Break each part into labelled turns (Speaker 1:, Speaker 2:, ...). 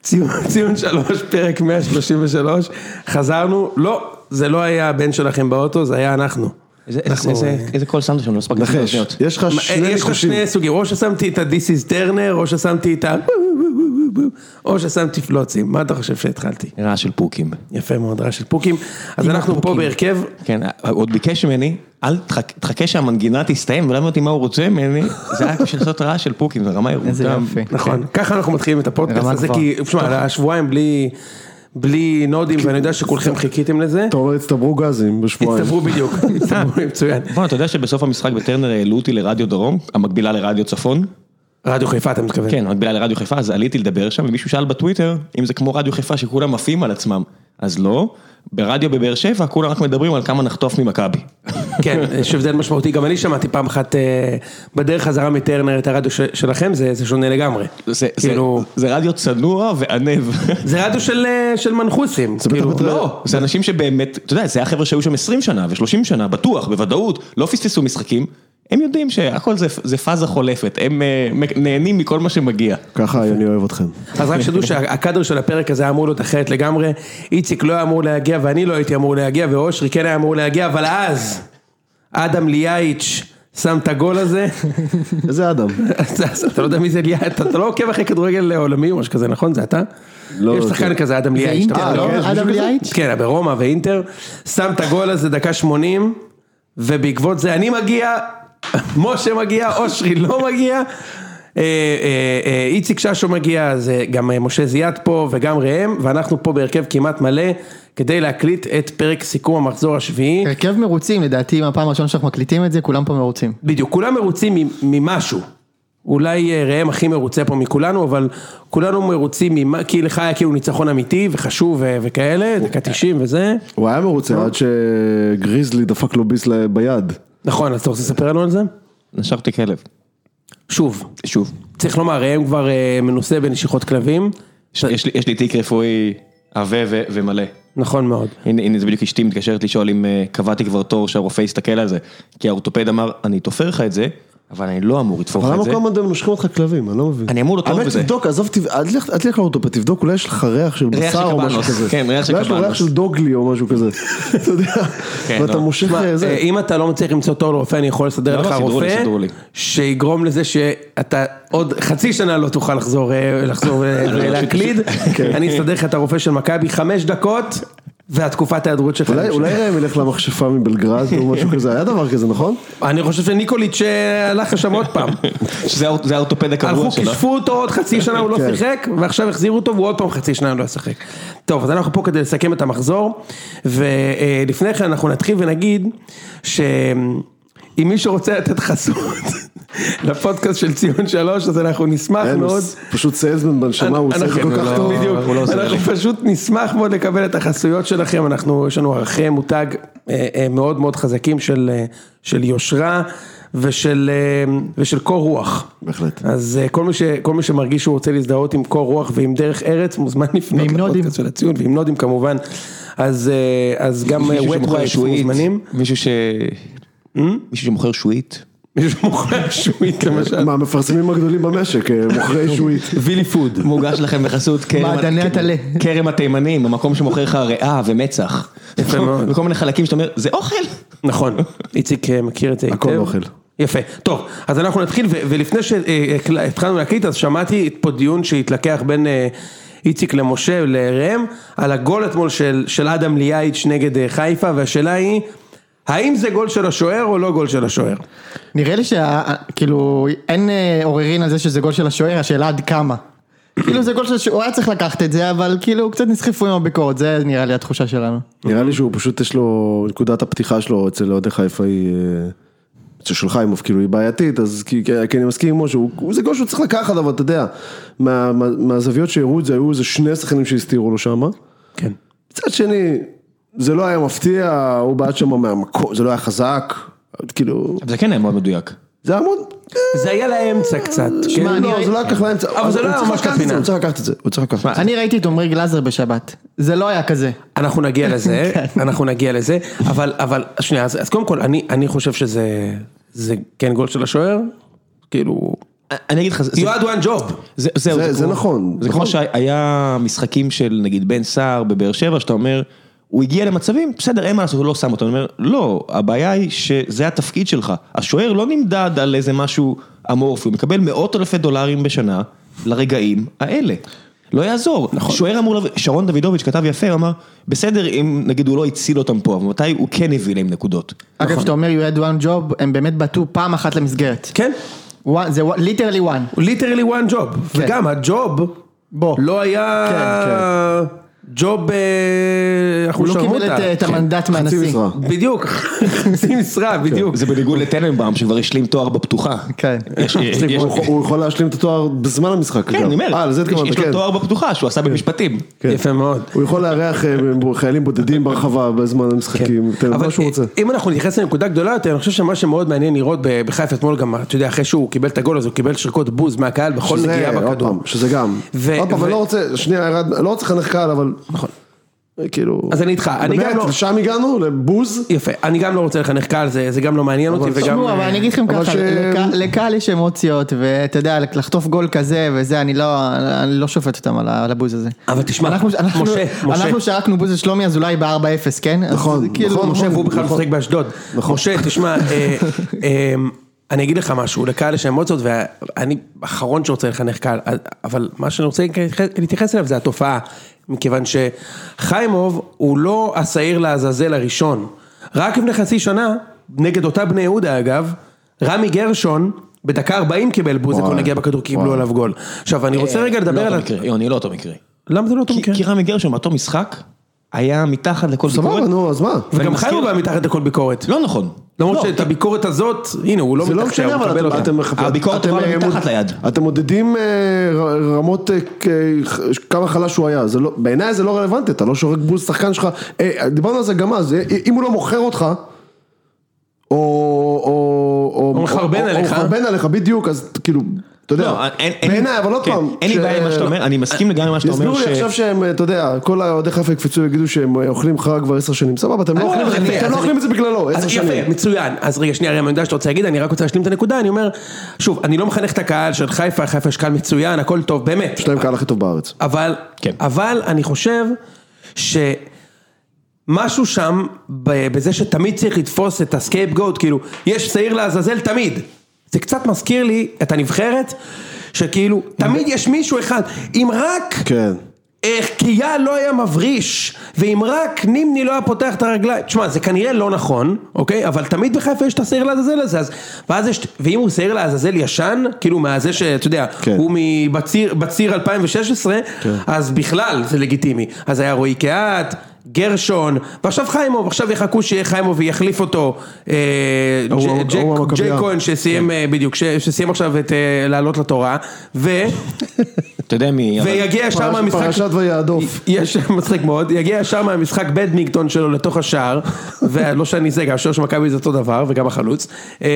Speaker 1: ציון, ציון שלוש, פרק 133, חזרנו, לא, זה לא היה הבן שלכם באוטו, זה היה אנחנו.
Speaker 2: איזה-
Speaker 1: אנחנו-
Speaker 2: איזה- איזה קול שמת שם? לא הספקתי לעשות
Speaker 3: נחש,
Speaker 2: שניות.
Speaker 3: יש לך
Speaker 1: מה,
Speaker 3: שני
Speaker 1: יש לך
Speaker 3: ניחושים.
Speaker 1: שני סוגים, או ששמתי את ה-This is Turner, או ששמתי את ה... או ששמתי פלוצים, מה אתה חושב שהתחלתי?
Speaker 2: רעש של פוקים.
Speaker 1: יפה מאוד, רעש של פוקים. אז
Speaker 2: עם
Speaker 1: אנחנו פה
Speaker 2: הפוקים.
Speaker 1: בהרכב,
Speaker 2: כן, הוא עוד ביקש ממני, אל תחכ- תחכה שהמנגינה תסתיים, ולא הבנתי מה הוא רוצה ממני, זה היה בשביל לעשות רעש של פוקים, זה רמה ירודה.
Speaker 4: איזה יופי.
Speaker 1: נכון, ככה אנחנו מתחילים את הפודקאסט
Speaker 4: רמה
Speaker 1: הזה,
Speaker 4: גבוהה.
Speaker 1: כי, תשמע, השבועיים בלי... בלי נודים,
Speaker 2: אוקיי.
Speaker 1: ואני יודע שכולכם חיכיתם לזה,
Speaker 3: אתה רואה, הצטברו גזים בשבועיים.
Speaker 1: הצטברו בדיוק, הצטברו מצוין.
Speaker 2: בוא'נה, אתה יודע שבסוף המשחק בטרנר העלו אותי לרדיו דרום, המקבילה לרדיו צפון?
Speaker 1: רדיו חיפה אתה מתכוון.
Speaker 2: כן, המקבילה לרדיו חיפה, אז עליתי לדבר שם, ומישהו שאל בטוויטר, אם זה כמו רדיו חיפה שכולם עפים על עצמם. אז לא, ברדיו בבאר שבע כולם רק מדברים על כמה נחטוף ממכבי.
Speaker 1: כן, יש הבדל משמעותי, גם אני שמעתי פעם אחת אה, בדרך חזרה מטרנר את הרדיו ש- שלכם, זה זה שונה לגמרי.
Speaker 2: זה- זה-
Speaker 1: כאילו,
Speaker 2: זה רדיו צנוע וענב.
Speaker 1: זה רדיו של, אה, של מנחוסים, כאילו,
Speaker 3: בטח בטח.
Speaker 2: לא, זה אנשים שבאמת, אתה יודע, זה היה חבר'ה שהיו שם 20 שנה ו-30 שנה, בטוח, בוודאות, לא פספסו משחקים. הם יודעים שהכל זה, זה פאזה חולפת, הם אה, מק- נהנים מכל מה שמגיע.
Speaker 3: ככה אני אוהב אתכם.
Speaker 1: אז רק שתדעו שהקאדר של הפרק הזה היה אמור להיות אחרת לגמרי, איציק לא היה אמור להגיע ואני לא הייתי אמור להגיע ואושרי כן היה אמור להגיע, אבל אז אדם ליאיץ' שם את הגול הזה,
Speaker 3: איזה אדם.
Speaker 1: אז אתה לא יודע מי זה ליאיץ', אתה אתה לא עוקב אחרי כדורגל עולמי או משהו כזה, נכון? זה אתה?
Speaker 3: לא,
Speaker 1: יש שחקן
Speaker 3: כן.
Speaker 1: כזה, אדם ליאיץ', אתה
Speaker 4: אינטר,
Speaker 1: יודע,
Speaker 4: לא?
Speaker 1: לא?
Speaker 4: אדם ליאיץ'?
Speaker 1: כן, היה ברומא ואינטר, שם את הגול הזה דקה 80, ובעקבות זה אני מגיע, משה מגיע, אושרי לא מגיע, אה, אה, אה, איציק ששו מגיע, אז אה, גם אה, משה זיאת פה וגם ראם, ואנחנו פה בהרכב כמעט מלא, כדי להקליט את פרק סיכום המחזור השביעי.
Speaker 4: הרכב מרוצים, לדעתי, מהפעם הראשונה שאנחנו מקליטים את זה, כולם פה מרוצים.
Speaker 1: בדיוק, כולם מרוצים מ- ממשהו. אולי אה, ראם הכי מרוצה פה מכולנו, אבל כולנו מרוצים ממה, כי לך היה כאילו ניצחון אמיתי וחשוב ו- וכאלה, דקה 90 וזה.
Speaker 3: הוא היה מרוצה עד שגריזלי דפק לו ביס ל- ביד.
Speaker 1: נכון, אז אתה רוצה לספר לנו על זה?
Speaker 2: נשרתי כלב.
Speaker 1: שוב,
Speaker 2: שוב.
Speaker 1: צריך לומר, ראם כבר אה, מנוסה בנשיכות כלבים,
Speaker 2: יש, יש, לי, יש לי תיק רפואי עבה ו, ומלא.
Speaker 1: נכון מאוד.
Speaker 2: הנה, הנה זה בדיוק אשתי מתקשרת לשאול אם אה, קבעתי כבר תור שהרופא יסתכל על זה. כי האורתופד אמר, אני תופר לך את זה, אבל אני לא אמור לתפור
Speaker 3: אבל
Speaker 2: לך את זה.
Speaker 3: למה כל הזמן מושכים אותך כלבים? אני לא מבין.
Speaker 2: אני אמור להיות טוב
Speaker 3: האמת,
Speaker 2: בזה.
Speaker 3: תבדוק, עזוב, תב- אל תלך- אל תלך לאוטופד, תבדוק, אולי יש לך ריח של
Speaker 2: ריח של
Speaker 3: בשר או משהו
Speaker 2: קבנוס.
Speaker 3: כזה.
Speaker 2: כן, ריח של
Speaker 3: אולי יש לו ריח
Speaker 2: קבנוס.
Speaker 3: של דוגלי או משהו כזה. אתה יודע,
Speaker 2: כן,
Speaker 3: ואתה
Speaker 2: לא.
Speaker 3: מושך
Speaker 1: תשמע,
Speaker 3: זה.
Speaker 1: אה, אם אתה לא מצליח למצוא תור לרופא, אני יכול לסדר
Speaker 2: לא,
Speaker 1: לך
Speaker 2: לא, סידרו לי,
Speaker 1: רופא,
Speaker 2: סידרו לי.
Speaker 1: שיגרום לזה שאתה עוד חצי שנה לא תוכל לחזור אה, לחזור ו-
Speaker 2: לא,
Speaker 1: ולהקליד,
Speaker 2: כן.
Speaker 1: אני אסדר לך את הרופא של מכבי חמש דקות, והתקופת ההיעדרות שלך.
Speaker 3: אולי- אולי ראם ילך למכשפה מבלגרד או משהו כזה, היה דבר כזה, נכון?
Speaker 1: אני חושב שניקוליץ' אה, הלך לשם עוד פעם,
Speaker 2: שזה האור- זה האורתופד הקבוע
Speaker 1: הלכו,
Speaker 2: שלה.
Speaker 1: כישפו אותו עוד חצי שנה הוא לא
Speaker 3: כן.
Speaker 1: שיחק, ועכשיו החזירו אותו והוא עוד פעם חצי שנה לא ישחק. טוב, אז אנחנו פה כדי לסכם את המחזור, ולפני כן אנחנו נתחיל ונגיד שאם מישהו רוצה לתת חסות לפודקאסט של ציון שלוש, אז אנחנו נשמח
Speaker 3: אין, הוא
Speaker 1: מאוד.
Speaker 3: ס- פשוט סיילסמן בנשמה, הוא עושה את זה
Speaker 1: אנחנו-
Speaker 3: כל כך טוב.
Speaker 1: בדיוק,
Speaker 2: הוא לא עושה את זה.
Speaker 1: אנחנו פשוט נשמח מאוד לקבל את החסויות שלכם, אנחנו, יש לנו ערכי מותג אה, אה, מאוד מאוד חזקים של, אה, של יושרה ושל, אה, ושל קור רוח.
Speaker 3: בהחלט.
Speaker 1: אז אה, כל מי, ש, כל מי שמרגיש שהוא רוצה להזדהות עם קור רוח ועם דרך ארץ, מוזמן לפנות
Speaker 4: ועם נודים.
Speaker 1: לפודקאסט של הציון, ועם נודים כמובן. אז, אה, אז גם אה,
Speaker 2: מישהו
Speaker 1: wet
Speaker 2: שמוכר
Speaker 1: wipes
Speaker 2: שועית.
Speaker 1: מוזמנים.
Speaker 2: מישהו ש... מישהו שמוכר שועית.
Speaker 1: מישהו שמוכר שועית למשל.
Speaker 3: מה, המפרסמים הגדולים במשק, אה, מוכרי שועית.
Speaker 1: וילי פוד.
Speaker 2: מוגש לכם בחסות כרם-
Speaker 4: מעדני
Speaker 2: כ-
Speaker 4: הטלה.
Speaker 2: כרם התימנים, המקום שמוכר לך ריאה ומצח.
Speaker 1: יפה מאוד.
Speaker 2: וכל מיני חלקים שאתה אומר, זה אוכל.
Speaker 1: נכון, איציק אה, מכיר את זה היטב.
Speaker 3: הכל אוכל.
Speaker 1: יפה, טוב, אז אנחנו נתחיל, ו- ולפני אה, שהתחלנו להקליט, אז שמעתי פה דיון שהתלקח בין אה, איציק למשה לראם, על הגול אתמול של, של אדם ליאיץ' נגד אה, חיפה, והשאלה היא, האם זה גול של השוער או לא גול של השוער?
Speaker 4: נראה לי שה... כאילו, אין אה, עוררין על זה שזה גול של השוער, השאלה עד כמה. כאילו זה גול של השוער, הוא היה צריך לקחת את זה, אבל כאילו קצת נסחפו עם הביקורת, זה נראה לי התחושה שלנו.
Speaker 3: נראה לי שהוא פשוט יש לו, נקודת הפתיחה שלו אצל אוהדי חיפה היא, אה, אצל של חיימוב כאילו היא בעייתית, אז כי, כי- כי אני מסכים עם משה, הוא- הוא- זה גול שהוא צריך לקחת, אבל אתה יודע, מה, מה, מהזוויות שהראו את זה, היו איזה שני שחקנים שהסתירו לו שם.
Speaker 1: כן.
Speaker 3: מצד שני, זה לא היה מפתיע, הוא בעט שם מהמקום, זה לא היה חזק, כאילו,
Speaker 2: אבל זה כן היה מאוד מדויק.
Speaker 3: זה היה מאוד,
Speaker 1: זה היה לאמצע קצת, כן?
Speaker 4: אני
Speaker 3: לא,
Speaker 4: ראי-
Speaker 3: זה לא היה ככה לאמצע,
Speaker 1: אבל זה לא
Speaker 3: הוא
Speaker 1: היה
Speaker 3: צריך
Speaker 1: ממש
Speaker 3: לקחת את זה,
Speaker 1: כפינה.
Speaker 3: הוא צריך לקחת את זה, הוא צריך לקחת את זה.
Speaker 4: אני ראיתי את עמרי גלאזר בשבת, זה לא היה כזה.
Speaker 1: אנחנו נגיע לזה,
Speaker 4: כן.
Speaker 1: אנחנו נגיע לזה, אבל, אבל, שנייה, אז, אז קודם כל, אני, אני חושב שזה, זה כן גול של השוער, כאילו...
Speaker 2: אני אגיד לך, זה-
Speaker 1: You had one job.
Speaker 2: זה, זהו,
Speaker 3: זה- זה
Speaker 2: כמו-
Speaker 3: נכון,
Speaker 2: זה
Speaker 3: נכון.
Speaker 2: כמו שהיה משחקים של נגיד בן סער בבאר שבע, שאתה אומר, הוא הגיע למצבים, בסדר, אין מה לעשות, הוא לא שם אותו. אני אומר, לא, הבעיה היא שזה התפקיד שלך. השוער לא נמדד על איזה משהו אמורפי, הוא מקבל מאות אלפי דולרים בשנה לרגעים האלה. לא יעזור, נכון. שוער אמור, לב- שרון דוידוביץ' כתב יפה, הוא אמר, בסדר אם נגיד הוא לא הציל אותם פה, אבל מתי הוא כן הביא להם נקודות.
Speaker 4: אגב, כשאתה אומר you had one job, הם באמת בעטו פעם אחת למסגרת.
Speaker 1: כן,
Speaker 4: One- זה one- literally one.
Speaker 1: הוא ליטרלי one job. וגם הג'וב
Speaker 4: כן. בוא. כן,
Speaker 1: לא היה ג'וב, אה,
Speaker 4: הוא
Speaker 1: אנחנו
Speaker 4: לא
Speaker 1: שמעו
Speaker 4: קיבל
Speaker 1: אותה. כן.
Speaker 4: את- את המנדט
Speaker 3: חצי
Speaker 4: מהנשיא.
Speaker 3: משרה.
Speaker 1: בדיוק, חצי משרה, בדיוק.
Speaker 2: זה בניגוד לטננבאום שכבר השלים תואר בפתוחה.
Speaker 4: כן.
Speaker 2: יש, יש,
Speaker 3: הוא יכול- הוא יכול להשלים את התואר בזמן המשחק.
Speaker 2: כן,
Speaker 3: אגב.
Speaker 2: אני אומר,
Speaker 3: אה, לזה
Speaker 2: יש-
Speaker 3: התכוונת,
Speaker 2: יש לו
Speaker 3: כן.
Speaker 2: תואר בפתוחה שהוא עשה במשפטים.
Speaker 3: כן.
Speaker 1: יפה מאוד.
Speaker 3: הוא יכול לארח אה, חיילים בודדים ברחבה בזמן המשחקים, תן
Speaker 1: כן.
Speaker 3: לו
Speaker 1: אבל אה,
Speaker 3: מה שהוא רוצה.
Speaker 1: אם אנחנו נתייחס לנקודה גדולה יותר, אני חושב שמה שמאוד מעניין לראות ב- בחיפה אתמול גם, אתה יודע, אחרי שהוא קיבל את הגול הזה, הוא קיבל שריקות בוז מהקהל בכל
Speaker 3: שזה,
Speaker 1: נגיעה
Speaker 3: עוד
Speaker 1: בכדור.
Speaker 3: פעם, שזה גם.
Speaker 1: ו-
Speaker 3: עוד פעם,
Speaker 1: ו-
Speaker 3: אני לא רוצה, שנייה, ירד, לא רוצה לחנך קהל, אבל... נכון. כאילו...
Speaker 1: אז אני איתך, אני גם
Speaker 3: באמת,
Speaker 1: לא-
Speaker 3: שם הגענו, לבוז.
Speaker 1: יפה, אני גם לא רוצה לחנך קהל, זה זה גם לא מעניין אותי וגם...
Speaker 4: תשמעו, אבל אני אגיד לכם
Speaker 3: אבל
Speaker 4: ככה,
Speaker 3: ש-
Speaker 4: לקה- לקהל יש אמוציות, ואתה יודע, לחטוף גול כזה וזה, אני לא אני לא שופט אותם על ה- על הבוז הזה.
Speaker 1: אבל תשמע,
Speaker 4: אנחנו- אנחנו-
Speaker 1: משה, משה.
Speaker 4: אנחנו שרקנו בוז לשלומי אזולאי ב-4-0, כן? אז
Speaker 3: נכון,
Speaker 4: זה כאילו-
Speaker 3: נכון,
Speaker 1: משה, והוא בכלל
Speaker 3: נכון.
Speaker 1: משחק באשדוד. משה, תשמע, אה, אה, אני אגיד לך משהו, לקהל יש אמוציות, ואני האחרון שרוצה לחנך קהל, אבל מה שאני רוצה להתייחס אליו זה התופעה, מכיוון שחיימוב הוא לא השעיר לעזאזל הראשון. רק לפני חצי שנה, נגד אותה בני יהודה אגב, רמי גרשון, בדקה 40 קיבל בוז,
Speaker 3: וואי,
Speaker 1: הכל נגיע בכדור, קיבלו
Speaker 3: וואי. אה,
Speaker 1: עליו גול. עכשיו, אני רוצה רגע לדבר
Speaker 2: לא
Speaker 1: על...
Speaker 2: אותו
Speaker 1: ה-
Speaker 2: מקרה, יוני, לא אותו מקרה.
Speaker 1: למה זה לא אותו
Speaker 2: כי-
Speaker 4: כן.
Speaker 1: מקרה?
Speaker 2: כי רמי גרשון באותו משחק היה מתחת לכל ביקורת.
Speaker 3: סבבה, נו, אז מה?
Speaker 2: ואני
Speaker 1: וגם
Speaker 2: מזכיר-
Speaker 1: חיימוב היה מתחת לכל ביקורת.
Speaker 2: לא נכון.
Speaker 1: למרות
Speaker 2: לא,
Speaker 1: שאת הביקורת הזאת, הנה הוא לא
Speaker 3: זה לא
Speaker 1: מתחתיה,
Speaker 3: משנה,
Speaker 1: הוא
Speaker 3: אבל
Speaker 1: מקבל
Speaker 3: אתם-
Speaker 1: אותה.
Speaker 3: אתם מחפשים...
Speaker 2: הביקורת
Speaker 3: אתם,
Speaker 2: יכולה
Speaker 3: אה,
Speaker 2: מתחת
Speaker 3: מוד-
Speaker 2: ליד.
Speaker 3: אתם מודדים אה, ר- רמות אה, כ- אה, כמה חלש הוא היה, זה לא- בעיניי זה לא רלוונטי, אתה לא שורק בוז שחקן שלך, אה, דיברנו על זה גם אז, אה, אם הוא לא מוכר אותך, או... או...
Speaker 1: הוא מחרבן
Speaker 3: או- או-
Speaker 1: עליך.
Speaker 3: הוא מחרבן עליך, בדיוק, אז כאילו, אתה
Speaker 2: לא,
Speaker 3: יודע,
Speaker 2: אין- אין-
Speaker 3: בעיניי, אבל עוד
Speaker 2: כן,
Speaker 3: פעם,
Speaker 2: אין לי
Speaker 3: ש-
Speaker 2: בעיה עם מה שאתה אומר, אני מסכים לגמרי עם מה שאתה אומר.
Speaker 3: יסבירו לי
Speaker 2: ש-
Speaker 3: עכשיו שהם, אתה יודע, כל האוהדי חיפה יקפצו ויגידו שהם אוכלים חרא כבר עשר שנים, סבבה, אתם לא
Speaker 1: אז
Speaker 3: אוכלים את
Speaker 1: יפה,
Speaker 3: זה- אתם
Speaker 1: אז
Speaker 3: לא אוכלים
Speaker 1: אני-
Speaker 3: את זה בגללו,
Speaker 1: אז
Speaker 3: עשר
Speaker 1: יפה,
Speaker 3: שנים.
Speaker 1: מצוין. אז רגע, שנייה, ראם, אני יודע שאתה רוצה להגיד, אני רק רוצה להשלים את הנקודה, אני אומר, שוב, אני לא מחנך את הקהל של חיפה, חיפה יש קהל מצוין, הכל טוב, באמת.
Speaker 3: יש להם קהל הכי טוב בארץ.
Speaker 1: אבל,
Speaker 2: כן.
Speaker 1: אבל אני חושב שמשהו שם, ב- בזה שתמיד צריך לתפוס את הסקייפגוט, כאילו, יש שעיר לעזאזל תמיד. זה קצת מזכיר לי את הנבחרת, שכאילו, תמיד יש מישהו אחד, אם רק...
Speaker 3: כן.
Speaker 1: איך קיה לא היה מבריש, ואם רק נימני לא היה פותח את הרגליים, תשמע זה כנראה לא נכון, אוקיי? אבל תמיד בחיפה יש את השעיר לעזאזל הזה, אז, ואז יש, ואם הוא שעיר לעזאזל ישן, כאילו מהזה שאתה יודע,
Speaker 3: כן.
Speaker 1: הוא מבציר בציר 2016, אז בכלל זה לגיטימי, אז היה רועי קהת, גרשון, ועכשיו חיימוב, עכשיו יחכו שיהיה חיימוב ויחליף אותו, אה,
Speaker 3: אור-
Speaker 1: ג'ק-
Speaker 3: אור המכבייה. כן.
Speaker 1: ג'ק כהן שסיים, אה, בדיוק, ש- שסיים עכשיו את אה, לעלות לתורה, ו...
Speaker 2: אתה יודע מי... אבל-
Speaker 1: ויגיע ישר
Speaker 3: פרש-
Speaker 1: מהמשחק...
Speaker 3: פרשת ויעדוף.
Speaker 1: יש מצחיק מאוד, יגיע ישר מהמשחק בדמינגטון שלו לתוך השער, ולא שאני זה, גם השוער של מכבי זה אותו דבר, וגם החלוץ. אמ,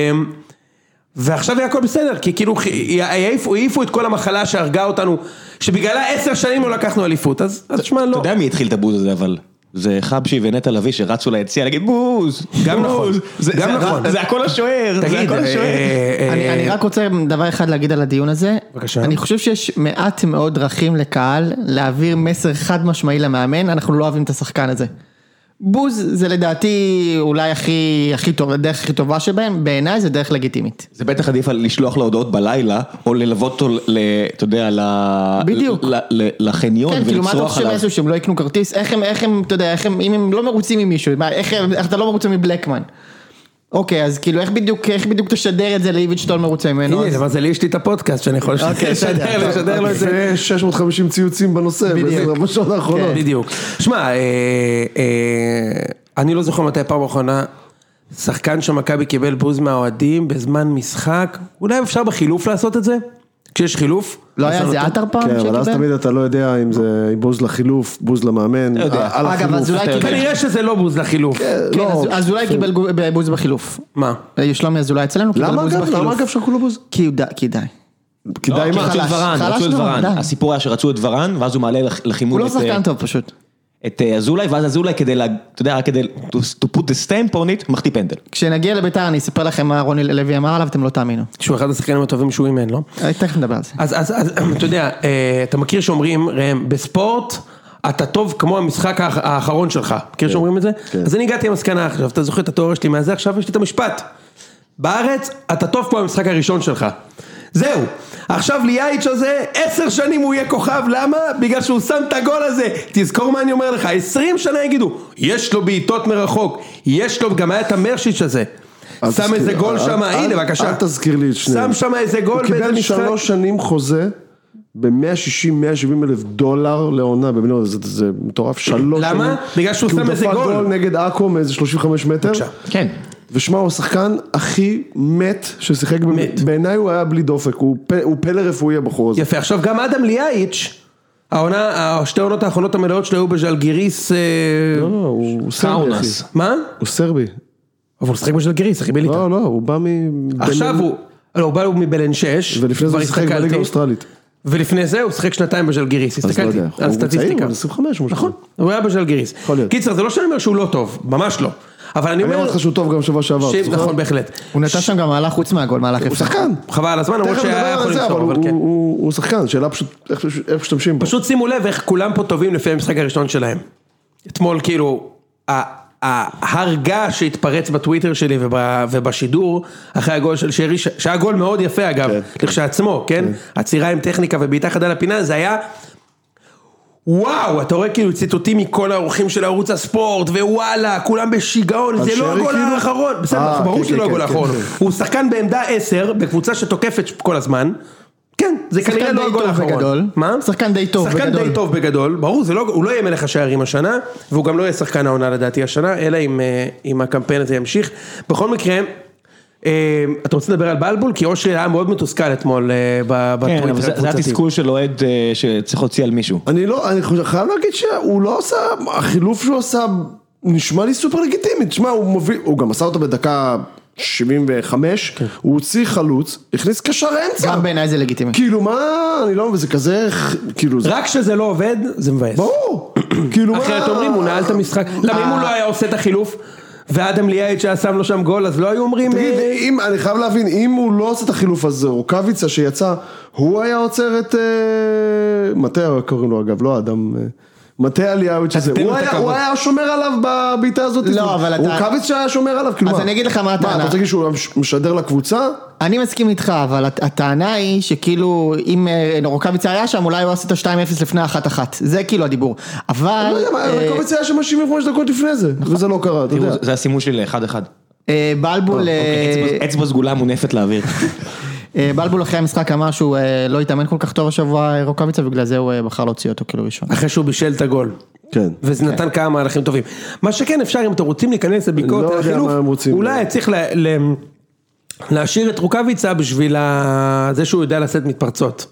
Speaker 1: ועכשיו היה הכל בסדר, כי כאילו חי- העיפו העיפו את כל המחלה שהרגה אותנו, שבגללה עשר שנים לא לקחנו אליפות, אז אז תשמע,
Speaker 2: אתה
Speaker 1: לא.
Speaker 2: יודע מי התחיל את הבוז הזה, אבל... זה חבשי ונטע לביא שרצו ליציע להגיד בוז,
Speaker 1: גם נכון,
Speaker 2: בוז." זה-
Speaker 1: גם
Speaker 2: זה-
Speaker 1: נכון.
Speaker 2: זה הכל השוער, זה
Speaker 1: תגיד,
Speaker 2: הכל
Speaker 1: אה,
Speaker 2: השוער.
Speaker 1: אה, אה,
Speaker 4: אני, אני רק רוצה דבר אחד להגיד על הדיון הזה.
Speaker 1: בבקשה.
Speaker 4: אני חושב שיש מעט מאוד דרכים לקהל להעביר מסר חד משמעי למאמן, אנחנו לא אוהבים את השחקן הזה. בוז זה לדעתי אולי הכי, הכי טוב, הדרך הכי טובה שבהם, בעיניי זה דרך לגיטימית.
Speaker 2: זה בטח עדיף על לשלוח לו הודעות בלילה, או ללוות אותו, ל- אתה יודע, ל-
Speaker 4: בדיוק.
Speaker 2: ל- ל- לחניון
Speaker 4: כן, כאילו מה אתה
Speaker 2: ולצרוח
Speaker 4: חושב
Speaker 2: עליו.
Speaker 4: איזשהו שהם לא יקנו כרטיס, איך הם, איך הם, אתה יודע, איך הם, אם הם לא מרוצים ממישהו, מה, איך, הם- איך אתה לא מרוצה מבלקמן. אוקיי, אז כאילו איך בדיוק, איך בדיוק תשדר את זה לאיביץ' שאתה לא מרוצה ממנו.
Speaker 1: הנה,
Speaker 4: אז-
Speaker 1: אבל זה לי יש לי את הפודקאסט שאני יכול
Speaker 4: אוקיי,
Speaker 1: לשדר
Speaker 4: בסדר.
Speaker 1: לו, לשדר לו את זה. כן.
Speaker 3: ו-650 ציוצים בנושא,
Speaker 4: בדיוק.
Speaker 3: בעשר השעות האחרונות.
Speaker 1: בדיוק. שמע, אה, אה, אני לא זוכר מתי פעם אחרונה שחקן של מכבי קיבל בוז מהאוהדים בזמן משחק, אולי אפשר בחילוף לעשות את זה? כשיש חילוף?
Speaker 4: לא היה
Speaker 1: לעשות
Speaker 4: זה
Speaker 1: אותו?
Speaker 4: עטר פעם
Speaker 3: כן, אבל אז תמיד אתה לא יודע אם זה בוז לחילוף, בוז למאמן,
Speaker 1: לא
Speaker 2: יודע.
Speaker 3: על
Speaker 4: אגב,
Speaker 3: החילוף. כן,
Speaker 4: אזולאי קיבל,
Speaker 1: כנראה שזה לא בוז לחילוף.
Speaker 4: כן,
Speaker 3: לא,
Speaker 4: אז- אז אולי קיבל גו- אה, בוז בחילוף.
Speaker 1: מה?
Speaker 4: אה, שלומי אזולאי אצלנו קיבל
Speaker 3: למה
Speaker 4: בוז
Speaker 3: אגב? למה
Speaker 4: בחילוף.
Speaker 3: אגב שרקו לו בוז?
Speaker 4: כי הוא די, כי די.
Speaker 3: כדאי
Speaker 2: לא, כי
Speaker 3: מה?
Speaker 2: רצו את
Speaker 4: חלש,
Speaker 2: ורן,
Speaker 4: חלש
Speaker 2: רצו את
Speaker 4: מאוד,
Speaker 2: ורן.
Speaker 4: די.
Speaker 2: הסיפור היה שרצו את ורן, ואז הוא מעלה לח- לחימום
Speaker 4: הוא
Speaker 2: את...
Speaker 4: לא שחקן טוב פשוט.
Speaker 2: את אה, אזולאי, ואז אזולאי כדי, לה- אתה יודע, רק כדי to- to put the stamp on it, מחטיא פנדל.
Speaker 4: כשנגיע לביתר אני אספר לכם מה רוני לוי אמר עליו, אתם לא תאמינו.
Speaker 1: שהוא אחד השחקנים הטובים שהוא אימן, לא?
Speaker 4: אה, תכף נדבר על זה.
Speaker 1: אז, אז, אז אתה יודע, אה, אתה מכיר שאומרים, ראם, בספורט אתה טוב כמו המשחק האח- האחרון שלך. מכיר שאומרים את זה?
Speaker 3: כן.
Speaker 1: אז אני הגעתי למסקנה עכשיו, אתה זוכר את התיאוריה שלי מהזה, עכשיו יש לי את המשפט. בארץ אתה טוב כמו המשחק הראשון שלך. זהו, עכשיו ליאיץ' הזה, עשר שנים הוא יהיה כוכב, למה? בגלל שהוא שם את הגול הזה. תזכור מה אני אומר לך, עשרים שנה יגידו, יש לו בעיטות מרחוק, יש לו, גם היה את המרשיץ' הזה.
Speaker 3: אל
Speaker 1: שם
Speaker 3: תזכיר-
Speaker 1: איזה גול
Speaker 3: אל-
Speaker 1: שם,
Speaker 3: אל-
Speaker 1: הנה בבקשה.
Speaker 3: אל תזכיר לי את שניהם.
Speaker 1: שם שם איזה
Speaker 3: הוא
Speaker 1: גול באיזה
Speaker 3: קיבל
Speaker 1: משחק.
Speaker 3: שלוש שנים חוזה ב-160-170 אלף דולר לעונה בבני יהודה, זה- זה מטורף, שלוש
Speaker 1: למה?
Speaker 3: שנים.
Speaker 1: בגלל שהוא
Speaker 3: כי הוא
Speaker 1: שם איזה
Speaker 3: דפק
Speaker 1: גול.
Speaker 3: נגד עכו מאיזה 35 מטר.
Speaker 1: בבקשה.
Speaker 2: כן.
Speaker 3: ושמע, הוא השחקן הכי מת ששיחק, במ-
Speaker 1: מת.
Speaker 3: בעיניי הוא היה בלי דופק, הוא פ- הוא פלא רפואי הבחור הזה.
Speaker 1: יפה, עכשיו גם אדם ליאיץ', העונה, שתי העונות האחרונות המלאות שלו היו בז'לגיריס, אה,
Speaker 3: לא, לא, הוא סרבי, אחי.
Speaker 2: קאונס.
Speaker 1: מה?
Speaker 3: הוא סרבי.
Speaker 1: אבל הוא שיחק בז'לגיריס, אחי בליטא.
Speaker 3: לא, לא, הוא בא מ...
Speaker 1: עכשיו
Speaker 3: בין-
Speaker 1: הוא, לא, הוא בא הוא מבלן 6,
Speaker 3: ולפני זה הוא שיחק בליגה האוסטרלית.
Speaker 1: ולפני זה הוא שיחק שנתיים בז'לגיריס,
Speaker 3: אז לא
Speaker 1: הסתכלתי
Speaker 3: יודע,
Speaker 1: על
Speaker 3: הוא צעיר,
Speaker 1: סטטיסטיקה.
Speaker 3: הוא 25 משהו.
Speaker 1: נכון, הוא היה בז'לגיריס.
Speaker 3: יכול להיות.
Speaker 1: קיצר, זה לא שאני אומר שהוא לא טוב, ממש לא. אבל אני
Speaker 3: אני
Speaker 1: אומר,
Speaker 3: אמרתי לך שהוא לא טוב גם שבוע שעבר,
Speaker 1: ש-
Speaker 3: אתה זוכר?
Speaker 1: נכון בהחלט.
Speaker 4: הוא נתן שם גם מהלך חוץ מהגול, מהלך
Speaker 3: הוא
Speaker 4: יפה.
Speaker 3: שחקן.
Speaker 1: חבל על הזמן, למרות
Speaker 3: תכף
Speaker 1: שהיה
Speaker 3: נדבר
Speaker 1: יכול
Speaker 3: על זה, אבל
Speaker 1: למסור, אבל
Speaker 3: הוא-
Speaker 1: כן.
Speaker 3: הוא הוא שחקן, שאלה פשוט איך איך משתמשים בו.
Speaker 1: פשוט שימו לב איך כולם פה טובים לפי המשחק הראשון שלהם. אתמול כאילו, ה- ההר געש שהתפרץ בטוויטר שלי וב, ובשידור, אחרי הגול של שרי, ש- שהיה גול מאוד יפה אגב,
Speaker 3: כן, כן.
Speaker 1: לכשעצמו, כן? עצירה עם טכניקה ובעיטה חדה לפינה, זה היה... וואו, אתה רואה כאילו ציטוטים מכל האורחים של ערוץ הספורט, ווואלה, כולם בשיגעון,
Speaker 3: על
Speaker 1: זה לא
Speaker 3: שרי
Speaker 1: הגול
Speaker 3: כאילו?
Speaker 1: האחרון, בסדר,
Speaker 3: אה,
Speaker 1: ברור
Speaker 3: כן,
Speaker 1: שזה
Speaker 3: כן,
Speaker 1: לא הגול
Speaker 3: כן,
Speaker 1: האחרון,
Speaker 3: כן, כן.
Speaker 1: הוא שחקן בעמדה 10, בקבוצה שתוקפת כל הזמן, כן, זה כנראה
Speaker 4: שחקן
Speaker 1: לא
Speaker 4: די
Speaker 1: הגול
Speaker 4: טוב
Speaker 1: האחרון.
Speaker 4: בגדול.
Speaker 1: מה?
Speaker 4: שחקן די טוב
Speaker 1: שחקן
Speaker 4: בגדול.
Speaker 1: די טוב בגדול, ברור, זה לא, הוא לא יהיה מלך השערים השנה, והוא גם לא יהיה שחקן העונה לדעתי השנה, אלא אם, אה, אם הקמפיין הזה ימשיך. בכל מקרה, אה, אתה רוצה לדבר על בלבול? כי אושרי היה מאוד מתוסכל אתמול אה, ב-
Speaker 2: כן,
Speaker 1: בטוויטר
Speaker 2: אבל זה- זה
Speaker 1: הקבוצתי.
Speaker 2: התסכול של אוהד אה, שצריך להוציא על מישהו.
Speaker 3: אני לא, אני חושב- חייב להגיד שהוא לא עשה, החילוף שהוא עשה נשמע לי סופר לגיטימי, תשמע, הוא מוביל, הוא גם עשה אותו בדקה 75,
Speaker 1: כן.
Speaker 3: הוא הוציא חלוץ, הכניס קשר אמצע,
Speaker 4: גם בעיניי זה לגיטימי.
Speaker 3: כאילו מה, אני לא, וזה כזה, כאילו, זה
Speaker 1: רק כשזה לא עובד, זה מבאס.
Speaker 3: ברור, כאילו מה,
Speaker 1: אחרת אומרים, הוא נעל את המשחק. למה אם הוא לא היה עושה את החילוף, ואדם ליאייד שהיה שם לו שם גול, אז לא היו אומרים...
Speaker 3: תגיד,
Speaker 1: אה,
Speaker 3: אם, אני חייב להבין, אם הוא לא עושה את החילוף הזה, רוקאביצה שיצא, הוא היה עוצר את... אה, מטה קוראים לו אגב, לא אדם... אה, מטה אליהו, שזה,
Speaker 1: תן לו
Speaker 3: הוא
Speaker 1: את
Speaker 3: היה-
Speaker 1: הכבוד.
Speaker 3: הוא היה שומר עליו בבעיטה הזאת,
Speaker 4: לא, אבל אתה-
Speaker 3: רוקאביצה היה שומר עליו, כאילו
Speaker 4: אז
Speaker 3: מה?
Speaker 4: אני אגיד לך מה הטענה.
Speaker 3: מה, אתה רוצה להגיד שהוא משדר לקבוצה?
Speaker 4: אני מסכים איתך, אבל הט- הטענה היא שכאילו, אם אה, רוקאביצה היה שם, אולי הוא עשה את ה-2-0 לפני ה-1-1. זה כאילו הדיבור. אבל...
Speaker 3: לא יודע, מה,
Speaker 4: אה, נכון.
Speaker 3: רוקאביצה היה שם 75 דקות לפני זה, וזה לא קרה, אתה יודע.
Speaker 2: תראו, כאילו, זה הסימון שלי לאחד אחד.
Speaker 4: אה, בלבול...
Speaker 2: אוקיי,
Speaker 4: אה,
Speaker 2: אצבע סגולה מונפת לאוויר.
Speaker 4: אה, בלבול אחרי המשחק אמר שהוא אה, לא התאמן כל כך טוב השבוע אה, רוקאביצה, בגלל זה הוא אה, בחר להוציא אותו כאילו ראשון.
Speaker 1: אחרי שהוא בישל את הגול.
Speaker 3: כן.
Speaker 1: וזה נתן כמה מהלכים טובים. מה שכן אפשר, אם אתם רוצים להיכנס לביקורת
Speaker 3: לא
Speaker 1: על
Speaker 3: יודע
Speaker 1: החילוף,
Speaker 3: מה הם רוצים.
Speaker 1: אולי צריך ל- ל- להשאיר את רוקאביצה בשביל ה- זה שהוא יודע לשאת מתפרצות.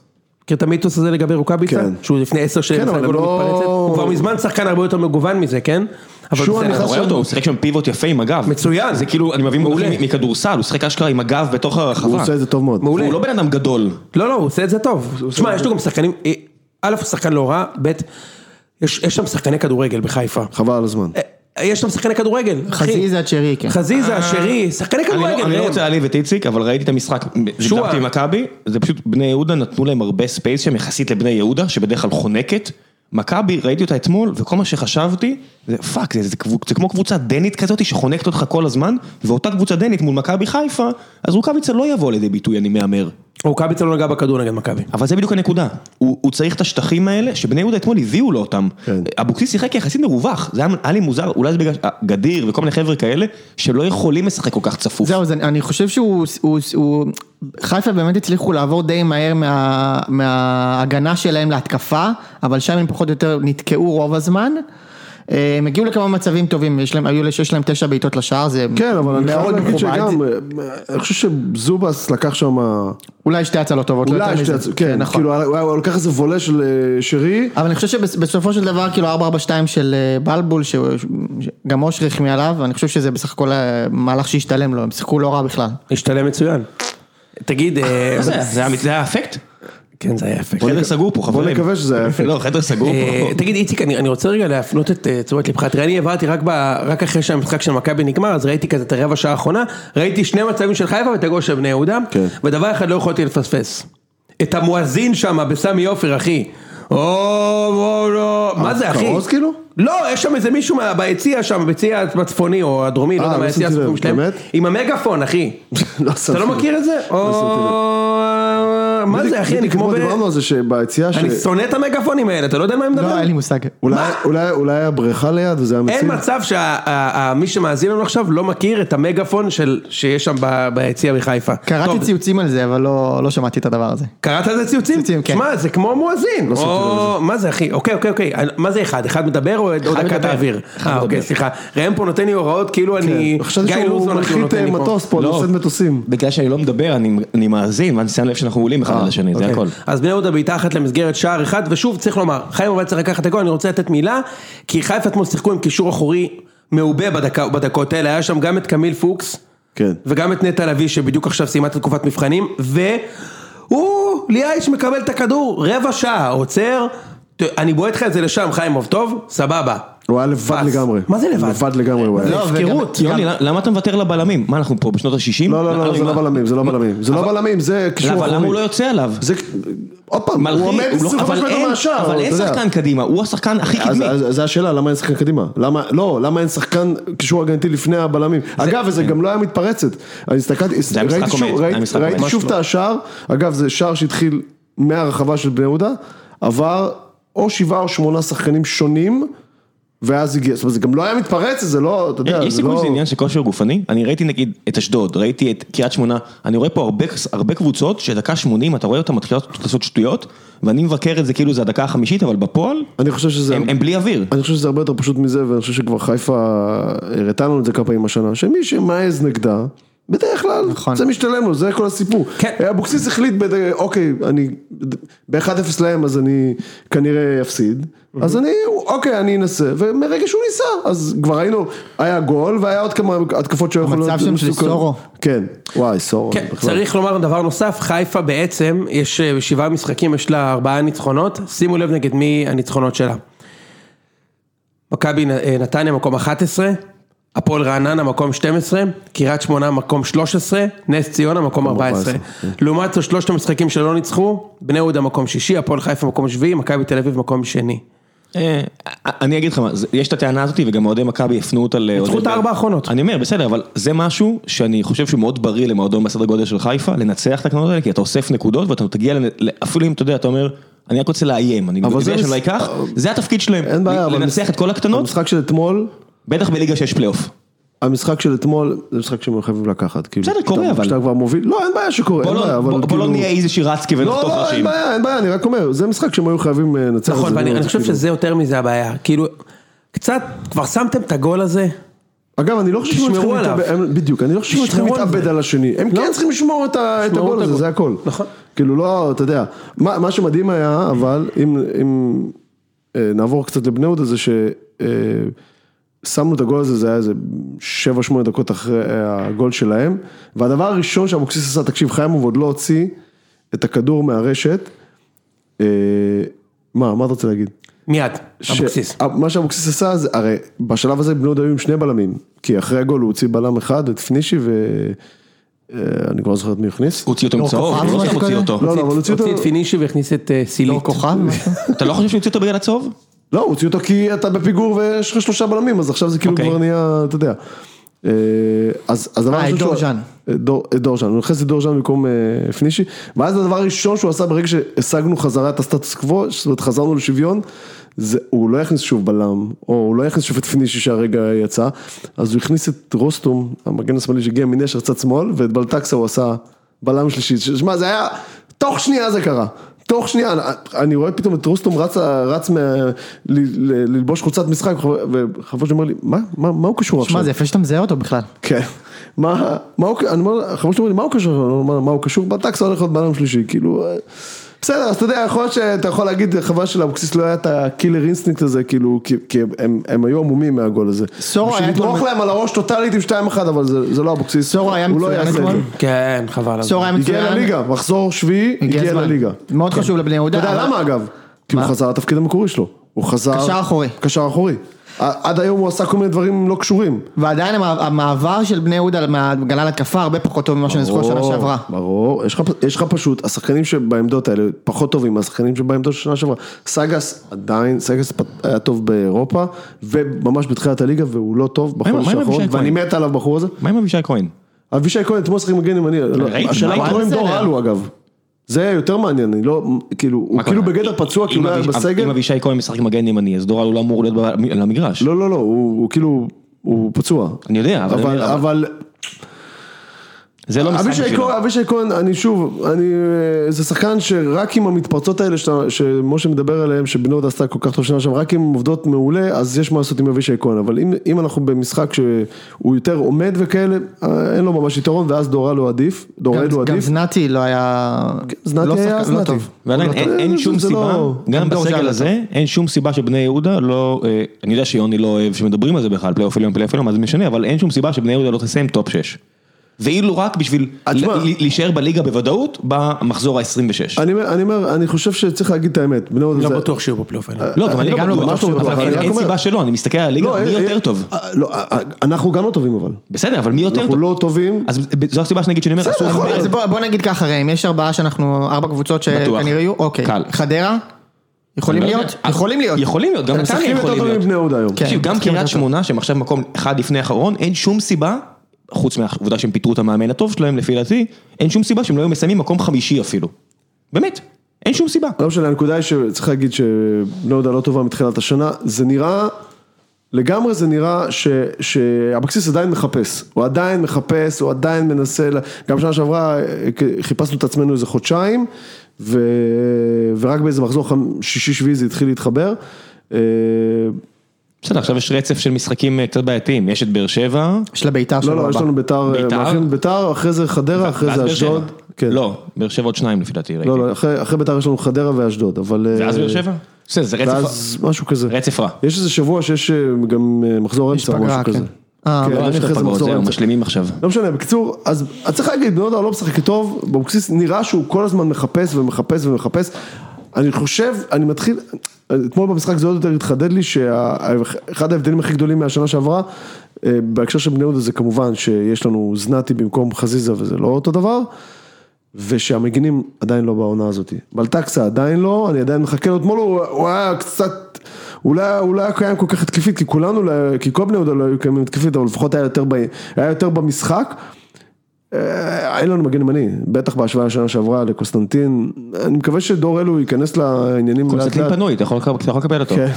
Speaker 1: מכיר את המיתוס הזה לגבי רוקאביצה?
Speaker 3: כן.
Speaker 1: שהוא לפני עשר שנים,
Speaker 3: כן,
Speaker 1: עשה
Speaker 3: אבל
Speaker 1: גול
Speaker 3: לא-
Speaker 1: במתפרצת? הוא כבר מזמן שחקן הרבה יותר מגוון מזה, כן? אבל
Speaker 3: שועה
Speaker 1: בסדר.
Speaker 2: אתה רואה אותו, הוא שיחק שם פיבוט יפה עם הגב.
Speaker 1: מצוין.
Speaker 2: זה כאילו, אני מביא
Speaker 1: מעולה.
Speaker 2: מונחים מכדורסל, הוא שיחק אשכרה עם הגב בתוך הרחבה.
Speaker 3: הוא עושה את זה טוב מאוד.
Speaker 1: מעולה.
Speaker 2: הוא לא בן אדם גדול.
Speaker 1: לא, לא, הוא עושה את זה טוב. תשמע, יש לו גם שחקנים, אה, א', הוא שחקן לא רע, ב', יש יש שם שחקני כדורגל בחיפה.
Speaker 3: חבל על הזמן.
Speaker 1: אה, יש שם שחקני כדורגל. אחי.
Speaker 4: חזיזה, צ'רי, כן.
Speaker 1: חזיזה, שרי, שחקני
Speaker 2: אה, אני לא-
Speaker 1: כדורגל. כן.
Speaker 2: אני לא
Speaker 1: ראם.
Speaker 2: רוצה להעליב את איציק, אבל ראיתי את המשחק,
Speaker 1: שועה.
Speaker 2: דיברתי עם מכבי, זה פשוט בני יהודה נתנו להם הרבה ספייס שם יחסית לבני יהודה, שבדרך כלל חונקת. מכבי, ראיתי אותה אתמול, וכל מה שחשבתי, זה פאק, זה, זה, קבוצ- זה כמו קבוצה דנית כזאת שחונקת אותך כל הזמן, ואותה קבוצה דנית מול מכבי חיפה, אז רוקאביצה לא יבוא לידי ביטוי, אני מהמר.
Speaker 1: רוקאביצה לא נגע בכדור נגד מכבי.
Speaker 2: אבל זה בדיוק הנקודה, הוא, הוא צריך את השטחים האלה שבני יהודה אתמול הביאו לו אותם.
Speaker 3: כן.
Speaker 2: אבוקסיס שיחק יחסית מרווח, זה היה היה לי מוזר, אולי זה בגלל ש- גדיר וכל מיני חבר'ה כאלה, שלא יכולים לשחק כל כך צפוף.
Speaker 4: זהו, זה, אני חושב שהוא, הוא, הוא, חיפה באמת הצליחו לעבור די מהר מה, מההגנה שלהם להתקפה, אבל שם הם פחות או יותר נתקעו רוב הזמן. אה, הם הגיעו לכמה מצבים טובים, יש להם, היו, לש- יש להם תשע בעיטות לשער, זה
Speaker 3: כן, אבל אני חייב
Speaker 4: מאוד
Speaker 3: להגיד
Speaker 4: מכובד.
Speaker 3: שגם, אה, אני חושב שזובס לקח שם...
Speaker 4: אולי שתי הצלות טובות, לא
Speaker 3: אולי
Speaker 4: יותר
Speaker 3: שתי
Speaker 4: מזה.
Speaker 3: הצ... כן, נכון. כאילו, הוא היה- הוא לקח איזה וולה של אה, שרי,
Speaker 4: אבל אני חושב שבסופו של דבר, כאילו 442 של אה, בלבול, שגם אושרי החמיא עליו, אני חושב שזה בסך הכל אה, מהלך שהשתלם לו, הם שיחקו לא רע בכלל.
Speaker 1: השתלם מצוין. תגיד, אה,
Speaker 2: זה זה היה- זה היה אפקט?
Speaker 1: כן, זה היה יפה.
Speaker 2: חדר סגור פה, חברים.
Speaker 3: בוא נקווה שזה היה יפה.
Speaker 2: לא, חדר סגור
Speaker 1: אה,
Speaker 2: פה.
Speaker 1: תגיד איציק, אני אני רוצה רגע להפנות את אה, תשומת לבך, תראה, אני העברתי רק ב- רק אחרי שהמשחק של מכבי נגמר, אז ראיתי כזה את הרבע שעה האחרונה, ראיתי שני מצבים של חיפה ואת הגול של בני יהודה,
Speaker 3: כן.
Speaker 1: ודבר אחד לא יכולתי לפספס, את המואזין שם בסמי עופר, אחי. או, או, לא, מה זה אחי?
Speaker 3: כרוז כאילו?
Speaker 1: לא, יש שם איזה מישהו מה- ביציע שם, ביציע הצפוני או הדרומי, לא
Speaker 3: אה,
Speaker 1: יודע
Speaker 3: לא
Speaker 1: מה היציע
Speaker 3: שמתי לב,
Speaker 1: הצפוני שלהם,
Speaker 3: באמת?
Speaker 1: עם המגאפון, אחי.
Speaker 3: לא
Speaker 1: אתה לא מכיר את זה? או, מה זה אחי, אני כמו ב...
Speaker 3: דיברנו על זה שביציאה ש...
Speaker 1: אני שונא את המגאפונים האלה, אתה לא יודע על מה אני מדבר?
Speaker 4: לא, אין לי מושג.
Speaker 3: אולי- אולי אולי היה בריכה ליד וזה היה מציל?
Speaker 1: אין מצב שמי שמאזין לנו עכשיו לא מכיר את המגאפון של, שיש שם ב- ביציע בחיפה.
Speaker 4: קראתי
Speaker 1: טוב,
Speaker 4: ציוצים על זה, אבל לא לא שמעתי את הדבר הזה.
Speaker 1: קראת על זה ציוצים?
Speaker 4: ציוצים, כן. לא
Speaker 1: שמע, זה כמו מואזין.
Speaker 3: שמתי
Speaker 1: או, מה זה אחי? אוקיי, אוקיי, אוקיי. מה זה אחד? אחד מדבר או עוד דקה
Speaker 4: מדבר.
Speaker 1: תעביר?
Speaker 4: אחד
Speaker 1: אה, אוקיי,
Speaker 4: מדבר. כן.
Speaker 1: סליחה. ראם פה נותן לי הוראות כאילו אני...
Speaker 3: חשבתי
Speaker 1: גיא
Speaker 3: כן. שהוא
Speaker 1: לוזון אפילו
Speaker 3: מנחית
Speaker 1: נותן
Speaker 3: אה,
Speaker 1: לי פה.
Speaker 3: מטוס פה,
Speaker 2: לא.
Speaker 3: נוסד מטוסים.
Speaker 2: בגלל שאני לא מדבר, אני- אני מאזין, ואני שם לב שאנחנו עולים אחד על השני, זה
Speaker 1: אוקיי.
Speaker 2: הכל.
Speaker 1: אז בני יהודה בעיטה אחת למסגרת שער אחד, ושוב צריך לומר, חיפה אבל צריך לקחת את הגול, אני רוצה לתת מילה, כי חיפה אתמול שיחקו עם קישור אחורי מעובה בדקה- בדקות האלה, היה שם גם את קמיל פוקס,
Speaker 3: כן.
Speaker 1: וגם את נטע לביא שבדיוק עכשיו סיימה את תקופת מבחנים, והוא, ליאיש מקבל את הכדור, רבע שעה, עוצר, ת- אני בועט לך את זה לשם, חיימוב, טוב? סבבה.
Speaker 3: הוא היה לבד
Speaker 1: פס.
Speaker 3: לגמרי.
Speaker 1: מה זה לבד?
Speaker 3: לבד לגמרי הוא היה.
Speaker 4: לא, וגם-
Speaker 1: הפקרות,
Speaker 4: גם-
Speaker 2: יוני, למה אתה מוותר לבלמים? מה, אנחנו פה בשנות ה-60?
Speaker 3: לא, לא, לא, זה לא בלמים, זה לא בלמים. זה לא בלמים, זה קישור
Speaker 2: למה הוא לא
Speaker 3: אחורי.
Speaker 2: יוצא עליו?
Speaker 3: זה... עוד פעם,
Speaker 2: מלכי,
Speaker 3: הוא עומד
Speaker 2: הוא לא-
Speaker 3: 25
Speaker 2: אבל
Speaker 3: מטר
Speaker 2: אין-
Speaker 3: מהשער.
Speaker 2: אבל
Speaker 3: אתה
Speaker 2: אין
Speaker 3: יודע.
Speaker 2: שחקן קדימה, הוא השחקן הכי
Speaker 3: אז,
Speaker 2: קדמי.
Speaker 3: אז, אז זה השאלה, למה אין שחקן קדימה? למה, לא, למה אין שחקן קישור הגנתי לפני הבלמים? אגב, וזה גם לא היה מתפרצת. אני הסתכלתי,
Speaker 2: היה משחק
Speaker 3: ראיתי
Speaker 2: עומד,
Speaker 3: שוב,
Speaker 2: כן. זה היה
Speaker 3: ראיתי-
Speaker 2: משחק
Speaker 3: ראיתי
Speaker 2: עומד.
Speaker 3: שוב
Speaker 2: ממש
Speaker 3: את השער, אגב, זה שער שהתחיל מהרחבה של בני יהודה, עבר או שבעה או שמונה שחקנים שונים, ואז הגיע, זאת אומרת, זה גם לא היה מתפרצת, זה לא, אתה יודע,
Speaker 2: אה, יש
Speaker 3: זה
Speaker 2: סיכוי
Speaker 3: לא...
Speaker 2: שזה עניין של כושר גופני? אני ראיתי נגיד את אשדוד, ראיתי את קריית שמונה, אני רואה פה הרבה- הרבה קבוצות שדקה 80 אתה רואה אותן מתחילות לעשות שטויות, ואני מבקר את זה כאילו זה הדקה החמישית, אבל בפועל
Speaker 3: אני חושב שזה...
Speaker 2: הם הם בלי אוויר.
Speaker 3: אני חושב שזה הרבה יותר פשוט מזה, ואני חושב שכבר חיפה הראתה לנו את זה כמה פעמים השנה, שמי שמעז נגדה, בדרך כלל
Speaker 4: נכון.
Speaker 3: זה משתלם לו, זה כל הסיפור. אה,
Speaker 1: כן.
Speaker 3: אבוקסיס החליט, בד- אוקיי, אני ב-1-0 להם אז אני כנראה אפסיד, אז אני, אוקיי, אני אנסה, ומרגע שהוא ניסה, אז כבר היינו, היה גול והיה עוד כמה התקפות שהיו יכולות...
Speaker 4: המצב שם של
Speaker 3: מסוכנות.
Speaker 4: סורו.
Speaker 3: כן, וואי, סורו.
Speaker 1: כן,
Speaker 3: בכלל.
Speaker 1: צריך לומר דבר נוסף, חיפה בעצם, יש אה, שבעה משחקים, יש לה ארבעה ניצחונות, שימו לב נגד מי הניצחונות שלה. מכבי נ- אה, נתניה מקום 11, הפועל רעננה מקום 12, קריית שמונה מקום 13, נס ציונה מקום 14.
Speaker 3: 14,
Speaker 1: לעומת זאת שלושת המשחקים שלא ניצחו, בני יהודה מקום שישי, הפועל חיפה מקום שביעי, מכבי תל אביב מקום שני.
Speaker 2: אה, אני אגיד לך מה, זה- יש את הטענה הזאת וגם אוהדי מכבי הפנו אותה ל...
Speaker 1: ניצחו את הארבע האחרונות.
Speaker 2: אני אומר, בסדר, אבל זה משהו שאני חושב שהוא מאוד בריא למועדון בסדר גודל של חיפה, לנצח את הקרנות האלה, כי אתה אוסף נקודות ואתה תגיע, לנ- ל- אפילו אם אתה יודע, אתה אומר, אני רק רוצה לאיים, אני
Speaker 3: אבל זה
Speaker 2: יודע שאני
Speaker 3: מס-
Speaker 2: לא אקח, זה התפקיד שלהם,
Speaker 3: אין בעיה, אבל...
Speaker 2: לנצח את כל הקטנות,
Speaker 3: המשחק של אתמול,
Speaker 2: בטח בליגה שיש פלייאוף.
Speaker 3: המשחק של אתמול, זה משחק שהם חייבים לקחת. כאילו,
Speaker 2: בסדר,
Speaker 3: כשאתה-
Speaker 2: קורה, אבל.
Speaker 3: כשאתה כבר מוביל, לא, אין בעיה שקורה,
Speaker 2: בוא
Speaker 3: אין בעיה,
Speaker 2: לא-
Speaker 3: אבל
Speaker 2: בוא- בוא לא
Speaker 3: כאילו-
Speaker 2: נהיה איזה שירצקי
Speaker 3: לא,
Speaker 2: ונחטוף
Speaker 3: לא, אין
Speaker 2: ראשים.
Speaker 3: בעיה, אין בעיה, אני רק אומר, זה משחק שהם היו חייבים אה, לנצח.
Speaker 1: נכון,
Speaker 3: זה
Speaker 1: ואני
Speaker 3: מאוד,
Speaker 1: אני חושב
Speaker 3: כאילו.
Speaker 1: שזה יותר מזה הבעיה, כאילו, קצת, כבר שמתם את הגול הזה?
Speaker 3: אגב, אני לא חושב שהם
Speaker 1: תשמרו
Speaker 3: צריכים
Speaker 1: עליו.
Speaker 3: להתאבד, הם- בדיוק, אני לא חושב שהם צריכים
Speaker 1: תשמרו על
Speaker 3: להתאבד
Speaker 1: זה.
Speaker 3: על השני. הם כן צריכים לשמור את ה- את
Speaker 1: תשמרו
Speaker 3: הגול
Speaker 1: את
Speaker 3: הזה,
Speaker 1: הגול.
Speaker 3: זה הכל.
Speaker 1: נכון.
Speaker 3: כאילו, לא, אתה יודע. מה מה שמדהים היה, אבל, אם- אם אה, נעבור קצת לבני יהודה, זה ש... אה, שמנו את הגול הזה, זה היה איזה 7-8 דקות אחרי אה, הגול שלהם, והדבר הראשון שאבוקסיס עשה, תקשיב, חיימוב עוד לא הוציא את הכדור מהרשת. אה, מה, מה אתה רוצה להגיד?
Speaker 1: מיד,
Speaker 3: ש-
Speaker 1: אבוקסיס.
Speaker 3: מה שאבוקסיס עשה, זה, הרי בשלב הזה בני יהודה היו עם שני בלמים, כי אחרי הגול הוא הוציא בלם אחד, את פנישי, ואני כבר לא זוכר את מי הוא הכניס.
Speaker 2: הוא הוציא אותו עם
Speaker 4: לא,
Speaker 2: צהוב,
Speaker 4: כוכב
Speaker 2: הוא לא סתם
Speaker 4: משהו
Speaker 2: הוציא
Speaker 4: כזה?
Speaker 2: אותו.
Speaker 3: לא, לא, אבל
Speaker 1: הוציא
Speaker 3: הוציא אותו,
Speaker 1: את פינישי והכניס את אה,
Speaker 4: לא
Speaker 1: סילית.
Speaker 4: כוכב? משהו?
Speaker 2: אתה לא חושב שהוא הוציא אותו בגלל הצהוב?
Speaker 3: לא, הוא הוציא אותו כי אתה בפיגור ויש לך שלושה בלמים, אז עכשיו זה כאילו
Speaker 2: אוקיי.
Speaker 3: כבר נהיה, אתה יודע. אה, אז אז הדבר
Speaker 4: אה, את
Speaker 3: הראשון שהוא-
Speaker 4: דורז'אן.
Speaker 3: אה, דור- את דורז'אן, הוא נכנס את דורז'אן במקום אה, פנישי, ואז הדבר הראשון שהוא עשה ברגע שהשגנו חזרה את הסטטוס קוו, זאת אומרת חזרנו לשוויון, זה, הוא לא יכניס שוב בלם, או הוא לא יכניס שוב את פנישי שהרגע יצא, אז הוא הכניס את רוסטום, המגן השמאלי שהגיע מנשר צד שמאל, ואת בלטקסה הוא עשה בלם שלישי, ש- שמע זה היה, תוך שנייה זה קרה. תוך שנייה, אני- אני רואה פתאום את רוסטום רץ, רץ מה, ל, ל, ללבוש חולצת משחק, וחבר שלי אומר לי, מה, מה, מה הוא קשור עכשיו?
Speaker 4: שמע, זה יפה שאתה מזהה אותו בכלל.
Speaker 3: כן. מה, מה הוא, אני אומר, חבר שלי אומר לי, מה הוא קשור? אני אומר, מה הוא קשור? בטקס הולך להיות בלם שלישי, כאילו, אה, בסדר, אז אתה יודע, יכול להיות שאתה יכול להגיד, חבל שלאבוקסיס לא היה את הקילר אינסטינקט הזה, כאילו, כי, כי הם, הם, הם היו עמומים מהגול הזה.
Speaker 4: סורו
Speaker 3: בשביל
Speaker 4: היה אתמול-
Speaker 3: לתמוך להם על הראש טוטאלית עם 2-1, אבל זה, זה לא אבוקסיס.
Speaker 4: סורו היה
Speaker 3: הוא לא
Speaker 4: מצוין
Speaker 3: יעשה את זה.
Speaker 4: אתמול.
Speaker 1: כן, חבל. על זה.
Speaker 4: סוהר היה מצוין.
Speaker 3: הגיע לליגה, מחזור שביעי,
Speaker 4: הגיע
Speaker 3: הגיע
Speaker 4: הזמן.
Speaker 3: לליגה. כן.
Speaker 4: מאוד חשוב לבני יהודה.
Speaker 3: אתה יודע
Speaker 4: אבל-
Speaker 3: למה אגב? כי הוא
Speaker 4: מה?
Speaker 3: חזר לתפקיד המקורי שלו. הוא חזר...
Speaker 4: קשר אחורי.
Speaker 3: קשר אחורי. ע- עד היום הוא עשה כל מיני דברים לא קשורים.
Speaker 4: ועדיין המע- המעבר של בני יהודה מהגנה להתקפה הרבה פחות טוב ממה שנזכו שנה
Speaker 3: ברור,
Speaker 4: שעברה.
Speaker 3: ברור, יש לך, יש לך פשוט, השחקנים שבעמדות האלה פחות טובים מהשחקנים שבעמדות של שנה שעברה. סגס עדיין, סגס פ- היה טוב באירופה, וממש בתחילת הליגה, והוא לא טוב
Speaker 2: מה עם
Speaker 3: בחודש האחרון,
Speaker 2: אבישי
Speaker 3: ואני
Speaker 2: כהן?
Speaker 3: מת על הבחור הזה.
Speaker 2: מה עם אבישי כהן?
Speaker 3: אבישי כהן אתמול שחק מגן ימני, לא,
Speaker 2: ראיתי,
Speaker 3: השאלה
Speaker 2: מה
Speaker 3: מה
Speaker 2: היה
Speaker 3: קורה עם דור
Speaker 4: בסדר?
Speaker 3: אלו אגב. זה יותר מעניין, אני לא, כאילו, הוא כאילו
Speaker 2: קורה?
Speaker 3: בגדר פצוע, כי
Speaker 2: אם
Speaker 3: הוא לא היה
Speaker 2: אביש- אם
Speaker 3: בסגל.
Speaker 2: אבישי כהן משחק מגן ימני, אז דורל הוא לא אמור להיות ב- על המגרש.
Speaker 3: לא, לא, לא, הוא הוא כאילו, הוא פצוע.
Speaker 2: אני יודע, אבל-
Speaker 3: אבל, אבל
Speaker 2: זה לא משחק
Speaker 3: אבישי
Speaker 2: בשבילו.
Speaker 3: כהן, אבישי כהן, אני שוב, אני, אה, זה שחקן שרק עם המתפרצות האלה שאתה, שמשה מדבר עליהן, שבני יהודה עשתה כל כך טוב שנה שם, רק אם הן עובדות מעולה, אז יש מה לעשות עם אבישי כהן, אבל אם, אם אנחנו במשחק שהוא יותר עומד וכאלה, אה, אין לו ממש יתרון, ואז דורל הוא עדיף, דורל הוא
Speaker 4: גם- גם
Speaker 3: עדיף, כן,
Speaker 4: זנתי לא היה...
Speaker 3: זנתי
Speaker 4: לא
Speaker 3: היה
Speaker 4: שחקן- לא
Speaker 3: זנתי.
Speaker 4: טוב.
Speaker 2: ועדיין
Speaker 3: הוא לא-
Speaker 2: אין- אין
Speaker 3: זה-
Speaker 2: שום
Speaker 3: זה
Speaker 2: סיבה,
Speaker 3: לא-
Speaker 2: גם
Speaker 4: גם דור
Speaker 2: בסגל
Speaker 4: ז'אלה
Speaker 2: הזה, אין שום סיבה שבני יהודה לא, אה, אני יודע שיוני לא אוהב שמדברים על זה בכלל, פלייאוף עליון, פלייאוף עליון, מה זה משנה, אבל אין שום סיבה שבני יהודה לא תסיים טופ 6. ואילו רק בשביל
Speaker 3: אה, תשמע.
Speaker 2: ל- ל- להישאר בליגה בוודאות במחזור ה-26.
Speaker 3: אני, אומר- אני אומר, אני חושב שצריך להגיד את האמת, בני יהודה
Speaker 1: לא
Speaker 3: זה...
Speaker 1: בטוח שיהיו בפלייאוף העליון.
Speaker 2: לא, גם אני
Speaker 3: גם
Speaker 2: לא
Speaker 3: לא
Speaker 2: בטוח,
Speaker 3: בטוח שהוא
Speaker 2: אבל
Speaker 3: בטוח,
Speaker 2: אין-
Speaker 3: אני רק
Speaker 2: אין
Speaker 3: אומר-
Speaker 2: סיבה שלא, אני מסתכל על הליגה,
Speaker 3: לא,
Speaker 2: מי
Speaker 3: אה, אה,
Speaker 2: יותר טוב.
Speaker 3: אה, לא, אה, אה, אנחנו גם לא טובים אבל,
Speaker 2: בסדר, אבל מי יותר טוב?
Speaker 3: אנחנו לא טובים,
Speaker 2: אז ב- זו הסיבה שנגיד שאני אומר, אסור
Speaker 3: בסדר,
Speaker 2: לדבר
Speaker 3: יכול
Speaker 2: על
Speaker 4: אז
Speaker 2: זה.
Speaker 4: בוא בוא נגיד ככה ראם, יש ארבעה שאנחנו, ארבע קבוצות
Speaker 2: בטוח.
Speaker 4: שכנראה יהיו, אוקיי,
Speaker 2: קל.
Speaker 4: חדרה, יכולים
Speaker 2: אני לא
Speaker 4: להיות,
Speaker 2: יודע.
Speaker 4: יכולים להיות,
Speaker 2: יכולים להיות, גם
Speaker 3: הם
Speaker 2: נתניה
Speaker 3: משחקים יותר
Speaker 2: יכולים
Speaker 3: טובים
Speaker 2: להיות.
Speaker 3: מבני יהודה היום.
Speaker 4: כן,
Speaker 2: תקשיב, גם
Speaker 4: מסכים
Speaker 2: קריית
Speaker 4: איתך.
Speaker 2: שמונה, שהם עכשיו מקום אחד לפני האחרון, אין שום סיבה, חוץ מהעובדה שהם פיטרו את המאמן הטוב שלהם, לפי דעתי, אין שום סיבה שהם לא היו מסיימים מקום חמישי אפילו. באמת, אין שום סיבה.
Speaker 3: לא משנה, הנקודה היא שצריך להגיד שבני יהודה לא טובה מתחילת השנה, זה נראה, לגמרי זה נראה ש- שאבוקסיס עדיין מחפש, הוא עדיין מחפש, הוא עדיין מנסה, ל- גם שנה שעברה אה, כ- חיפשנו את עצמנו איזה חודשיים, ו, ורק באיזה מחזור חמ- שישי-שביעי זה התחיל להתחבר. אה,
Speaker 2: בסדר, עכשיו יש רצף של משחקים אה, קצת בעייתיים, יש את באר שבע,
Speaker 4: יש לה ביתר
Speaker 3: לא,
Speaker 4: שלו
Speaker 3: לא, יש
Speaker 4: הבא.
Speaker 3: לנו ביתר,
Speaker 2: ביתר?
Speaker 3: מארחים ביתר, אחרי זה חדרה, אחרי
Speaker 2: ואז
Speaker 3: זה
Speaker 2: באר שבע.
Speaker 3: אשדוד. כן.
Speaker 2: לא, באר שבע עוד שניים לפי דעתי, ראיתי.
Speaker 3: לא, לא, אחרי אחרי ביתר יש לנו חדרה ואשדוד, אבל... אה,
Speaker 2: ואז באר שבע? בסדר, זה רצף-
Speaker 3: ואז כן, משהו כזה.
Speaker 2: רצף רע.
Speaker 3: יש איזה שבוע שיש אה, גם אה, מחזור
Speaker 4: יש
Speaker 3: אמצע או משהו
Speaker 4: פגרה,
Speaker 3: כזה.
Speaker 4: כן. אה,
Speaker 3: כן,
Speaker 2: לא,
Speaker 3: יש
Speaker 2: יש
Speaker 3: אחרי
Speaker 2: לך
Speaker 3: זה
Speaker 2: פגרות,
Speaker 3: מחזור
Speaker 2: זהו,
Speaker 3: אמצע.
Speaker 2: משלימים עכשיו.
Speaker 3: לא משנה, בקיצור, אז אז צריך להגיד, בני יהודה לא משחק טוב, באבוקסיס נראה שהוא כל הזמן מחפש ומחפש ומחפש. אני חושב, אני מתחיל, אתמול במשחק זה עוד יותר התחדד לי, שאחד ההבדלים הכי גדולים מהשנה שעברה, אה, בהקשר של בני יהודה זה כמובן שיש לנו זנתי במקום חזיזה וזה לא אותו דבר. ושהמגינים עדיין לא בעונה הזאת. בלטקסה עדיין לא, אני עדיין מחכה לו, אתמול הוא, הוא היה קצת, אולי, אולי היה קיים כל כך התקפית, כי כולנו, לא- כי כל בני יהודה לא היו קיימים התקפית, אבל לפחות היה יותר, ב, היה יותר במשחק. אה, אין לנו מגן ימני, בטח בהשוואה לשנה שעברה לקוסטנטין, אני מקווה שדור אלו ייכנס לעניינים לאט
Speaker 2: קונסטנטין
Speaker 3: לאט.
Speaker 2: פנוי, אתה יכול אתה יכול לקבל אותו.
Speaker 3: כן.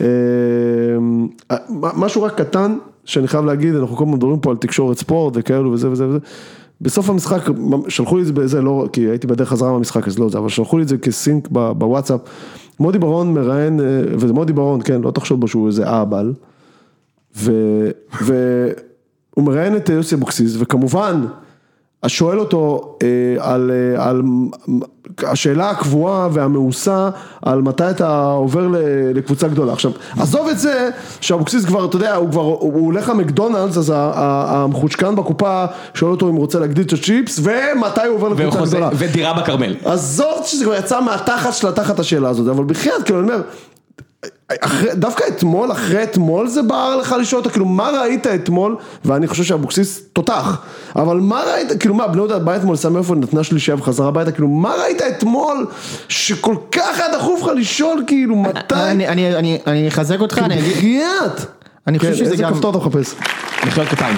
Speaker 3: אה, משהו רק קטן שאני חייב להגיד, אנחנו כל הזמן מדברים פה על תקשורת ספורט וכאלו וזה וזה וזה. בסוף המשחק, שלחו לי את זה בזה, לא, כי הייתי בדרך חזרה מהמשחק אז לא זה, אבל שלחו לי את זה כסינק ב- בוואטסאפ. מודי ברון מראיין, אה, וזה מודי ברון, כן, לא תחשוב בו שהוא איזה אהבל. והוא מראיין את יוסי אבוקסיס, וכמובן, אז שואל אותו אה, על, אה, על מ- מ- השאלה הקבועה והמאוסה, על מתי אתה עובר ל- לקבוצה גדולה. עכשיו, עזוב את זה שאבוקסיס כבר, אתה יודע, הוא כבר, הוא הוא הולך למקדונלדס, אז ה- ה- המחוצ'קן בקופה שואל אותו אם הוא רוצה להגדיל את הצ'יפס, ומתי הוא עובר לקבוצה
Speaker 2: וחוזה-
Speaker 3: גדולה.
Speaker 2: ודירה בכרמל.
Speaker 3: עזוב שזה כבר יצא מהתחת של התחת השאלה הזאת, אבל בחייאת, כאילו, אני אומר, אחרי, דווקא אתמול, אחרי אתמול זה בער לך לשאול אותו, כאילו, מה ראית אתמול, ואני חושב שאבוקסיס תותח, אבל מה ראית, כאילו, מה, בני יהודה בא אתמול, סמי עופר נתנה שלישייה וחזרה הביתה, כאילו, מה ראית אתמול, שכל כך היה דחוף לך לשאול, כאילו, מתי,
Speaker 4: אני- אני- אני- אני אחזק אותך,
Speaker 3: כאילו,
Speaker 4: אני אגיד-
Speaker 3: בחייאת.
Speaker 4: אני חושב
Speaker 3: כן,
Speaker 4: שזה
Speaker 3: איזה
Speaker 4: גם-
Speaker 3: כפתור אתה מחפש?
Speaker 2: מחיאות כפיים.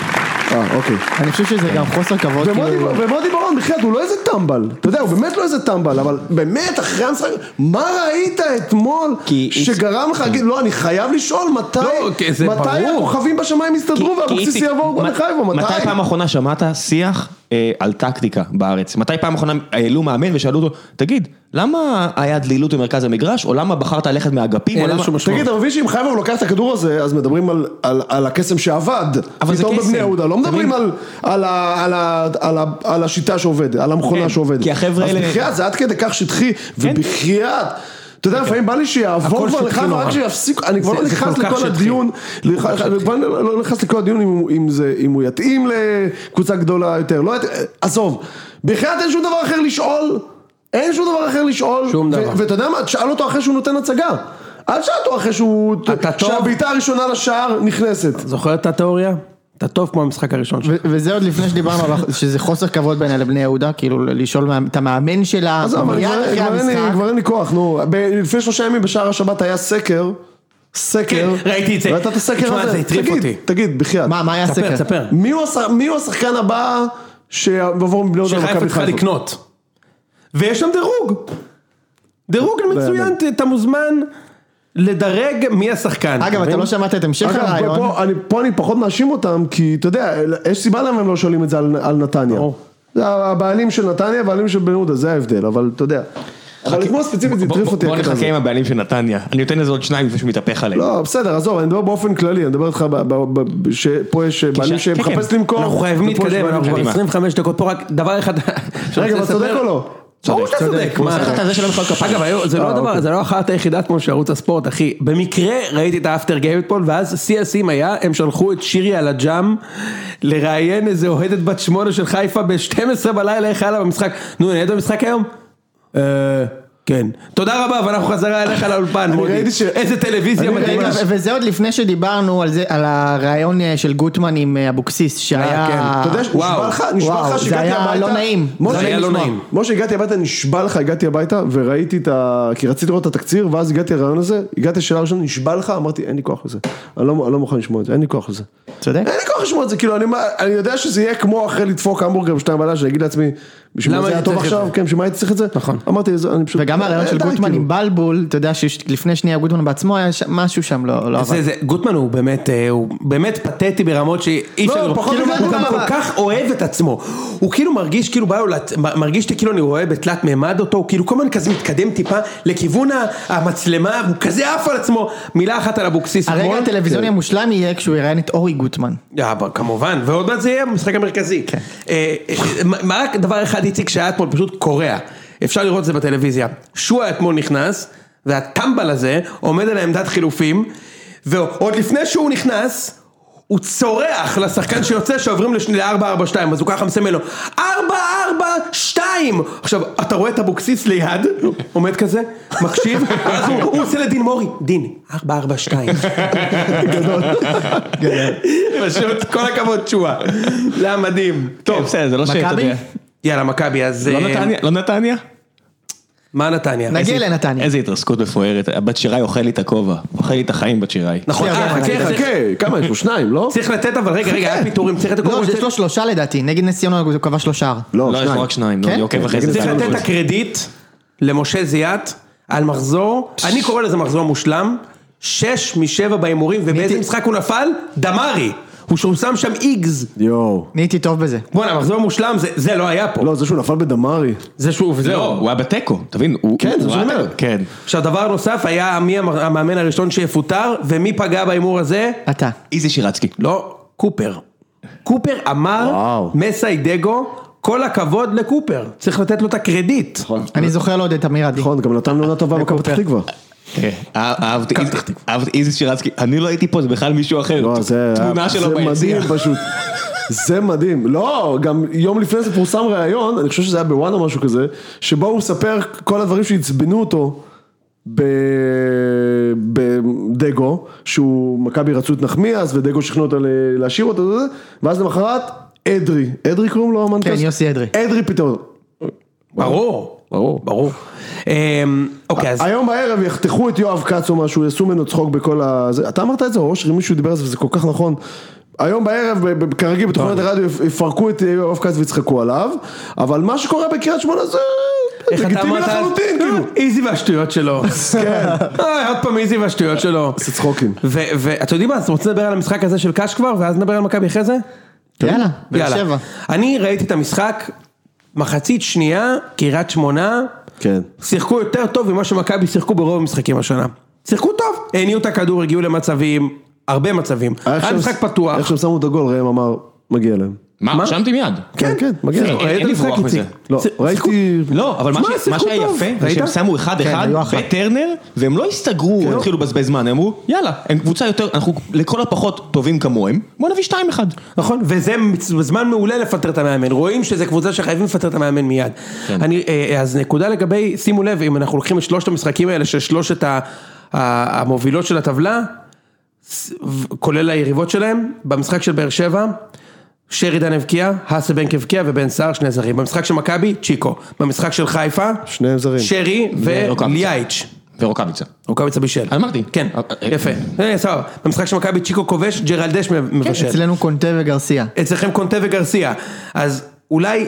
Speaker 3: אה, אוקיי.
Speaker 4: אני חושב שזה גם חוסר כבוד,
Speaker 3: ומודי-
Speaker 4: כאילו,
Speaker 3: ומודי ברון, בחייאת, הוא לא איזה טמבל. אתה יודע, הוא באמת לא איזה טמבל, אבל באמת, אחרי המשחק, מה ראית אתמול
Speaker 2: כי-
Speaker 3: שגרם לך להגיד, לא, אני חייב לשאול מתי,
Speaker 1: לא, כי זה
Speaker 3: מתי
Speaker 1: ברור.
Speaker 3: הכוכבים בשמיים יסתדרו והאבוקסיס
Speaker 2: איציק,
Speaker 3: יעבור
Speaker 2: מ-
Speaker 3: בחיפה,
Speaker 2: מתי
Speaker 3: מתי?
Speaker 2: פעם אחרונה שמעת שיח אה, על טקטיקה בארץ? מתי פעם אחרונה העלו מאמן ושאלו אותו, תגיד, למה היה דלילות במרכז המגרש, או למה בחרת ללכת מהאגפים, או
Speaker 1: אין
Speaker 2: למה...
Speaker 1: שום משמעות.
Speaker 3: תגיד, אתה מבין שאם חיפה הוא לוקח את הכדור הזה, אז מדברים על- על על הקסם שעבד.
Speaker 2: אבל זה
Speaker 3: פתאום
Speaker 2: קסם.
Speaker 3: בבני יהודה, לא מדברים על- על ה- על ה- על ה- על השיטה שעובדת, על המכונה
Speaker 2: כן,
Speaker 3: שעובדת.
Speaker 2: כי החבר'ה
Speaker 3: אז
Speaker 2: האלה-
Speaker 3: בחייאת זה עד כדי כך שטחי, ובחייאת. אתה יודע, לפעמים בא לי
Speaker 1: כן. הכל
Speaker 3: שיעבור כבר
Speaker 1: שטחי
Speaker 3: לך,
Speaker 1: נורא.
Speaker 3: ורק שיפסיק, אני כבר
Speaker 1: זה-
Speaker 3: לא
Speaker 1: זה
Speaker 3: נכנס
Speaker 1: כל כך
Speaker 3: לכל
Speaker 1: שטחי.
Speaker 3: הדיון, אני כבר לא לא נכנס לכל הדיון אם הוא- אם זה- אם הוא יתאים לקבוצה גדולה יותר, לא יתאים, עזוב, בחייאת אין שום דבר אחר לשאול, אין שום דבר אחר לשאול,
Speaker 1: שום
Speaker 3: ו-
Speaker 1: דבר.
Speaker 3: ואתה יודע מה, תשאל אותו אחרי שהוא נותן הצגה, אל תשאל אותו אחרי שהוא,
Speaker 1: אתה טוב?
Speaker 3: שהבעיטה הראשונה לשער נכנסת.
Speaker 1: זוכר את התיאוריה? אתה טוב כמו המשחק הראשון שלך.
Speaker 4: ו- וזה עוד לפני שדיברנו על הח- שזה חוסר כבוד בעיניי לבני יהודה, כאילו לשאול מה- את המאמן שלה,
Speaker 3: עזוב, אבל
Speaker 4: מיד
Speaker 3: כבר-
Speaker 4: אחרי
Speaker 3: כבר אין לי-
Speaker 4: המשחק.
Speaker 3: כבר אין לי כוח, נו. ב- לפני שלושה ימים בשער השבת היה סקר. סקר.
Speaker 1: כן, ראיתי את זה.
Speaker 3: ראית את הסקר
Speaker 1: תשמע,
Speaker 3: הזה?
Speaker 1: זה הטריף
Speaker 3: תגיד,
Speaker 1: אותי.
Speaker 3: תגיד, בחייאת.
Speaker 4: מה, מה היה
Speaker 1: ספר,
Speaker 4: הסקר?
Speaker 1: ספר.
Speaker 3: מי הוא השח- מי הוא השחקן הבא שיעבור מבני יהודה
Speaker 1: שחיפה
Speaker 3: למכבי
Speaker 1: צריכה
Speaker 3: חיפה?
Speaker 1: לקנות. ויש שם דירוג. דירוג מצוין, ת- אתה מוזמן לדרג מי השחקן.
Speaker 4: אגב, אתה
Speaker 1: מבין?
Speaker 4: לא שמעת את המשך
Speaker 3: אגב,
Speaker 4: הרעיון.
Speaker 3: פה- אני- פה אני פחות מאשים אותם, כי אתה יודע, יש סיבה למה הם לא שואלים את זה על על נתניה.
Speaker 1: ברור.
Speaker 3: זה הבעלים של נתניה, הבעלים של בני יהודה, זה ההבדל, אבל אתה יודע. אבל אתמול ספציפית זה
Speaker 2: בוא-
Speaker 3: הטריף אותי
Speaker 2: בוא
Speaker 3: הקטע
Speaker 2: נחכה
Speaker 3: הזה.
Speaker 2: עם הבעלים של נתניה, אני נותן לזה עוד שניים לפני שהוא מתהפך עליהם.
Speaker 3: לא, בסדר, עזוב, אני מדבר באופן כללי, אני מדבר איתך, ב- ב- ב- שפה יש בעלים
Speaker 2: כן, כן.
Speaker 3: שמחפש למכור.
Speaker 1: אנחנו חייבים
Speaker 3: ופה יש
Speaker 1: להתקדם,
Speaker 3: בעלים
Speaker 1: אנחנו כבר
Speaker 2: קדימה.
Speaker 1: 25 דקות פה, רק דבר אחד.
Speaker 3: רגע, אבל צודק או לא?
Speaker 1: ברור שאתה
Speaker 2: צודק,
Speaker 1: צודק,
Speaker 2: הוא
Speaker 1: מה?
Speaker 4: עושה לך את זה שלא מוחא כפיים.
Speaker 1: אגב, היו- זה לא הדבר, זה לא אחת היחידה אתמול של ערוץ הספורט, אחי. במקרה ראיתי את האפטר גיים אתמול, ואז שיא השיאים היה, הם שלחו את שירי על הג'אם לראיין איזה אוהדת בת שמונה של חיפה ב-12 בלילה, איך היה לה במשחק. נו, נהיית במשחק היום? אה, כן. תודה רבה, ואנחנו חזרה אליך לאולפן, מודי.
Speaker 3: ראיתי ש-
Speaker 1: איזה טלוויזיה
Speaker 3: אני
Speaker 1: מדהימה.
Speaker 4: רגע, ו- וזה עוד לפני שדיברנו על זה, על הרעיון אה, של גוטמן עם אה, אבוקסיס, שהיה...
Speaker 1: כן.
Speaker 3: אתה יודע, ש-
Speaker 1: וואו.
Speaker 3: נשבע לך, נשבע
Speaker 4: וואו,
Speaker 3: לך
Speaker 4: זה
Speaker 3: שהגעתי
Speaker 4: היה
Speaker 3: הביתה.
Speaker 4: לא נעים.
Speaker 3: משה,
Speaker 1: זה היה לא
Speaker 3: נשמע.
Speaker 1: נעים.
Speaker 3: משה, הגעתי הביתה, נשבע לך, הגעתי הביתה, וראיתי את ה... כי רציתי לראות את התקציר, ואז הגעתי לרעיון הזה, הגעתי לשאלה הראשונה, נשבע לך, אמרתי, אין לי כוח לזה. אני לא אני לא מוכן לשמוע את זה, אין לי כוח לזה.
Speaker 4: צודק.
Speaker 3: אין לי כוח לשמוע את זה, כאילו, אני- אני יודע שזה יהיה כמו אחרי לדפוק המבורגר בשתיים בלילה, שאני אגיד לעצמי, בשביל מה
Speaker 1: למה
Speaker 3: זה היה
Speaker 1: אני
Speaker 3: טוב
Speaker 1: צריך את
Speaker 3: עכשיו,
Speaker 1: זה?
Speaker 3: כן, בשביל מה הייתי צריך את זה?
Speaker 1: נכון.
Speaker 3: אמרתי, זה- אני פשוט...
Speaker 4: וגם הרעיון
Speaker 3: אה,
Speaker 4: של
Speaker 3: די,
Speaker 4: גוטמן
Speaker 3: כאילו.
Speaker 4: עם בלבול, אתה יודע שלפני שנייה גוטמן בעצמו היה שם- משהו שם לא לא עבד.
Speaker 1: זה, זה, גוטמן הוא באמת, אה, הוא באמת פתטי ברמות שאי אפשר,
Speaker 3: לא,
Speaker 1: לראות.
Speaker 3: פחות
Speaker 1: כאילו,
Speaker 3: מגוטמן,
Speaker 1: הוא גם
Speaker 3: אבל-
Speaker 1: כל כך אוהב את עצמו, הוא כאילו מרגיש כאילו בא לו, לת- מרגיש שכאילו אני רואה בתלת מימד אותו, הוא כאילו כל הזמן כזה מתקדם טיפה לכיוון ה- המצלמה, הוא כזה עף על עצמו, מילה אחת על אבוקסיס, כן.
Speaker 4: הרגע
Speaker 1: אתמול.
Speaker 4: הטלוויזיוני המושלם יהיה כשהוא יראיין את אורי גוטמן.
Speaker 1: אה, אבל כמובן, ועוד מעט זה יהיה המשחק המרכזי. אה, אה, מה- מה רק דבר אחד, איציק, שהיה אתמול פשוט קורע. אפשר לראות את זה בטלוויזיה. שועה אתמול נכנס, והטמבל הזה עומד על העמדת חילופים, ועוד לפני שהוא נכנס, הוא צורח לשחקן שיוצא שעוברים לש- ל-4-4-2, אז הוא ככה מסמל לו, 4-4-2! עכשיו, אתה רואה את אבוקסיס ליד, עומד כזה, מקשיב, ואז הוא- הוא עושה לדין מורי, דין, 4-4-2. פשוט כל הכבוד תשואה, זה היה מדהים.
Speaker 2: טוב,
Speaker 1: טוב,
Speaker 2: בסדר, זה לא שאתה
Speaker 4: מכבי?
Speaker 2: יודע.
Speaker 1: יאללה מכבי אז...
Speaker 2: לא
Speaker 1: אה,
Speaker 2: נתניה? לא נתניה?
Speaker 1: מה נתניה?
Speaker 4: נגיע לנתניה.
Speaker 2: איזה התרסקות מפוארת, הבת שיראי אוכל לי את הכובע, אוכל לי את החיים בת שיראי.
Speaker 1: נכון,
Speaker 4: שנייה,
Speaker 1: אה,
Speaker 4: רגע,
Speaker 1: חכה,
Speaker 4: רגע,
Speaker 1: חכה.
Speaker 3: חכה, כמה יש פה? שניים, לא?
Speaker 1: צריך לתת אבל רגע רגע היה פיטורים צריך לתת
Speaker 4: לא, יש לו שלושה לדעתי, נגד נס ציונה הוא כבש לו שער.
Speaker 3: לא,
Speaker 2: לא, יש
Speaker 3: שניים.
Speaker 2: לו רק שניים, לא,
Speaker 4: כן?
Speaker 2: אני עוקב אחרי זה.
Speaker 1: צריך לתת את הקרדיט למשה זיאת על מחזור אני קורא לזה מחזור מושלם שש משבע בהימורים ובאיזה
Speaker 4: ת-
Speaker 1: משחק הוא נפל? דמרי הוא שהוא שם שם איגז
Speaker 3: יואו.
Speaker 4: נהייתי טוב בזה.
Speaker 1: בואנה מחזור מושלם זה- זה לא היה פה
Speaker 3: לא, זה שהוא נפל בדמרי.
Speaker 1: זה שוב
Speaker 2: לא, הוא היה בתיקו, תבין, הוא...
Speaker 3: כן, זה
Speaker 2: הוא
Speaker 3: מה שאני
Speaker 2: ראה-
Speaker 3: אומר.
Speaker 2: כן.
Speaker 1: עכשיו דבר נוסף היה מי המ- המאמן הראשון שיפוטר ומי פגע בהימור הזה?
Speaker 4: אתה.
Speaker 2: איזי שירצקי.
Speaker 1: לא, קופר. קופר אמר,
Speaker 3: וואו.
Speaker 1: מסיידגו, כל הכבוד לקופר, צריך לתת לו את הקרדיט.
Speaker 4: אני זוכר לו עוד את אמיר עדי.
Speaker 3: נכון, גם נתן לו עונה טובה במכבי פתח תקווה.
Speaker 2: אה, אהבתי איזי- אהבתי איזי שירצקי, אני לא הייתי פה, זה בכלל מישהו אחר.
Speaker 3: לא, זה
Speaker 2: תמונה
Speaker 3: זה
Speaker 2: שלו ביציע.
Speaker 3: מדהים פשוט. זה מדהים, לא, גם יום לפני זה פורסם ראיון, אני חושב שזה היה בוואן או משהו כזה, שבו הוא מספר כל הדברים שעצבנו אותו ב- בדגו, שהוא, מכבי רצו את נחמיאס ודגו שכנע אותה ל- להשאיר אותו, וזה, ואז למחרת אדרי, אדרי קוראים לו המנכ"ל?
Speaker 4: כן, יוסי אדרי.
Speaker 3: אדרי פתאום,
Speaker 1: ברור.
Speaker 3: ברור.
Speaker 1: ברור. אמ, אוקיי, אז
Speaker 3: היום בערב יחתכו את יואב כץ או משהו, יעשו ממנו צחוק בכל ה... זה- אתה אמרת את זה, או אושרי, מישהו דיבר על זה וזה כל כך נכון. היום בערב, ב- ב- כרגיל בתוכנית הרדיו, יפ- יפרקו את יואב כץ ויצחקו עליו, אבל מה שקורה בקריית שמונה זה
Speaker 1: איך אתה
Speaker 3: לגיטימי
Speaker 1: אמרת?
Speaker 3: לחלוטין,
Speaker 1: אה,
Speaker 3: כאילו. כן.
Speaker 1: איזי והשטויות שלו. אה, עוד פעם איזי והשטויות שלו.
Speaker 3: זה צחוקים.
Speaker 1: ואתם יודעים מה, אז אתם רוצים לדבר על המשחק הזה של קאש כבר, ואז נדבר על מכבי אחרי זה?
Speaker 4: יאללה, באר
Speaker 1: יאללה.
Speaker 4: שבע.
Speaker 1: אני ראיתי את המשחק, מחצית שנייה, קריית שמונה,
Speaker 3: כן.
Speaker 1: שיחקו יותר טוב ממה שמכבי שיחקו ברוב המשחקים השנה. שיחקו טוב, הניעו את הכדור, הגיעו למצבים, הרבה מצבים. היה משחק
Speaker 3: איך
Speaker 1: פתוח,
Speaker 3: שהם שמו את הגול, ראם אמר, "מ, מגיע להם.
Speaker 2: מה, רשמתי מיד.
Speaker 3: כן, כן, מגיע
Speaker 2: אין-
Speaker 3: להם.
Speaker 1: ראית
Speaker 2: אין
Speaker 1: את המשחק,
Speaker 2: לברוח מזה.
Speaker 1: איציק?
Speaker 3: לא,
Speaker 1: שיחקו-
Speaker 3: ראיתי...
Speaker 2: לא, אבל מה
Speaker 1: שמע,
Speaker 2: ש- מה
Speaker 1: שיחקו
Speaker 2: שהיה
Speaker 1: טוב.
Speaker 2: יפה, זה
Speaker 1: ראית?
Speaker 2: שהם שמו אחד
Speaker 4: כן,
Speaker 2: אחד
Speaker 4: היו אחלה.
Speaker 2: וטרנר, והם לא הסתגרו, הם התחילו לבזבז זמן, הם אמרו, יאללה, הם קבוצה יותר, אנחנו לכל הפחות טובים כמוהם, בוא נביא שתיים אחד.
Speaker 1: נכון, וזה זמן מעולה לפטר את המאמן, רואים שזו קבוצה שחייבים לפטר את המאמן מיד.
Speaker 2: כן.
Speaker 1: אני, אה, אז נקודה לגבי, שימו לב, אם אנחנו לוקחים את שלושת המשחקים האלה של שלושת ה- ה- המובילות של הטבלה, ס- ו- כולל היריבות שלהם, במשחק של באר שבע, שרידן הבקיע, האסבנק הבקיע ובן סער שני זרים. במשחק של מכבי, צ'יקו. במשחק של חיפה,
Speaker 3: שניהם זרים.
Speaker 1: שרי
Speaker 2: ורוקאביצה.
Speaker 1: וליאייץ'.
Speaker 2: ורוקאביצה.
Speaker 1: רוקאביצה בישל.
Speaker 2: אמרתי.
Speaker 1: כן, יפה. אה, סבבה. במשחק של מכבי צ'יקו כובש, ג'רלדש מבשל.
Speaker 4: אצלנו קונטה וגרסיה.
Speaker 1: אצלכם קונטה וגרסיה. אז אולי,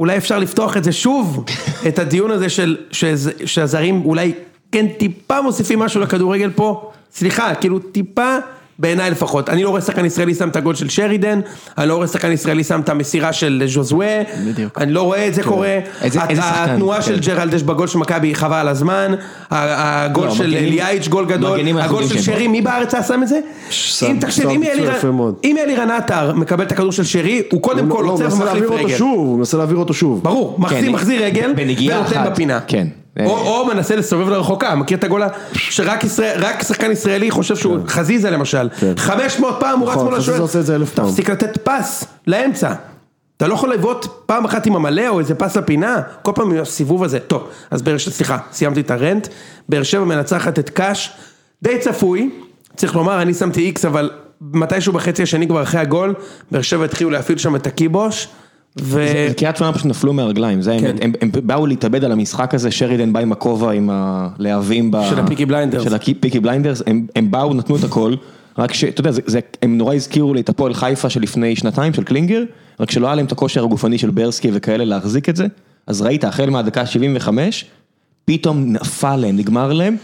Speaker 1: אולי אפשר לפתוח את זה שוב, את הדיון הזה של, שזה, שהזרים אולי כן טיפה מוסיפים משהו לכדורגל פה. סליחה, כאילו טיפה, בעיניי לפחות. אני לא רואה שחקן ישראלי שם את הגול של שרידן, אני לא רואה שחקן ישראלי שם את המסירה של ז'וזווה,
Speaker 4: בדיוק.
Speaker 1: אני לא רואה את זה קורה.
Speaker 2: כאילו, איזה-
Speaker 1: הת-
Speaker 2: איזה שחקן?
Speaker 1: התנועה של
Speaker 2: כן.
Speaker 1: ג'רלדש בגול של מכבי חבל על הזמן, ה- הגול
Speaker 2: לא,
Speaker 1: של
Speaker 2: מגנים-
Speaker 1: אליאייץ' גול גדול,
Speaker 2: מגנים כן. אנחנו
Speaker 1: הגול של
Speaker 2: יודעים שהם-
Speaker 1: שרי, מי בארץ היה שם את זה?
Speaker 3: שם-
Speaker 1: אם תקשיב,
Speaker 3: שם
Speaker 1: אם
Speaker 3: ביצוע
Speaker 1: אלירן-
Speaker 3: יפה מאוד.
Speaker 1: אם אלירן עטר מקבל את הכדור של שרי, הוא קודם כל
Speaker 3: לא, הוא
Speaker 1: עוצר
Speaker 3: מנסה
Speaker 1: ומחליף
Speaker 3: להעביר אותו
Speaker 1: רגל.
Speaker 3: שוב, הוא מנסה להעביר אותו שוב.
Speaker 1: ברור, מחזיר,
Speaker 2: כן,
Speaker 1: מחזיר רגל,
Speaker 2: בנגיעה
Speaker 1: ונותן
Speaker 2: אחת.
Speaker 1: בפינה.
Speaker 2: כן.
Speaker 1: או- או מנסה לסובב לרחוקה, מכיר את הגולה? שרק ישראל- רק שחקן ישראלי חושב שהוא חזיזה למשל. 500 פעם הוא רץ
Speaker 3: כן. נכון,
Speaker 1: מול
Speaker 3: חזיזה
Speaker 1: השוער.
Speaker 3: עושה את זה אלף פעם.
Speaker 1: תפסיק לתת פס לאמצע. אתה לא יכול לבעוט פעם אחת עם המלא או איזה פס לפינה, כל פעם עם הסיבוב הזה. טוב, אז באר שבע, סליחה, סיימתי את הרנט. באר שבע מנצחת את קאש, די צפוי, צריך לומר, אני שמתי איקס, אבל מתישהו בחצי השני כבר אחרי הגול, באר שבע התחילו להפעיל שם את הקיבוש. ו...
Speaker 2: זה קריית שמונה פשוט נפלו מהרגליים, זה האמת, הם הם באו להתאבד על המשחק הזה, שרידן בא עם הכובע עם הלהבים ב...
Speaker 1: של הפיקי בליינדרס.
Speaker 2: של הפיקי בליינדרס, הם- הם באו, נתנו את הכל, רק שאתה יודע, זה- זה- הם נורא הזכירו לי את הפועל חיפה של לפני שנתיים, של קלינגר, רק שלא היה להם את הכושר הגופני של ברסקי וכאלה להחזיק את זה, אז ראית, החל מהדקה 75, פתאום נפל להם, נגמר להם,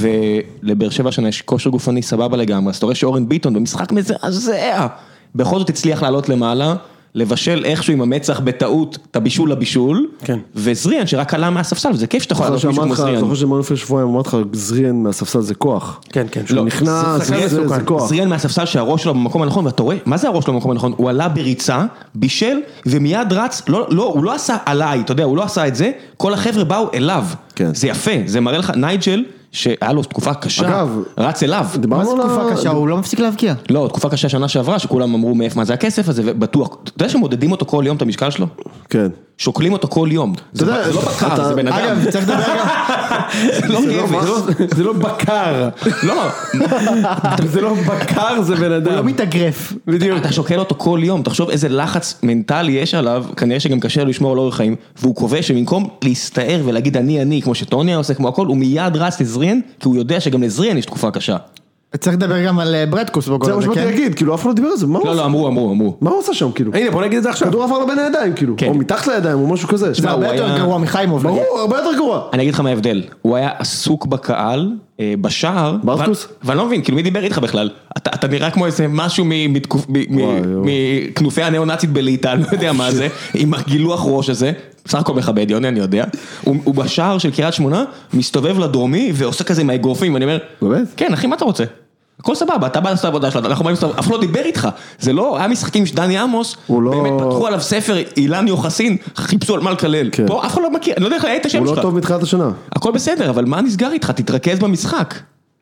Speaker 2: ולבאר שבע השנה יש כושר גופני סבבה לגמרי, אז אתה רואה שאורן ביטון במשחק מזעזע, בכל זאת הצליח לעלות למעלה, לבשל איכשהו עם המצח בטעות את הבישול לבישול,
Speaker 1: כן.
Speaker 2: וזריאן שרק עלה מהספסל, וזה כיף שאתה יכול
Speaker 3: זוכר
Speaker 2: לעלות מישהו כמו
Speaker 3: שאמרתי לך,
Speaker 2: זריאן.
Speaker 3: זוכר שאמרנו לפני שבועיים, אמרתי לך, זריאן מהספסל זה כוח.
Speaker 1: כן, כן.
Speaker 3: כשהוא נכנע,
Speaker 1: זה שחקן
Speaker 3: זה- זה
Speaker 1: מסוכן.
Speaker 3: זה כוח.
Speaker 2: זריאן מהספסל שהראש שלו במקום הנכון, ואתה רואה, מה זה הראש שלו במקום הנכון? הוא עלה בריצה, בישל, ומיד רץ, לא, לא, הוא לא עשה עליי, אתה יודע, הוא לא עשה את זה, כל החבר'ה באו אליו.
Speaker 3: כן.
Speaker 2: זה יפה, זה מראה לך, נייג'ל, שהיה לו תקופה קשה,
Speaker 3: אגב,
Speaker 2: רץ אליו.
Speaker 4: מה זה
Speaker 3: דיברנו על
Speaker 4: תקופה
Speaker 3: ה-
Speaker 4: קשה? הוא לא מפסיק להבקיע.
Speaker 2: לא, תקופה קשה שנה שעברה, שכולם אמרו מאיפה מה זה הכסף הזה, ובטוח, אתה יודע שמודדים אותו כל יום את המשקל שלו?
Speaker 3: כן.
Speaker 2: שוקלים אותו כל יום. זה
Speaker 3: יודע,
Speaker 2: זה לא בקר,
Speaker 3: אתה-
Speaker 2: זה בן אדם.
Speaker 4: אגב, צריך לדבר גם...
Speaker 2: זה לא כבש.
Speaker 1: זה לא בקר,
Speaker 2: לא,
Speaker 1: זה לא בקר, זה בן
Speaker 4: הוא לא
Speaker 1: אדם.
Speaker 4: מתאגרף.
Speaker 1: בדיוק.
Speaker 2: אתה שוקל אותו כל יום, תחשוב איזה לחץ מנטלי יש עליו, כנראה שגם קשה לו לשמור על אורח חיים, והוא קובע שבמקום להסתער ולהגיד אני אני, כמו שטוני היה עושה, כמו הכל, הוא מיד רץ לזריאן, כי הוא יודע שגם לזריאן יש תקופה קשה.
Speaker 4: צריך לדבר גם על אה, ברדקוס
Speaker 3: זה
Speaker 4: בגול
Speaker 3: מה
Speaker 4: הזה,
Speaker 3: שבאתי
Speaker 4: כן?
Speaker 3: להגיד, כאילו אף אחד לא דיבר על זה, מה הוא
Speaker 2: לא, לא,
Speaker 3: עושה-
Speaker 2: אמרו, אמרו, אמרו.
Speaker 3: מה הוא עושה שם, כאילו?
Speaker 1: הנה, בוא נגיד את זה עכשיו.
Speaker 3: כדור עבר לו בין הידיים, כאילו,
Speaker 2: כן.
Speaker 3: או מתחת לידיים, או משהו כזה.
Speaker 4: זה הרבה
Speaker 2: הוא
Speaker 4: יותר
Speaker 2: היה-
Speaker 4: גרוע מחיימוב. נגיד.
Speaker 3: ברור, הרבה יותר גרוע.
Speaker 2: אני אגיד לך מה ההבדל, הוא היה עסוק בקהל, אה, בשער,
Speaker 3: ברקוס?
Speaker 2: ו- ואני לא מבין, כאילו מי דיבר איתך בכלל? אתה, אתה נראה כמו איזה משהו מ- מתקופ- מ- מ-
Speaker 3: וואי, יואו.
Speaker 2: מכנופי הניאו-נאצית בליטא, אני לא יודע מה זה, עם הגילוח ראש הזה, בסך הכל מכבד, יוני, אני יודע, הוא, הוא בשער של קריית שמונה, מסתובב לדרומי ועושה כזה עם האגרופים, ואני אומר,
Speaker 3: באמת?
Speaker 2: כן אחי מה אתה רוצה? הכל סבבה, אתה בא לעשות את העבודה שלך, אנחנו באים לעשות, אף אחד לא דיבר איתך, זה לא, היה משחקים שדני עמוס,
Speaker 3: הוא לא-
Speaker 2: באמת פתחו עליו ספר, אילן יוחסין, חיפשו על מה לקלל,
Speaker 3: כן.
Speaker 2: פה אף אחד לא מכיר, אני לא יודע איך היה את
Speaker 1: כן,
Speaker 2: השם
Speaker 3: הוא
Speaker 2: שלך.
Speaker 3: לא טוב מתחילת השנה.
Speaker 2: הכל בסדר, אבל מה נסגר איתך? תתרכז במשחק.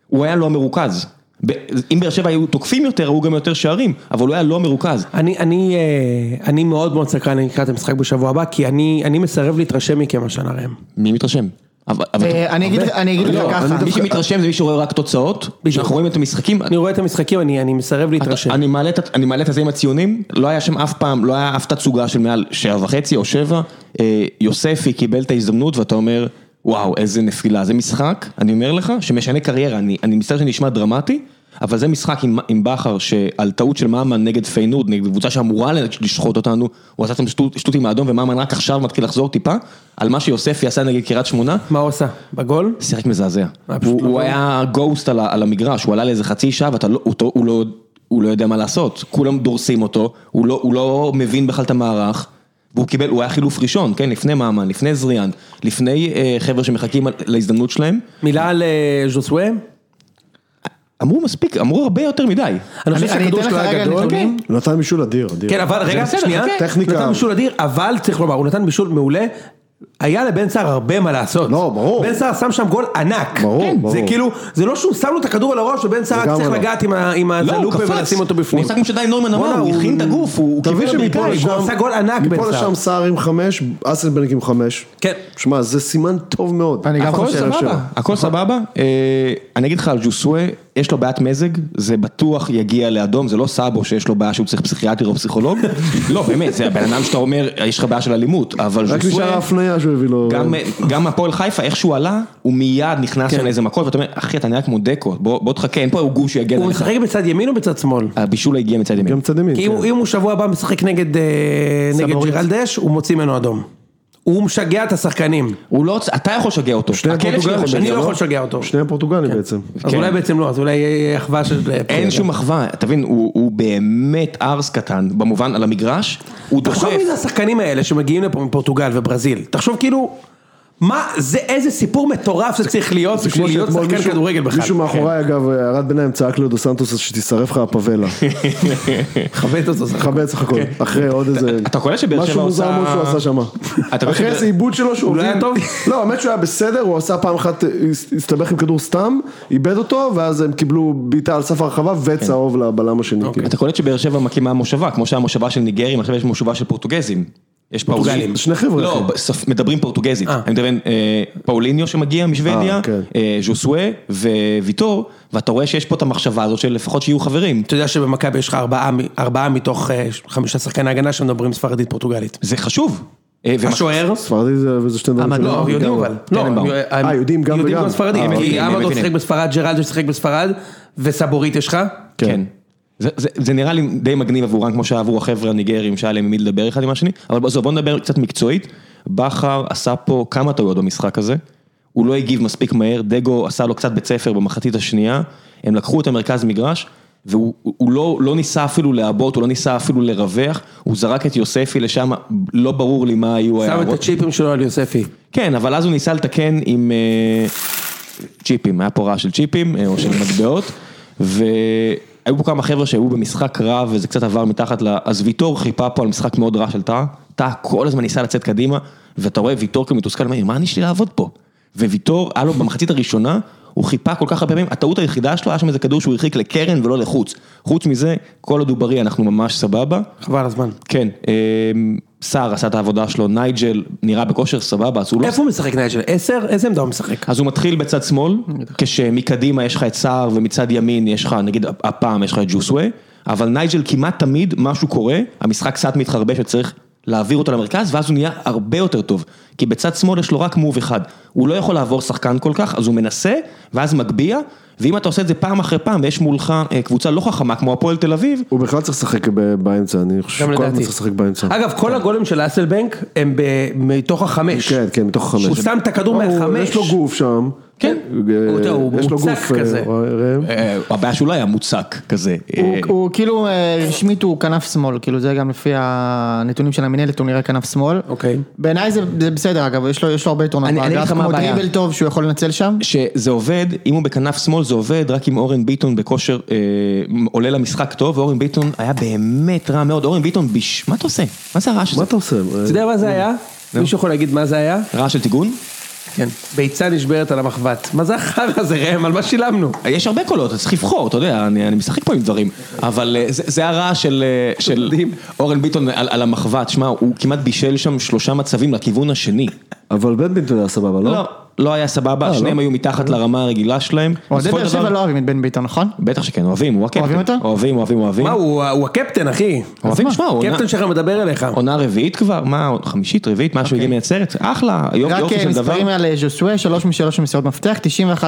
Speaker 2: הוא היה לא מרוכז. ב- אם באר שבע היו תוקפים יותר, היו גם יותר שערים, אבל הוא היה לא מרוכז.
Speaker 1: אני, אני, אה, אני מאוד מאוד סקרן לקראת המשחק בשבוע הבא, כי אני, אני מסרב להתרשם מכם השנה ראם.
Speaker 2: מי מתרשם? אבל- אבל-
Speaker 4: אה, אני אגיד לך- אני אגיד לך
Speaker 3: לא,
Speaker 4: ככה.
Speaker 3: אני
Speaker 2: מי שמתרשם זה מי שרואה רק תוצאות, אנחנו רואים את המשחקים.
Speaker 1: אני רואה את המשחקים, אני, אני מסרב
Speaker 2: אתה-
Speaker 1: להתרשם.
Speaker 2: אני מעלה את- אני מעלה את הזה עם הציונים, לא היה שם אף פעם, לא היה אף תצוגה של מעל שבע וחצי או שבע. אה, יוספי קיבל את ההזדמנות ואתה אומר, וואו, איזה נפילה, זה משחק, אני אומר לך, שמשנה קריירה, אני אני מצטער שאני נשמע דרמטי, אבל זה משחק עם- עם בכר שעל טעות של ממן נגד פיינורד, נגד קבוצה שאמורה לשחוט אותנו, הוא עשה שם שטות- שטות עם האדום וממן רק עכשיו מתחיל לחזור טיפה, על מה שיוספי עשה נגד קריית שמונה,
Speaker 1: מה הוא עושה? בגול?
Speaker 2: שיחק מזעזע.
Speaker 1: היה פשוט
Speaker 2: הוא,
Speaker 1: לא
Speaker 2: הוא
Speaker 1: טוב.
Speaker 2: היה גוסט על, ה- על המגרש, הוא עלה לאיזה חצי שעה ואתה לא, אותו, הוא, לא, הוא לא יודע מה לעשות. כולם דורסים אותו, הוא לא, הוא לא מבין בכלל את המערך. והוא קיבל, הוא היה חילוף ראשון, כן, לפני ממן, לפני זריאן, לפני אה, חבר'ה שמחכים על- להזדמנות שלהם.
Speaker 1: מילה על אה, ז'וסווה?
Speaker 2: אמרו מספיק, אמרו הרבה יותר מדי.
Speaker 1: אני חושב
Speaker 4: אני- אני
Speaker 1: שהכדור
Speaker 4: אתן
Speaker 1: שלו
Speaker 4: לך
Speaker 1: היה
Speaker 4: רגע
Speaker 1: גדול.
Speaker 4: נתונים.
Speaker 3: הוא נתן בישול אדיר, אדיר.
Speaker 1: כן, אבל רגע,
Speaker 2: בסדר,
Speaker 1: שנייה,
Speaker 2: חכה.
Speaker 1: הוא
Speaker 3: טכניקה.
Speaker 1: נתן בישול אדיר, אבל צריך לומר, הוא נתן בישול מעולה. היה לבן סער הרבה מה לעשות.
Speaker 3: לא, ברור.
Speaker 1: בן סער שם שם גול ענק.
Speaker 3: ברור,
Speaker 1: כן.
Speaker 3: ברור.
Speaker 1: זה כאילו, זה לא שהוא שם לו את הכדור על הראש ובן סער רק
Speaker 3: לגמרי
Speaker 1: צריך
Speaker 3: לא.
Speaker 1: לגעת עם ה- עם
Speaker 2: לא, הוא
Speaker 1: הזלופה
Speaker 2: קפץ.
Speaker 1: ולשים אותו
Speaker 2: הוא
Speaker 1: בפנים.
Speaker 2: עשה כמו שדי נורמן
Speaker 1: וואלה,
Speaker 2: אמר, הוא הכין את הגוף, הוא הוא
Speaker 3: אתה מבין
Speaker 2: קיבל
Speaker 3: שמפה
Speaker 2: אמריקאי.
Speaker 1: לשם- הוא עשה גול ענק, בן
Speaker 3: מפה
Speaker 1: סער.
Speaker 3: לשם סער עם חמש, אסלבנק עם חמש.
Speaker 1: כן.
Speaker 3: שמע, זה סימן טוב מאוד.
Speaker 4: אני גם
Speaker 2: הכל
Speaker 4: חושב
Speaker 2: סבבה, הכל סבבה. אה, אני אגיד לך על ג'וסווה, יש לו בעיית מזג, זה בטוח יגיע לאדום, זה לא סאבו שיש לו בעיה שהוא צריך פסיכיאטר או פסיכולוג. לא, באמת, זה הבן אדם שאתה אומר, יש לך בעיה של אלימות, אבל
Speaker 3: רק נשאר
Speaker 2: ג'וסווה...
Speaker 3: ההפניה שהוא הביא לו.
Speaker 2: גם, גם הפועל חיפה, איך שהוא עלה, הוא מיד נכנס כן. לאיזה מכות, ואתה אומר, אחי, אתה נראה כמו דקו, בוא, בוא תחכה, אין פה גוף שיגן
Speaker 1: הוא
Speaker 2: עליך.
Speaker 1: משחק בצד ימין או בצד שמאל?
Speaker 2: הבישול הגיע מצד ימין.
Speaker 3: גם צד ימין.
Speaker 1: כי
Speaker 3: כן.
Speaker 1: כאילו אם הוא- אם הוא שבוע הבא משחק נגד אה, נגד
Speaker 4: סבורית.
Speaker 1: ג'ירלדש, הוא מוציא ממנו אדום. הוא משגע את השחקנים.
Speaker 2: הוא לא, רוצה- אתה יכול לשגע אותו.
Speaker 3: שני
Speaker 2: הכלב שלו
Speaker 3: פורטוגלים,
Speaker 2: יכול
Speaker 1: אני
Speaker 2: לשגע
Speaker 1: לא
Speaker 2: אותו.
Speaker 1: יכול לשגע אותו.
Speaker 3: שניהם פורטוגלים בעצם.
Speaker 1: אז
Speaker 2: כן.
Speaker 1: אולי בעצם לא, אז אולי יהיה אחווה של... כן.
Speaker 2: אין שום אחווה, תבין, הוא, הוא באמת ארס קטן, במובן על המגרש, הוא דוחף.
Speaker 1: תחשוב מי זה השחקנים האלה שמגיעים לפה מפורטוגל וברזיל. תחשוב כאילו, מה, זה איזה סיפור מטורף זה צריך להיות בשביל להיות
Speaker 3: שאתמול
Speaker 1: שחקן
Speaker 3: מישהו-
Speaker 1: כדורגל בכלל. כן,
Speaker 3: מישהו מאחוריי אגב, הערת ביניים צעק לדו סנטוס "אז שתישרף לך הפאבלה.
Speaker 1: חבט אותו. זה.
Speaker 3: חבץ לך הכל. אחרי עוד איזה...
Speaker 2: אוקיי. אתה קולט שבאר שבע
Speaker 3: משהו מוזר
Speaker 2: עושה-
Speaker 3: מאוד שהוא עשה שם.
Speaker 2: אתה קולט
Speaker 3: אחרי
Speaker 2: שבאר-
Speaker 3: איזה עיבוד שלו שהוא...
Speaker 1: הוא לא היה
Speaker 3: הוביל-
Speaker 1: טוב?
Speaker 3: לא, האמת שהוא היה בסדר, הוא עשה פעם אחת, אה, הס- הסתבך עם כדור סתם, איבד אותו, ואז הם קיבלו בעיטה על סף הרחבה וצהוב
Speaker 2: כן.
Speaker 3: לבלם השני. כאילו.
Speaker 2: אתה קולט שבאר שבע מקימה מושבה, כמו שהיה מושבה של ניגרים, עכשיו יש מושבה של פורטוגזים. יש פורטוגלים.
Speaker 3: שני חבר'ה,
Speaker 2: לא,
Speaker 3: אחי.
Speaker 2: בסוף- מדברים פורטוגזית. אני מדברים אה, פאוליניו שמגיע משוודיה,
Speaker 3: אה, כן.
Speaker 2: אה, ז'וסואה וויטור, ואתה רואה שיש פה את המחשבה הזאת של לפחות שיהיו חברים.
Speaker 1: אתה יודע שבמכבי יש לך ארבעה מ- ארבעה מתוך אה, חמישה שחקני הגנה שמדברים ספרדית פורטוגלית.
Speaker 2: זה חשוב. אה, ומח-
Speaker 1: השוער?
Speaker 3: ספרדי זה וזה שני דברים.
Speaker 1: לא,
Speaker 3: שלא-
Speaker 1: יודעים
Speaker 3: גם-
Speaker 1: אבל. לא,
Speaker 2: טננבאום.
Speaker 1: אני-
Speaker 3: אה, יודעים גם
Speaker 1: יודעים
Speaker 3: וגם.
Speaker 1: גם ספרדים.
Speaker 2: אה,
Speaker 1: כי
Speaker 2: אוקיי, אני
Speaker 1: אמרדו
Speaker 2: מבין.
Speaker 1: שיחק בספרד, ג'רלדו שיחק בספרד, וסבורית יש לך.
Speaker 2: כן. זה, זה, זה נראה לי די מגניב עבורם, כמו שהיה עבור החבר'ה הניגרים, שהיה להם עם מי לדבר אחד עם השני, אבל עזוב, בוא נדבר קצת מקצועית. בכר עשה פה כמה טעויות במשחק הזה, הוא לא הגיב מספיק מהר, דגו עשה לו קצת בית ספר במחצית השנייה, הם לקחו את המרכז מגרש, והוא הוא- הוא לא, לא ניסה אפילו לעבות, הוא לא ניסה אפילו לרווח, הוא זרק את יוספי לשם, לא ברור לי מה היו
Speaker 1: שם את הצ'יפים שלו על יוספי.
Speaker 2: כן, אבל אז הוא ניסה לתקן עם אה, צ'יפים, היה פה רעש של צ'יפים אה, או של מטבעות, והיו פה כמה חבר'ה שהיו במשחק רע וזה קצת עבר מתחת ל... אז ויטור חיפה פה על משחק מאוד רע של טאה, טאה כל הזמן ניסה לצאת קדימה, ואתה רואה ויטור כמתוסכל, אומר, מה אני שלי לעבוד פה? וויטור, היה לו במחצית הראשונה, הוא חיפה כל כך הרבה פעמים, הטעות היחידה שלו, היה שם איזה כדור שהוא הרחיק לקרן ולא לחוץ. חוץ מזה, כל עוד הוא בריא אנחנו ממש סבבה.
Speaker 1: חבל הזמן.
Speaker 2: כן, אה, סער עשה את העבודה שלו, נייג'ל נראה בכושר סבבה, אז הוא לא...
Speaker 1: איפה הוא משחק נייג'ל? עשר? איזה עמדה הוא משחק?
Speaker 2: אז הוא מתחיל בצד שמאל, כשמקדימה יש לך את סער ומצד ימין יש לך, נגיד הפעם יש לך את ג'וסווה, אבל נייג'ל כמעט תמיד משהו קורה, המשחק קצת מתחרבש וצריך להעביר אותו למרכז, ואז הוא נהיה הרבה יותר טוב, כי בצד שמאל יש לו רק מוב אחד, הוא לא יכול לעבור שחקן כל כך, אז הוא מנסה, ואז מגביה, ואם אתה עושה את זה פעם אחרי פעם ויש מולך אה, קבוצה לא חכמה כמו הפועל תל אביב,
Speaker 3: הוא בכלל צריך לשחק ב- באמצע, אני חושב
Speaker 1: גם
Speaker 3: שכל הזמן
Speaker 1: לדעתי.
Speaker 3: צריך לשחק באמצע.
Speaker 1: אגב,
Speaker 2: כן.
Speaker 1: כל הגולים של אסלבנק הם ב- מתוך החמש.
Speaker 3: כן, כן, מתוך החמש.
Speaker 1: הוא שם את הכדור
Speaker 3: הוא-
Speaker 1: מהחמש.
Speaker 3: יש לו גוף שם.
Speaker 1: כן. הוא- אתה יודע, הוא
Speaker 3: יש לו
Speaker 1: מוצק
Speaker 3: גוף, אה,
Speaker 1: כזה.
Speaker 3: ראם.
Speaker 2: אה, הבעיה שהוא לא היה מוצק כזה.
Speaker 4: הוא-
Speaker 2: אה,
Speaker 4: הוא כאילו אה, רשמית הוא כנף שמאל, כאילו זה גם לפי הנתונים של המינהלת, הוא נראה כנף שמאל.
Speaker 1: אוקיי.
Speaker 4: בעיניי זה זה בסדר אגב, יש לו יש לו הרבה יתרונות
Speaker 2: אני- אני אגיד
Speaker 4: באגף,
Speaker 2: לך מה
Speaker 4: כמו
Speaker 2: הבעיה.
Speaker 4: דריבל טוב שהוא יכול לנצל שם.
Speaker 2: שזה עובד, אם הוא בכנף שמאל זה עובד, רק אם אורן ביטון בכושר אה, עולה למשחק טוב, ואורן ביטון היה באמת רע מאוד, אורן ביטון ביש... מה אתה עושה? מה זה הרעש
Speaker 3: מה
Speaker 2: הזה?
Speaker 3: אתה עושה?
Speaker 1: אתה יודע מה
Speaker 3: אה,
Speaker 1: זה היה? מישהו יכול להגיד מה זה היה?
Speaker 2: רעש של טיגון?
Speaker 1: כן. ביצה נשברת על המחבת. מה זה החרא הזה, ראם? על מה שילמנו?
Speaker 2: יש הרבה קולות, אז צריך לבחור, אתה יודע, אני, אני משחק פה עם דברים, אבל אה, זה, זה הרעש של, אה, של אורן ביטון על, על המחבת, שמע, הוא כמעט בישל שם שלושה מצבים לכיוון השני.
Speaker 3: אבל בנבינטון היה סבבה, לא?
Speaker 2: לא, לא היה סבבה, שניהם היו מתחת לרמה הרגילה שלהם.
Speaker 4: לא. אוהדי
Speaker 2: בסופו
Speaker 4: באר
Speaker 2: של דבר-
Speaker 4: שבע לא אוהבים את בן ביטון, נכון?
Speaker 2: בטח שכן, אוהבים, הוא הקפטן.
Speaker 4: אוהבים אותו?
Speaker 2: אוהבים, אוהבים, אוהבים.
Speaker 1: מה, הוא הוא הקפטן, אחי.
Speaker 2: אוהבים,
Speaker 4: מה?
Speaker 2: שמע, הוא עונה-
Speaker 1: הקפטן שלך מדבר אליך.
Speaker 2: עונה רביעית כבר, מה, חמישית, רביעית, משהו הגיע מנצרת, אחלה, יופי
Speaker 4: אוקיי. רק
Speaker 2: יופי
Speaker 4: אה,
Speaker 2: של דבר.
Speaker 4: מספרים על אה, ז'וסווה, שלוש משלוש במסירות מפתח,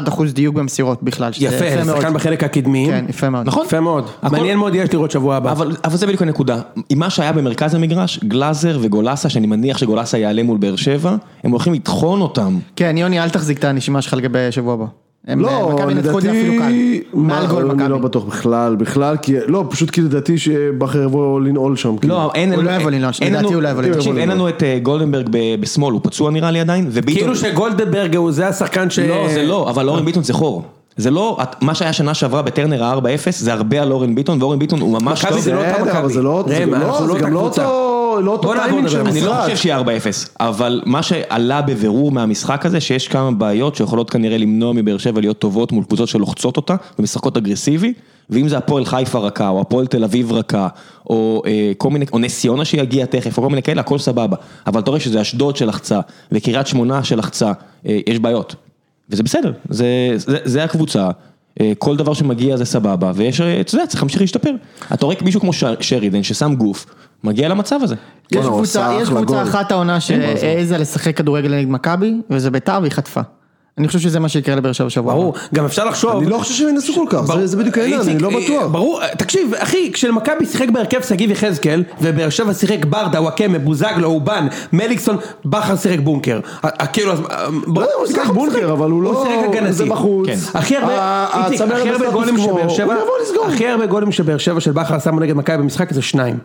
Speaker 4: 91% דיוק במסירות בכלל, שזה
Speaker 1: יפה,
Speaker 4: מאוד.
Speaker 1: שחקן בחלק הקדמי.
Speaker 4: כן, יפה מאוד.
Speaker 2: נכון.
Speaker 1: יפה מאוד.
Speaker 2: הכל-
Speaker 1: מעניין מאוד יש לראות שבוע הבא.
Speaker 2: אבל, אבל זה בדיוק הנקודה, עם מה שהיה במרכז המגרש, גלאזר וגולסה, שאני מניח שגולסה יעלה מול באר שבע, הם הולכים לטחון אותם.
Speaker 4: כן, יוני, אל תחזיק את הנשימה שלך לגבי שבוע הבא. הם, אה,
Speaker 3: לא,
Speaker 4: מכבי ינצחו את זה אפילו
Speaker 3: לדעתי,
Speaker 4: קל. מעל גול
Speaker 3: אני לא
Speaker 4: מכבי.
Speaker 3: בטוח בכלל, בכלל, כי, לא, פשוט כי לדעתי שבכר יבוא לנעול שם, כאילו.
Speaker 2: לא, אין
Speaker 4: הוא לא יבוא לנעול, לדעתי הוא לא יבוא לנעול.
Speaker 2: תקשיב, אין לנו את אה, גולדנברג ב- בשמאל, הוא פצוע נראה לי עדיין, וביטון...
Speaker 1: כאילו שגולדנברג הוא כאילו זה השחקן ש...
Speaker 2: לא, זה לא, אבל אורן ביטון זה חור. זה לא, את- מה שהיה שנה שעברה בטרנר ה-4-0 זה הרבה על אורן ביטון, ואורן ביטון הוא ממש
Speaker 1: מכבי
Speaker 2: טוב.
Speaker 1: זה לא אותה
Speaker 3: בסדר, אבל
Speaker 1: מכבי.
Speaker 3: זה לא- זה
Speaker 1: ראם,
Speaker 3: גם לא-
Speaker 1: אנחנו
Speaker 3: זה
Speaker 1: אותה
Speaker 3: גם לא
Speaker 1: קבוצה.
Speaker 3: אותו- לא אותו
Speaker 1: בוא נעבור
Speaker 3: טיימינג
Speaker 1: לדבר
Speaker 3: של
Speaker 1: על
Speaker 2: אני לא
Speaker 3: משחק.
Speaker 2: חושב שיהיה 4-0, אבל מה שעלה בבירור מהמשחק הזה, שיש כמה בעיות שיכולות כנראה למנוע מבאר שבע להיות טובות מול קבוצות שלוחצות אותה ומשחקות אגרסיבי, ואם זה הפועל חיפה רכה, או הפועל תל אביב רכה, או אה, כל מיני, או נס ציונה שיגיע תכף, או כל מיני כאלה, הכל סבבה. אבל אתה רואה שזה אשדוד שלחצה, וקריית שמונה שלחצה, אה, יש בעיות. וזה בסדר, זה, זה, זה הקבוצה. אה, כל דבר שמגיע זה סבבה, ויש, אה, אתה יודע, צריך להמשיך להשתפר. אתה רואה מישהו כמו שר- שרידן ששם גוף, מגיע למצב הזה.
Speaker 4: יש
Speaker 3: בואנה, הוא
Speaker 4: קבוצה,
Speaker 3: עשה
Speaker 4: יש
Speaker 3: אחלה
Speaker 4: קבוצה
Speaker 3: גול.
Speaker 4: אחת העונה שהעזה לשחק כדורגל נגד מכבי, וזה ביתר והיא חטפה. אני חושב שזה מה שיקרה לבאר שבע שבוע. הבא.
Speaker 1: ברור, גם אפשר לחשוב.
Speaker 3: אני לא חושב שהם ינסו כל כך, זה-
Speaker 1: ברור-
Speaker 3: זה בדיוק העניין, אני
Speaker 1: איציק,
Speaker 3: לא
Speaker 1: אה,
Speaker 3: בטוח.
Speaker 1: ברור, אה, תקשיב, אחי, כשמכבי שיחק בהרכב שגיב יחזקאל, ובאר שבע שיחק ברדה, וואקמה, בוזגלו, אובן, מליקסון, בכר שיחק בונקר. אה, אה, כאילו, אז, אה, ברור,
Speaker 3: לא, הוא
Speaker 1: ככה
Speaker 3: שיחק בונקר, אבל הוא לא-
Speaker 1: הוא שיחק
Speaker 3: זה
Speaker 1: הגנתי.
Speaker 3: בחוץ.
Speaker 2: כן.
Speaker 1: הכי הרבה,
Speaker 3: ה-
Speaker 1: איציק,
Speaker 3: הצמרת
Speaker 1: הכי הרבה
Speaker 3: בסטטוס
Speaker 1: גולים
Speaker 3: קוו,
Speaker 1: שבאר שבע,
Speaker 3: הוא יבוא לסגור.
Speaker 1: הכי הרבה גולים שבאר שבע של בכר שמו נגד מכבי במשחק זה שניים.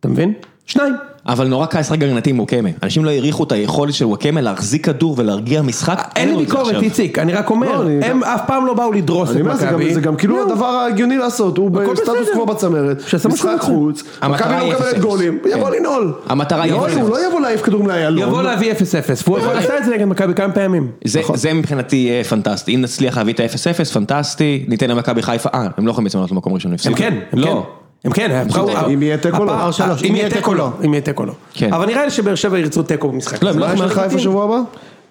Speaker 1: אתה מבין? שניים.
Speaker 2: אבל נורא קל לשחק הגנתי עם וואקמה. אנשים לא העריכו את היכולת של וואקמה להחזיק כדור ולהרגיע משחק.
Speaker 1: אה, אין לי
Speaker 2: לו את זה
Speaker 1: ביקורת,
Speaker 2: עכשיו.
Speaker 1: איציק, אני רק
Speaker 3: לא,
Speaker 1: אומר,
Speaker 3: אני-
Speaker 1: הם אף פעם לא באו לדרוס את
Speaker 3: אני אומר, זה גם-
Speaker 1: מכבי.
Speaker 3: זה גם כאילו
Speaker 1: זהו.
Speaker 3: הדבר ההגיוני לעשות, הוא
Speaker 1: הכל
Speaker 3: בסטטוס
Speaker 1: בסדר.
Speaker 3: קוו בצמרת,
Speaker 1: שיעשה מה שהוא
Speaker 3: משחק
Speaker 1: רוצה.
Speaker 3: חוץ, מכבי
Speaker 2: המטרה
Speaker 3: לא
Speaker 2: היא
Speaker 3: מקבלת
Speaker 2: 0-0.
Speaker 3: גולים,
Speaker 2: כן.
Speaker 3: יבוא לנעול.
Speaker 2: המטרה היא
Speaker 3: יבוא,
Speaker 2: 0-0.
Speaker 3: הוא לא יבוא להעיף כדורים
Speaker 1: יבוא
Speaker 3: לאיילון.
Speaker 1: להביא 0-0, והוא יכול לעשות את זה נגד מכבי כמה פעמים.
Speaker 2: זה, זה מבחינתי יהיה פנטסטי, אם נצליח להביא את ה-0-0, פנטסטי, ניתן למכבי חיפה, אה, הם לא יכולים לצמנות למקום ראשון,
Speaker 1: הם
Speaker 2: הפסידו.
Speaker 1: כן, הם כן.
Speaker 2: לא.
Speaker 1: הם כן, הם
Speaker 2: פשוט
Speaker 1: באו-
Speaker 3: אם יהיה תיקו, לא.
Speaker 1: הפער שלוש, אם יהיה תיקו לא. אם יהיה תיקו לא.
Speaker 2: כן.
Speaker 1: אבל נראה לי שבאר שבע ירצו תיקו במשחק.
Speaker 2: לא, הם לא
Speaker 3: מה יש לך איפה שבוע הבא?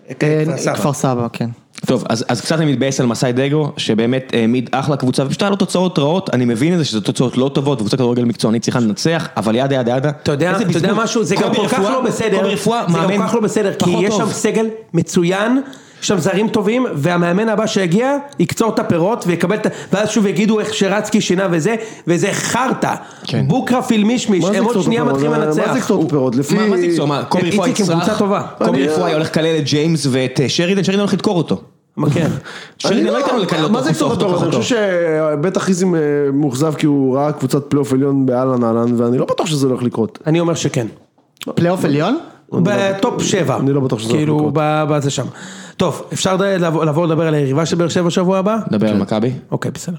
Speaker 4: אה,
Speaker 1: כפר סבא.
Speaker 4: כפר סבא, כן.
Speaker 2: טוב, אז, אז קצת אני מתבאס על מסאי דגו, שבאמת העמיד אחלה קבוצה, ופשוט היה לו תוצאות רעות, אני מבין את זה שזה תוצאות לא טובות, קבוצה כדורגל מקצוענית צריכה לנצח, אבל ידה ידה ידה.
Speaker 1: אתה יודע, אתה יודע משהו, זה גם כל כך לא בסדר,
Speaker 2: קובי רפואה,
Speaker 1: זה
Speaker 2: מאמן
Speaker 1: גם כל כך לא בסדר, כי
Speaker 2: פחות
Speaker 1: יש
Speaker 2: טוב.
Speaker 1: שם סגל מצוין, יש שם זרים טובים, והמאמן הבא שיגיע, יקצור את הפירות ויקבל את ה... ואז שוב יגידו איך שרצקי שינה וזה, וזה חרטא,
Speaker 2: כן.
Speaker 1: בוקרה פילמישמיש,
Speaker 3: מה זה
Speaker 1: הם עוד
Speaker 3: לקצור
Speaker 1: שנייה
Speaker 3: את הפירות?
Speaker 1: מתחילים
Speaker 3: מה זה
Speaker 1: לנצח.
Speaker 3: לקצור את הפירות? לפי...
Speaker 2: מה מה זה יקצור? מה, קובי רפואה
Speaker 1: איציק עם
Speaker 2: יצרח?
Speaker 1: קבוצה טובה.
Speaker 2: קובי
Speaker 3: אני-
Speaker 2: רפואה הולך לקלל את ג'יימס ואת אה, שרידן, שרידן הולך לדקור אותו.
Speaker 1: כן.
Speaker 3: אני
Speaker 2: שרידן לא ייתן לו לקלל אותו.
Speaker 3: מה זה קצור
Speaker 2: לפתוח
Speaker 3: את הפירות? אני
Speaker 2: אותו.
Speaker 3: חושב שבטח איזי מאוכזב כי הוא ראה קבוצת פלייאוף עליון באהלן אהלן, ואני לא בטוח שזה הולך לקרות.
Speaker 1: אני אומר שכן.
Speaker 4: פלייאוף עליון?
Speaker 1: בטופ שבע.
Speaker 3: אני לא בטוח שזה הולך
Speaker 1: כאילו,
Speaker 3: לקרות.
Speaker 1: ב- בזה שם. טוב, אפשר ד- לעבור לעבור לדבר על היריבה של באר שבע שבוע הבא?
Speaker 2: דבר על מכבי.
Speaker 1: אוקיי, בסדר.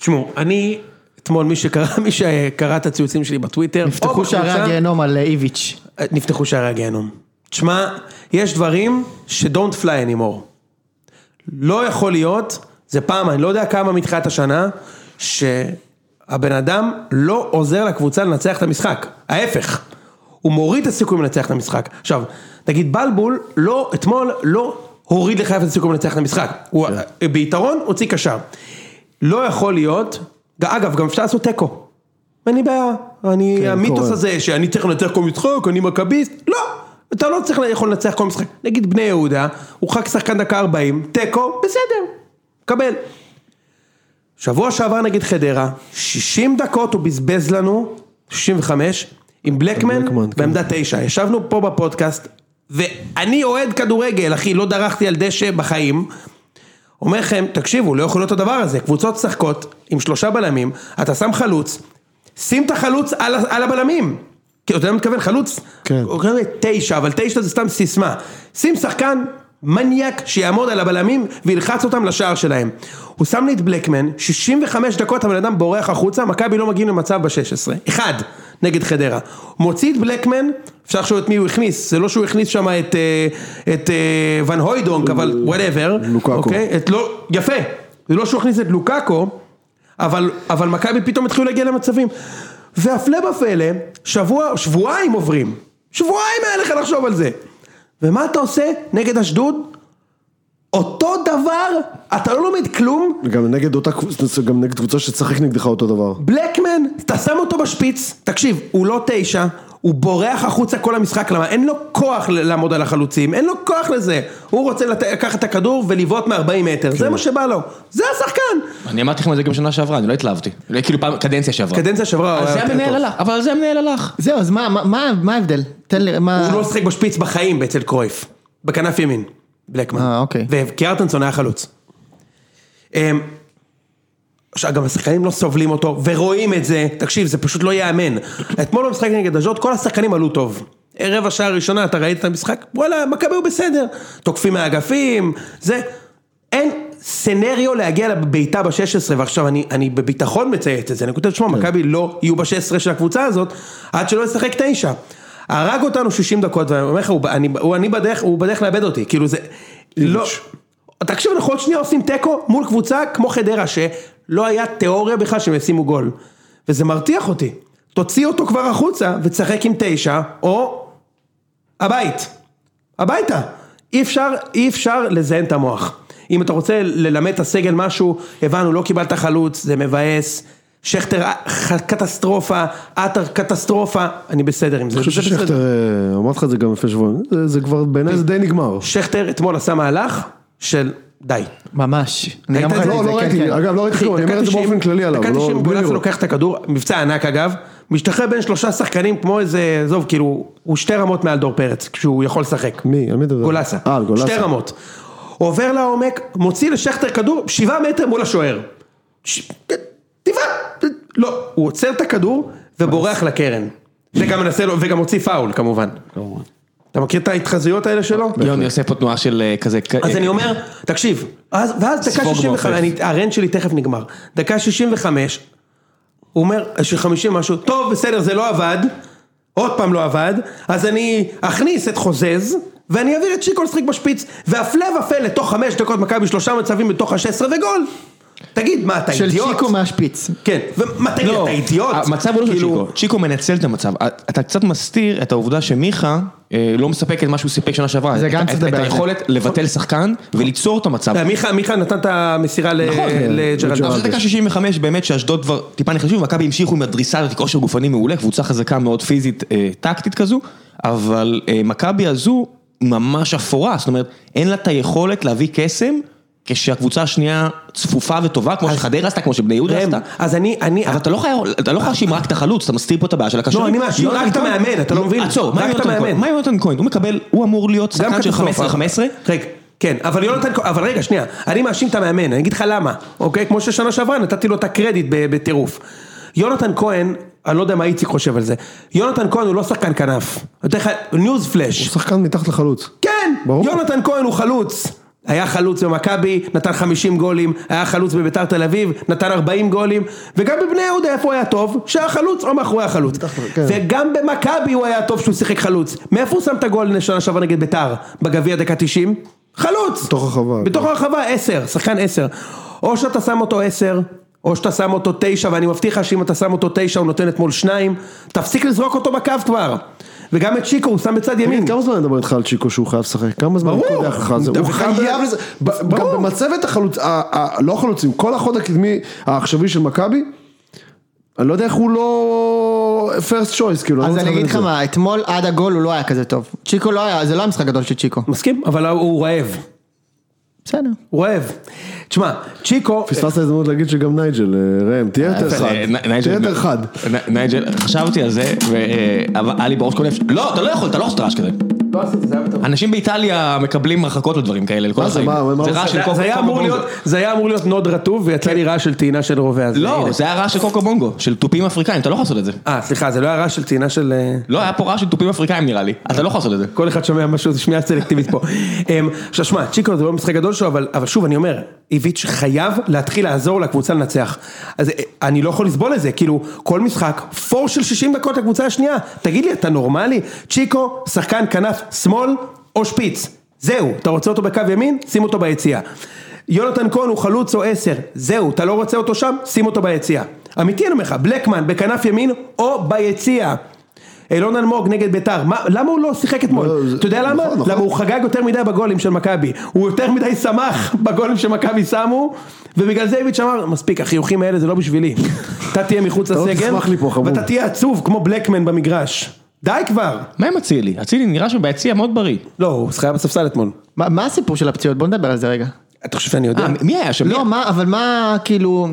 Speaker 1: תשמעו, אני, אתמול מי שקרא, מי שקרא את הציוצים שלי בטוויטר, או
Speaker 4: פתחו שערי
Speaker 1: בקבוצה,
Speaker 4: הגיהנום על אה, איביץ'.
Speaker 1: נפתחו שערי הגיהנום. תשמע, יש דברים ש-don't fly anymore. לא יכול להיות, זה פעם, אני לא יודע כמה מתחילת השנה, שהבן אדם לא עוזר לקבוצה לנצח את המשחק. ההפך. הוא מוריד את הסיכויים לנצח את המשחק. עכשיו, נגיד בלבול, לא, אתמול לא הוריד לחיפה את הסיכויים לנצח את המשחק. הוא ביתרון, הוציא קשר. לא יכול להיות, אגב, גם אפשר לעשות תיקו. אין לי בעיה, אני, כן, המיתוס
Speaker 3: קורה.
Speaker 1: הזה שאני צריך לנצח כל משחק, אני מכביסט, לא, אתה לא צריך, יכול לנצח כל משחק. נגיד בני יהודה, הורחק שחקן דקה 40, תיקו, בסדר, קבל. שבוע שעבר נגד חדרה, 60 דקות הוא בזבז לנו, 65, עם בלקמן,
Speaker 3: בלקמן, כן.
Speaker 1: בעמדה 9. ישבנו פה בפודקאסט, ואני אוהד כדורגל, אחי, לא דרכתי על דשא בחיים. אומר לכם, תקשיבו, לא יכול להיות הדבר הזה, קבוצות משחקות עם שלושה בלמים, אתה שם חלוץ, שים את החלוץ על, ה- על הבלמים. כאילו, אתה יודע מה מתכוון? חלוץ?
Speaker 3: כן.
Speaker 1: הוא קורא לזה תשע, אבל תשע זה סתם סיסמה. שים שחקן מניאק שיעמוד על הבלמים וילחץ אותם לשער שלהם. הוא שם לי את בלקמן, 65 דקות הבן אדם בורח החוצה, מכבי לא מגיעים למצב ב-16. אחד, נגד חדרה. מוציא את בלקמן, אפשר לחשוב את מי הוא הכניס, זה לא שהוא הכניס שם את, אה, את אה, ון הוידונק, אבל וואטאבר.
Speaker 3: אה, לוקקו.
Speaker 1: את לא, יפה, זה לא שהוא הכניס את לוקאקו, אבל, אבל מכבי פתאום התחילו להגיע למצבים. והפלא ופלא, שבוע, שבועיים עוברים. שבועיים היה לך לחשוב על זה. ומה אתה עושה נגד אשדוד? אותו דבר, אתה לא לומד כלום,
Speaker 3: גם נגד אותה קבוצה, גם נגד קבוצה שתשחק נגדך אותו דבר.
Speaker 1: בלקמן, אתה שם אותו בשפיץ, תקשיב, הוא לא תשע, הוא בורח החוצה כל המשחק, למה? אין לו כוח ל- לעמוד על החלוצים, אין לו כוח לזה. הוא רוצה לת- לקחת את הכדור ולבעוט מ-40 מטר, זה מה שבא לו. זה השחקן!
Speaker 2: אני אמרתי לכם את זה גם שנה שעברה, אני לא התלהבתי. לא, כאילו פעם, קדנציה שעברה.
Speaker 1: קדנציה שעברה הוא
Speaker 2: על זה
Speaker 1: יותר
Speaker 2: המנהל
Speaker 1: אוקיי, טוב.
Speaker 2: הלך, אבל על זה המנהל הלך.
Speaker 4: זהו, אז מה- מה- מה מה ההבדל? תן לי, מה...
Speaker 1: הוא לא שיחק בשפיץ בחיים אצל קרויף, בכנף ימין, בלקמן.
Speaker 4: אה, אוקיי.
Speaker 1: וקיארטנסון היה חלוץ. אמ, עכשיו גם השחקנים לא סובלים אותו, ורואים את זה, תקשיב, זה פשוט לא ייאמן. אתמול במשחק נגד אשדוד, כל השחקנים עלו טוב. רבע שעה ראשונה, אתה ראית את המשחק, וואלה, מכבי הוא בסדר. תוקפים מהאגפים, זה, אין, סנריו להגיע לבעיטה ב-16, ועכשיו אני, אני בביטחון מציית את זה, אני כותב, שמע, מכבי לא יהיו ב-16 של הקבוצה הזאת, עד שלא ישחק תשע. הרג אותנו 60 דקות, ואני אומר לך, הוא, ב- אני, הוא, אני בדרך, הוא בדרך לאבד אותי, כאילו זה, לא, תקשיב, אנחנו עוד שנייה עושים תיקו מול קבוצה כמו חדרה, שלא היה תיאוריה בכלל שהם ישימו גול, וזה מרתיח אותי. תוציא אותו כבר החוצה, ותשחק עם תשע, או הבית. הביתה. אי אפשר, אי אפשר לזיין את המוח. אם אתה רוצה ללמד את הסגל משהו, הבנו, לא קיבלת חלוץ, זה מבאס. שכטר אה, ח- קטסטרופה, עטר קטסטרופה, אני בסדר עם זה.
Speaker 3: אני חושב
Speaker 1: זה בסדר.
Speaker 3: ששכטר, אה, אמרתי לך את זה גם לפני שבועיים, זה- זה כבר, בעיניי זה די נגמר.
Speaker 1: שכטר אתמול עשה מהלך של די.
Speaker 4: ממש. אני גם
Speaker 1: ראית את
Speaker 4: ראיתי
Speaker 1: זה?
Speaker 3: לא,
Speaker 4: את זה,
Speaker 3: לא
Speaker 4: כן,
Speaker 3: ראיתי,
Speaker 4: כן.
Speaker 3: אגב, לא ראיתי כלום, אני אומר את זה באופן כללי עליו,
Speaker 1: דקה
Speaker 3: לא-
Speaker 1: 90
Speaker 3: בלי
Speaker 1: גולסה
Speaker 3: לראות.
Speaker 1: לוקח את הכדור, מבצע ענק אגב, משתחרר בין שלושה שחקנים כמו איזה, עזוב, כאילו, הוא שתי רמות מעל דור פרץ, כשהוא יכול לשחק.
Speaker 3: מי? על מי אתה מדבר?
Speaker 1: גולסה.
Speaker 3: אה, על גולסה.
Speaker 1: שתי רמות. עובר לעומק, מוציא לשכטר כדור, שבעה מטר מול השוער. ש- טבעה. לא, הוא עוצר את הכדור ובורח לקרן. וגם מנסה לו, וגם הוציא פאול כמובן. אתה מכיר את ההתחזויות האלה שלו?
Speaker 2: יוני עושה פה תנועה של אה, כזה,
Speaker 1: אז אני אומר, תקשיב, אז, ואז דקה
Speaker 2: ספוג
Speaker 1: 65, אני, הרנט שלי תכף נגמר, דקה 65, הוא אומר, של 50 משהו, טוב בסדר זה לא עבד, עוד פעם לא עבד, אז אני אכניס את חוזז, ואני אעביר את שיקו לשחק בשפיץ, והפלא ופלא, לתוך חמש דקות מכבי שלושה מצבים בתוך ה-16 וגול. תגיד, מה אתה
Speaker 4: של
Speaker 1: אידיוט?
Speaker 4: שיקו מהשפיץ.
Speaker 1: כן, ומה תגיד,
Speaker 2: לא,
Speaker 1: אתה אידיוט?
Speaker 2: המצב הוא לא של
Speaker 1: כאילו,
Speaker 2: צ'יקו, צ'יקו מנצל את המצב, אה, אתה קצת מסתיר את העובדה שמיכה אה, לא מספק את מה שהוא סיפק שנה שעברה,
Speaker 4: זה גם
Speaker 2: את-
Speaker 4: צריך
Speaker 2: את-
Speaker 4: לדבר
Speaker 2: את
Speaker 4: על זה.
Speaker 2: היכולת לבטל שחקן וליצור את המצב.
Speaker 1: אה, מיכה, מיכה נתן את המסירה ל-
Speaker 2: נכון, אבל
Speaker 1: לג'רלדש.
Speaker 2: זה דקה 65 באמת שאשדוד כבר טיפה נחלשו, ומכבי המשיכו עם הדריסה הזאת, כושר גופני מעולה, קבוצה חזקה מאוד פיזית, אה, טקטית כזו, אבל אה, מכבי הזו ממש אפורה, זאת אומרת, אין לה את היכולת להביא קסם, כשהקבוצה השנייה צפופה וטובה, כמו שחדרה עשתה, כמו שבני יהודה
Speaker 1: ראם,
Speaker 2: עשתה.
Speaker 1: אז אני, אני,
Speaker 2: אבל אתה לא חייב, אתה לא יכול להאשים רק את החלוץ, אתה מסתיר פה את הבעיה של הקשרים.
Speaker 1: לא, אני מאשים
Speaker 2: יונתן
Speaker 1: רק את
Speaker 2: כהן-
Speaker 1: המאמן, אתה לא מבין.
Speaker 2: עצור, מה
Speaker 1: רק
Speaker 2: עם
Speaker 1: את
Speaker 2: יונתן
Speaker 1: המאמן.
Speaker 2: כהן? מה עם יונתן כהן? הוא מקבל, הוא אמור להיות שחקן של
Speaker 1: קטסטרופה.
Speaker 2: 15-15?
Speaker 1: רגע, כן, אבל יונתן, כהן- אבל רגע, שנייה, אני מאשים את המאמן, אני אגיד לך למה, אוקיי? כמו ששנה שעברה נתתי לו את הקרדיט ב- בטירוף. יונתן כהן, אני לא יודע מה איציק חושב על זה, יונתן כהן הוא לא שחקן כנף, אני נותן לך ניוז
Speaker 3: הוא
Speaker 1: פלאש,
Speaker 3: שחקן מתחת לחלוץ.
Speaker 1: כן,
Speaker 3: ברור.
Speaker 1: יונתן כהן הוא חלוץ. היה חלוץ במכבי, נתן 50 גולים, היה חלוץ בביתר תל אביב, נתן 40 גולים, וגם בבני יהודה איפה הוא היה טוב? שהיה חלוץ או מאחורי החלוץ.
Speaker 3: כן.
Speaker 1: וגם במכבי הוא היה טוב שהוא שיחק חלוץ. מאיפה הוא שם את הגול שנה שעברה נגד ביתר? בגביע דקה 90? חלוץ!
Speaker 3: בתוך הרחבה. כן.
Speaker 1: בתוך הרחבה 10, שחקן 10. או שאתה שם אותו 10, או שאתה שם אותו 9, ואני מבטיח לך שאם אתה שם אותו 9 הוא נותן אתמול 2, תפסיק לזרוק אותו בקו כבר. וגם את שיקו הוא שם בצד ימין.
Speaker 3: תגיד, כמה זמן אני מדבר איתך על צ'יקו שהוא חייב לשחק? כמה זמן
Speaker 1: ברור.
Speaker 3: אני קודח לך על זה?
Speaker 1: אתה
Speaker 3: הוא
Speaker 1: בכלל
Speaker 3: חייב
Speaker 1: ב-
Speaker 3: לזה, ב- גם
Speaker 1: ברור.
Speaker 3: במצבת החלוץ, ה- ה- לא החלוצים, כל החוד הקדמי העכשווי של מכבי, אני לא יודע איך הוא לא first choice, כאילו,
Speaker 4: אז
Speaker 3: לא
Speaker 4: אני
Speaker 3: מצליח
Speaker 4: אגיד לך
Speaker 3: להבין את
Speaker 4: מה, אתמול עד הגול הוא לא היה כזה טוב. צ'יקו לא היה, זה לא המשחק הגדול של צ'יקו.
Speaker 1: מסכים, אבל הוא רעב,
Speaker 4: בסדר.
Speaker 1: הוא רעב. תשמע, צ'יקו,
Speaker 3: זה. פספסת הזדמנות להגיד שגם נייג'ל, אה, ראם, תהיה יותר חד,
Speaker 2: אה, נ-
Speaker 3: תהיה
Speaker 2: נייג'ל-
Speaker 3: יותר חד.
Speaker 2: נ- נייג'ל, חשבתי על זה, והיה לי בראש כל נפש, לא, אתה לא יכול, אתה לא עושה רעש כזה. אנשים באיטליה מקבלים הרחקות לדברים כאלה לכל
Speaker 3: מה זה,
Speaker 2: החיים.
Speaker 3: מה, מה
Speaker 2: זה
Speaker 3: הוא
Speaker 2: רעש
Speaker 3: עושה?
Speaker 2: של קוקו
Speaker 1: אה, זה היה כן. אמור
Speaker 2: בונגו.
Speaker 1: להיות- זה היה אמור להיות נוד רטוב ויצא לי רעש של טעינה של רובה. אז
Speaker 2: לא,
Speaker 1: הנה.
Speaker 2: זה היה רעש של קוקו בונגו, של תופים אפריקאים, אתה לא יכול לעשות את זה.
Speaker 1: אה, סליחה, זה לא היה רעש של טעינה של... אה,
Speaker 2: לא, היה פה רעש של תופים אפריקאים נראה לי, אתה לא יכול לעשות את זה.
Speaker 1: כל אחד שומע משהו, זה שמיעה סלקטיבית פה. אמ, עכשיו שמע, צ'יקו זה לא משחק גדול שלו, אבל, אבל שוב אני אומר, איביץ' חייב להתחיל לעזור לקבוצה לנצח. אז אה, אני לא יכול לסבול את זה, כאילו, כל משחק, פור של 60 דקות לקבוצה השנייה, תגיד לי, אתה נורמלי? צ'יקו, שחקן כנף שמאל או שפיץ, זהו, אתה רוצה אותו בקו ימין? שים אותו ביציאה. יונתן כהן הוא חלוץ או עשר, זהו, אתה לא רוצה אותו שם? שים אותו ביציאה. אמיתי אני אומר לך, בלקמן בכנף ימין או ביציאה. אילון אלמוג נגד ביתר, מה- למה הוא לא שיחק
Speaker 3: לא,
Speaker 1: אתמול?
Speaker 3: זה-
Speaker 1: אתה יודע למה?
Speaker 3: נכון, נכון.
Speaker 1: למה הוא חגג יותר מדי בגולים של מכבי, הוא יותר מדי שמח בגולים שמכבי שמו, ובגלל זה איביץ' אמר, מספיק, החיוכים האלה זה לא בשבילי, אתה תהיה מחוץ
Speaker 3: לא
Speaker 1: לסגל,
Speaker 3: תשמח לי פה, חמוד."
Speaker 1: ואתה תהיה עצוב כמו בלקמן במגרש, די כבר,
Speaker 2: מה עם אצילי? אצילי נראה שהוא ביציע מאוד בריא.
Speaker 1: לא, הוא היה בספסל אתמול,
Speaker 4: מה מה הסיפור של הפציעות? בוא נדבר על זה רגע.
Speaker 1: אתה חושב שאני יודע?
Speaker 2: אה, מי היה שם?
Speaker 4: לא, מה, אבל מה, כאילו...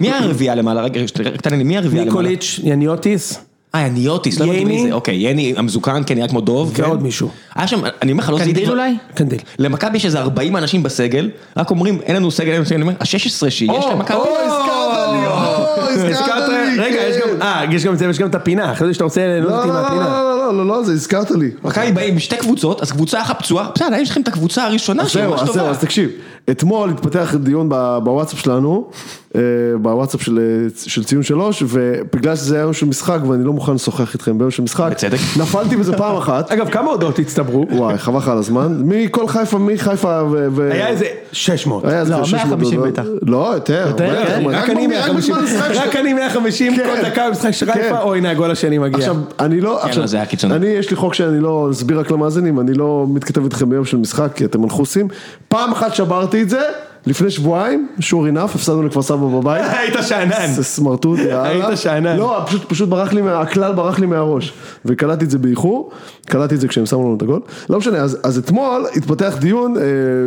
Speaker 2: מי היה הרביעייה למעלה? רגע, רגע, שנייה, רק תענה לי, מי הרביעייה למעלה?
Speaker 1: ניקוליץ', יניוטיס,
Speaker 2: אה, ניוטיס, לא הבנתי מי
Speaker 1: ייני.
Speaker 2: זה. אוקיי, יני המזוקן, כן, נראה כמו דוב. כן.
Speaker 1: ועוד מישהו.
Speaker 2: היה שם, אני אומר לך, לא זיהיתי
Speaker 4: קנדיל
Speaker 2: כבר-
Speaker 4: אולי?
Speaker 1: קנדיל.
Speaker 2: למכבי יש איזה 40 אנשים בסגל, רק אומרים, אין לנו סגל, אין לנו סגל, אני אומר, ה-16 שיש למכבי...
Speaker 3: או, לא, הזכרת לי, או, הזכרת לי,
Speaker 1: רגע, יש
Speaker 3: כן.
Speaker 1: גם, אה, יש גם את זה, ויש גם את הפינה, אחרי זה שאתה רוצה ליהנות
Speaker 3: לא,
Speaker 1: אותי
Speaker 3: לא, לא,
Speaker 1: מהפינה.
Speaker 3: לא, לא, לא, לא, לא, זה הזכרת לי.
Speaker 2: מכבי באים בשתי קבוצות, אז קבוצה אחת פצועה, בסדר, יש לכם את הקבוצה הראשונה
Speaker 3: אז
Speaker 4: אוקיי,
Speaker 2: שהיא
Speaker 3: זהו,
Speaker 2: ממש
Speaker 3: אז זהו,
Speaker 2: טובה.
Speaker 3: אז תקשיב, אתמול התפתח דיון ב- בוואטסאפ שלנו, אה, בוואטסאפ של- אה, של ציון שלוש, ובגלל שזה היה יום של משחק ואני לא מוכן לשוחח איתכם ביום של משחק,
Speaker 2: בצדק.
Speaker 3: נפלתי בזה פעם אחת,
Speaker 1: אגב, כמה הודעות הצטברו?
Speaker 3: וואי חבל לך על הזמן, מכל חיפה, מחיפה ו... ו-
Speaker 1: היה איזה 600.
Speaker 3: היה איזה
Speaker 4: לא,
Speaker 3: 600
Speaker 4: 150
Speaker 3: הודעות.
Speaker 4: בטח.
Speaker 3: לא, יותר,
Speaker 4: יותר,
Speaker 3: בטח,
Speaker 4: כן.
Speaker 1: רק
Speaker 3: רק
Speaker 1: אני
Speaker 3: במשחק
Speaker 1: 150,
Speaker 3: של-
Speaker 1: רק אני 150, כל דקה במשחק של
Speaker 3: כן.
Speaker 1: חיפה, אוי הנה הגול השני מגיע.
Speaker 3: עכשיו, אני לא, עכשיו,
Speaker 2: לא, זה היה קיצוני.
Speaker 3: אני, יש לי חוק שאני לא, נסביר רק למאזינים, אני לא מתכתב איתכם ביום של משחק, כי אתם מנחוסים. פעם אחת שברתי את זה, לפני שבועיים, sure enough, הפסדנו לכפר סבא בבית.
Speaker 1: היית שאנן.
Speaker 3: זה סמרטוט, יאללה.
Speaker 1: היית שאנן.
Speaker 3: לא, פשוט, פשוט ברח לי, מה- הכלל ברח לי מהראש. וקלטתי את זה באיחור, קלטתי את זה כשהם שמו לנו את הגול. לא משנה, אז, אז אתמול התפתח דיון אה,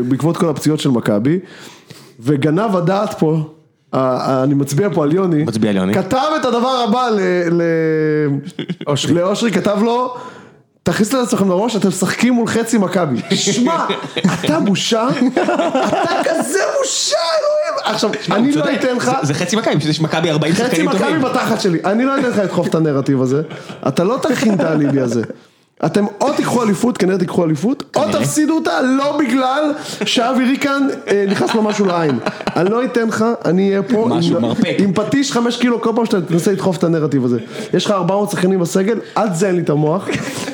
Speaker 3: בעקבות כל הפציעות של מכבי, וגנב הדעת פה, אה, אה, אני מצביע פה על יוני,
Speaker 2: מצביע על יוני.
Speaker 3: כתב את הדבר הבא ל... ל...
Speaker 1: אושרי.
Speaker 3: לאושרי, כתב לו, תכניס לעצמכם לראש, אתם משחקים מול חצי מכבי. שמע, אתה בושה, אתה כזה בושה, אלוהים. עכשיו, אני
Speaker 2: הוא
Speaker 3: לא
Speaker 2: צודק,
Speaker 3: אתן לך,
Speaker 2: זה- זה חצי מכבי, פשוט יש מכבי 40
Speaker 3: חצי
Speaker 2: שחקנים
Speaker 3: מכבי
Speaker 2: טובים.
Speaker 3: בתחת שלי, אני לא אתן לך לדחוף את הנרטיב הזה, אתה לא תכין את האליבי הזה. אתם או תיקחו אליפות, כנראה תיקחו אליפות, או תפסידו אותה, לא בגלל שאבי ריקן אה, נכנס לו משהו לעין. אני לא אתן לך, אני אהיה פה
Speaker 2: משהו,
Speaker 3: עם-
Speaker 2: מרפק.
Speaker 3: עם פטיש חמש קילו כל פעם שאתה תנסה לדחוף את הנרטיב הזה. יש לך 400 שחקנים בסגל, אל תזיין לי את המוח,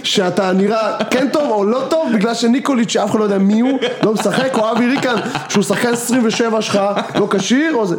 Speaker 3: שאתה נראה כן טוב או לא טוב, בגלל שניקוליץ' שאף אחד לא יודע מי הוא, לא משחק, או אבי ריקן, שהוא שחקן 27 שלך, לא כשיר, או זה...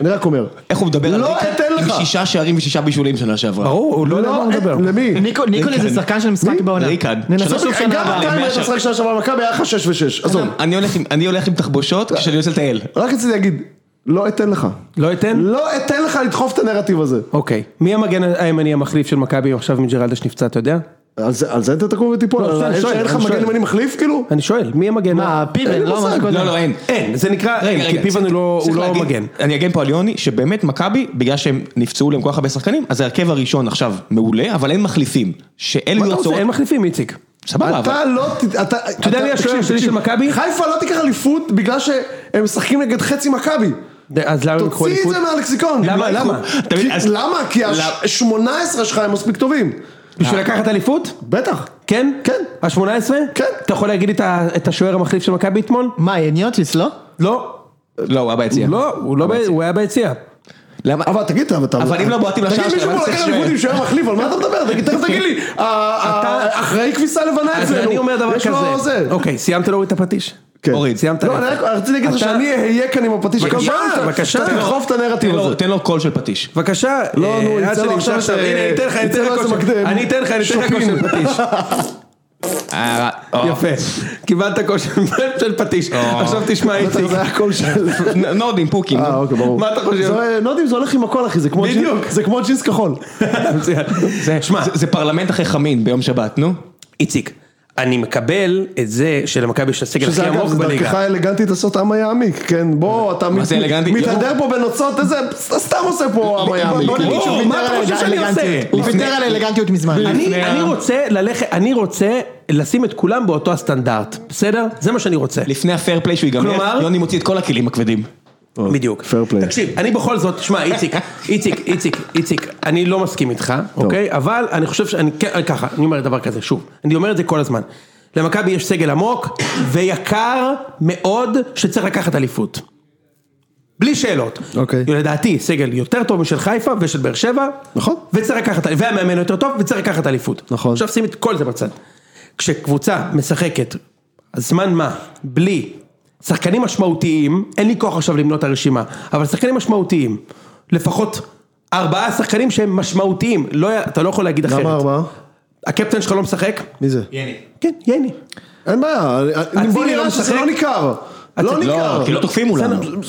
Speaker 3: אני רק אומר.
Speaker 2: איך הוא מדבר על
Speaker 3: לא
Speaker 2: ריקן?
Speaker 3: אתן לך.
Speaker 2: עם שישה שערים ושישה בישולים שנה שעברה.
Speaker 1: ברור, הוא לא יודע על
Speaker 3: אה,
Speaker 1: מה הוא מדבר.
Speaker 3: למי?
Speaker 4: ניקו- ניקולי זה שחקן של משחק בעונה.
Speaker 2: ריקן.
Speaker 4: ננסה
Speaker 2: שלוש
Speaker 4: שוב שנה
Speaker 3: לא גם אתה
Speaker 4: הבאה.
Speaker 3: אם היית
Speaker 2: מעכשיו.
Speaker 3: משחק שנה שעברה במכבי היה לך שש ושש, עזוב.
Speaker 2: אני הולך עם- אני הולך עם תחבושות כשאני יוצא לטייל.
Speaker 3: רק רציתי להגיד, לא אתן לך.
Speaker 1: לא אתן?
Speaker 3: לא אתן לך לדחוף את הנרטיב הזה.
Speaker 1: אוקיי. מי המגן הימני המחליף של מכבי עכשיו עם ג'רלדש נפצע, אתה יודע?
Speaker 3: על זה על זה אתה תקום ותיפול?
Speaker 1: לא,
Speaker 3: על
Speaker 1: סתם,
Speaker 3: זה
Speaker 1: שואל,
Speaker 3: שאין לך
Speaker 1: אני
Speaker 3: מגן
Speaker 1: שואל.
Speaker 3: ימני מחליף כאילו?
Speaker 1: אני שואל, מי המגן?
Speaker 4: מה,
Speaker 3: אין
Speaker 4: פיבן,
Speaker 3: לי
Speaker 4: לא
Speaker 3: מושג.
Speaker 4: משהו כזה.
Speaker 2: לא, לא, אין.
Speaker 1: אין, זה נקרא, אין, כי פיבן הוא לא- הוא
Speaker 2: צריך
Speaker 1: לא
Speaker 2: להגיד-
Speaker 1: מגן.
Speaker 2: אני אגן פה על יוני, שבאמת מכבי, בגלל שהם נפצעו להם כל כך הרבה שחקנים, אז ההרכב הראשון עכשיו מעולה, אבל אין מחליפים. שאלו
Speaker 1: מה אתה
Speaker 2: יוצאות...
Speaker 1: רוצה? אין מחליפים, איציק.
Speaker 2: סבבה, אבל...
Speaker 3: אתה לא, ת- אתה, אתה
Speaker 1: יודע מי השוער
Speaker 3: תקשיב,
Speaker 1: השני של
Speaker 3: תקשיב.
Speaker 1: מכבי?
Speaker 3: חיפה לא תיקח אליפות בגלל שהם משחקים נגד חצי מכבי.
Speaker 1: אז למה הם יקחו
Speaker 3: תוציא את
Speaker 1: אליפות?
Speaker 3: זה מהלקסיקון.
Speaker 1: למה,
Speaker 3: הם לא
Speaker 1: למה?
Speaker 3: יקחו.
Speaker 2: אתה מבין,
Speaker 3: כי-
Speaker 2: אז-
Speaker 3: למה? כי ה-18 שלך הם מספיק טובים.
Speaker 1: בשביל לקחת אליפות?
Speaker 3: בטח.
Speaker 1: כן?
Speaker 3: כן.
Speaker 1: ה-18?
Speaker 3: כן.
Speaker 1: אתה יכול להגיד לי את ה- את השוער המחליף של מכבי אתמול?
Speaker 4: מה, יניוטיס, לא?
Speaker 1: לא.
Speaker 2: לא, הוא היה ביציע.
Speaker 1: לא, הוא לא ב- הוא היה ביציע.
Speaker 2: למה?
Speaker 3: אבל תגיד, אתה... אתה-
Speaker 2: אבל אם לא בועטים לשער
Speaker 3: תגיד
Speaker 2: שלך,
Speaker 3: מישהו
Speaker 2: למה
Speaker 3: פה
Speaker 2: צריך
Speaker 3: לקח
Speaker 2: שוער?
Speaker 3: אליפות עם שוער מחליף, על מה אתה מדבר? תגיד, תכף תגיד לי, ה- ה- אחראי כביסה לבנה
Speaker 1: אז
Speaker 3: אצלנו.
Speaker 1: אני אומר דבר
Speaker 3: לא. יש לו
Speaker 1: כזה.
Speaker 3: זה.
Speaker 1: אוקיי, סיימת להוריד את הפטיש?
Speaker 3: כן.
Speaker 2: אוריד.
Speaker 1: סיימת?
Speaker 3: לא, אני רק רציתי להגיד לך
Speaker 1: אתה-
Speaker 3: שאני אהיה כאן עם הפטיש. כל
Speaker 1: בבקשה,
Speaker 3: פעם שאתה-
Speaker 1: בבקשה.
Speaker 3: שאתה תדחוף את הנרטיב
Speaker 2: תן לו-
Speaker 3: הזה.
Speaker 2: תן לו קול של פטיש.
Speaker 1: בבקשה,
Speaker 3: לא,
Speaker 1: אה,
Speaker 3: נו,
Speaker 1: עד
Speaker 3: יצא לו
Speaker 1: שאני
Speaker 3: עכשיו
Speaker 1: אמשוך
Speaker 3: ש-
Speaker 1: הנה, אני אתן לך, אני
Speaker 3: יצא
Speaker 1: אתן
Speaker 3: לו
Speaker 1: לך
Speaker 3: איזה
Speaker 1: כושר,
Speaker 3: מקדם.
Speaker 1: אני אתן לך, אני אתן לך כושר פטיש,
Speaker 2: אה, אה,
Speaker 1: יפה, קיבלת כושר של פטיש,
Speaker 2: אה.
Speaker 1: עכשיו תשמע איציק,
Speaker 3: זה היה הקול של...
Speaker 2: נ- נורדים, פוקים.
Speaker 3: אה, אוקיי, ברור.
Speaker 1: מה אתה חושב?
Speaker 3: זה- לא יודע אם זה הולך עם הכל, אחי, זה כמו
Speaker 1: בדיוק.
Speaker 3: ג'ינס- זה כמו ג'ינס כחול.
Speaker 1: מצוין.
Speaker 2: זה-
Speaker 1: שמע,
Speaker 2: זה- זה פרלמנט אחרי חמין ביום שבת, נו.
Speaker 1: איציק, אני מקבל את זה שלמכבי יש את הסגל הכי
Speaker 3: שזה אגב,
Speaker 1: עמוק
Speaker 3: זה דרכך
Speaker 1: בליגה,
Speaker 3: האלגנטית לעשות עם היה עמיק, כן? בוא, אתה מת-
Speaker 2: זה אלגנטי?
Speaker 3: מתהדר פה בנוצות, איזה... סתם עושה פה עם היה עמיק.
Speaker 4: בוא נגיד שהוא
Speaker 1: בוא, מה
Speaker 4: ויתר
Speaker 1: אתה
Speaker 4: על
Speaker 1: חושב שאני עושה?
Speaker 4: אלגנטיות. הוא ויתר על אלגנטיות מזמן.
Speaker 1: אני
Speaker 2: לפני ה-
Speaker 1: אני רוצה ללכת, אני רוצה לשים את כולם באותו הסטנדרט, בסדר? זה מה שאני רוצה,
Speaker 2: לפני הפייר פליי שהוא
Speaker 1: כלומר?
Speaker 2: ייגמר, יוני מוציא את כל הכלים הכבדים.
Speaker 3: לא.
Speaker 1: בדיוק.
Speaker 3: fair play.
Speaker 1: תקשיב, אני בכל זאת, שמע, איציק, איציק, איציק, איציק, אני לא מסכים איתך, אוקיי? אבל אני חושב שאני, כן, ככה, אני אומר דבר כזה, שוב, אני אומר את זה כל הזמן. למכבי יש סגל עמוק ויקר מאוד שצריך לקחת אליפות. בלי שאלות.
Speaker 3: אוקיי.
Speaker 1: לדעתי, סגל יותר טוב משל חיפה ושל באר שבע.
Speaker 3: נכון.
Speaker 1: וצריך לקחת, והמאמן יותר טוב, וצריך לקחת אליפות.
Speaker 3: נכון.
Speaker 1: עכשיו שים את כל זה בצד. כשקבוצה משחקת זמן מה, בלי שחקנים משמעותיים, אין לי כוח עכשיו למנות את הרשימה, אבל שחקנים משמעותיים, לפחות ארבעה שחקנים שהם משמעותיים, לא, אתה לא יכול להגיד אחרת.
Speaker 3: למה ארבעה?
Speaker 1: הקפטן שלך לא משחק?
Speaker 3: מי זה?
Speaker 1: כן, יני.
Speaker 3: אין בעיה, אני- בוא
Speaker 1: אצילי לא
Speaker 3: נראה שזה
Speaker 1: משחק?
Speaker 3: לא ניכר. לא
Speaker 1: אצילי-
Speaker 3: ניכר.
Speaker 2: כי לא תוקפים אולי.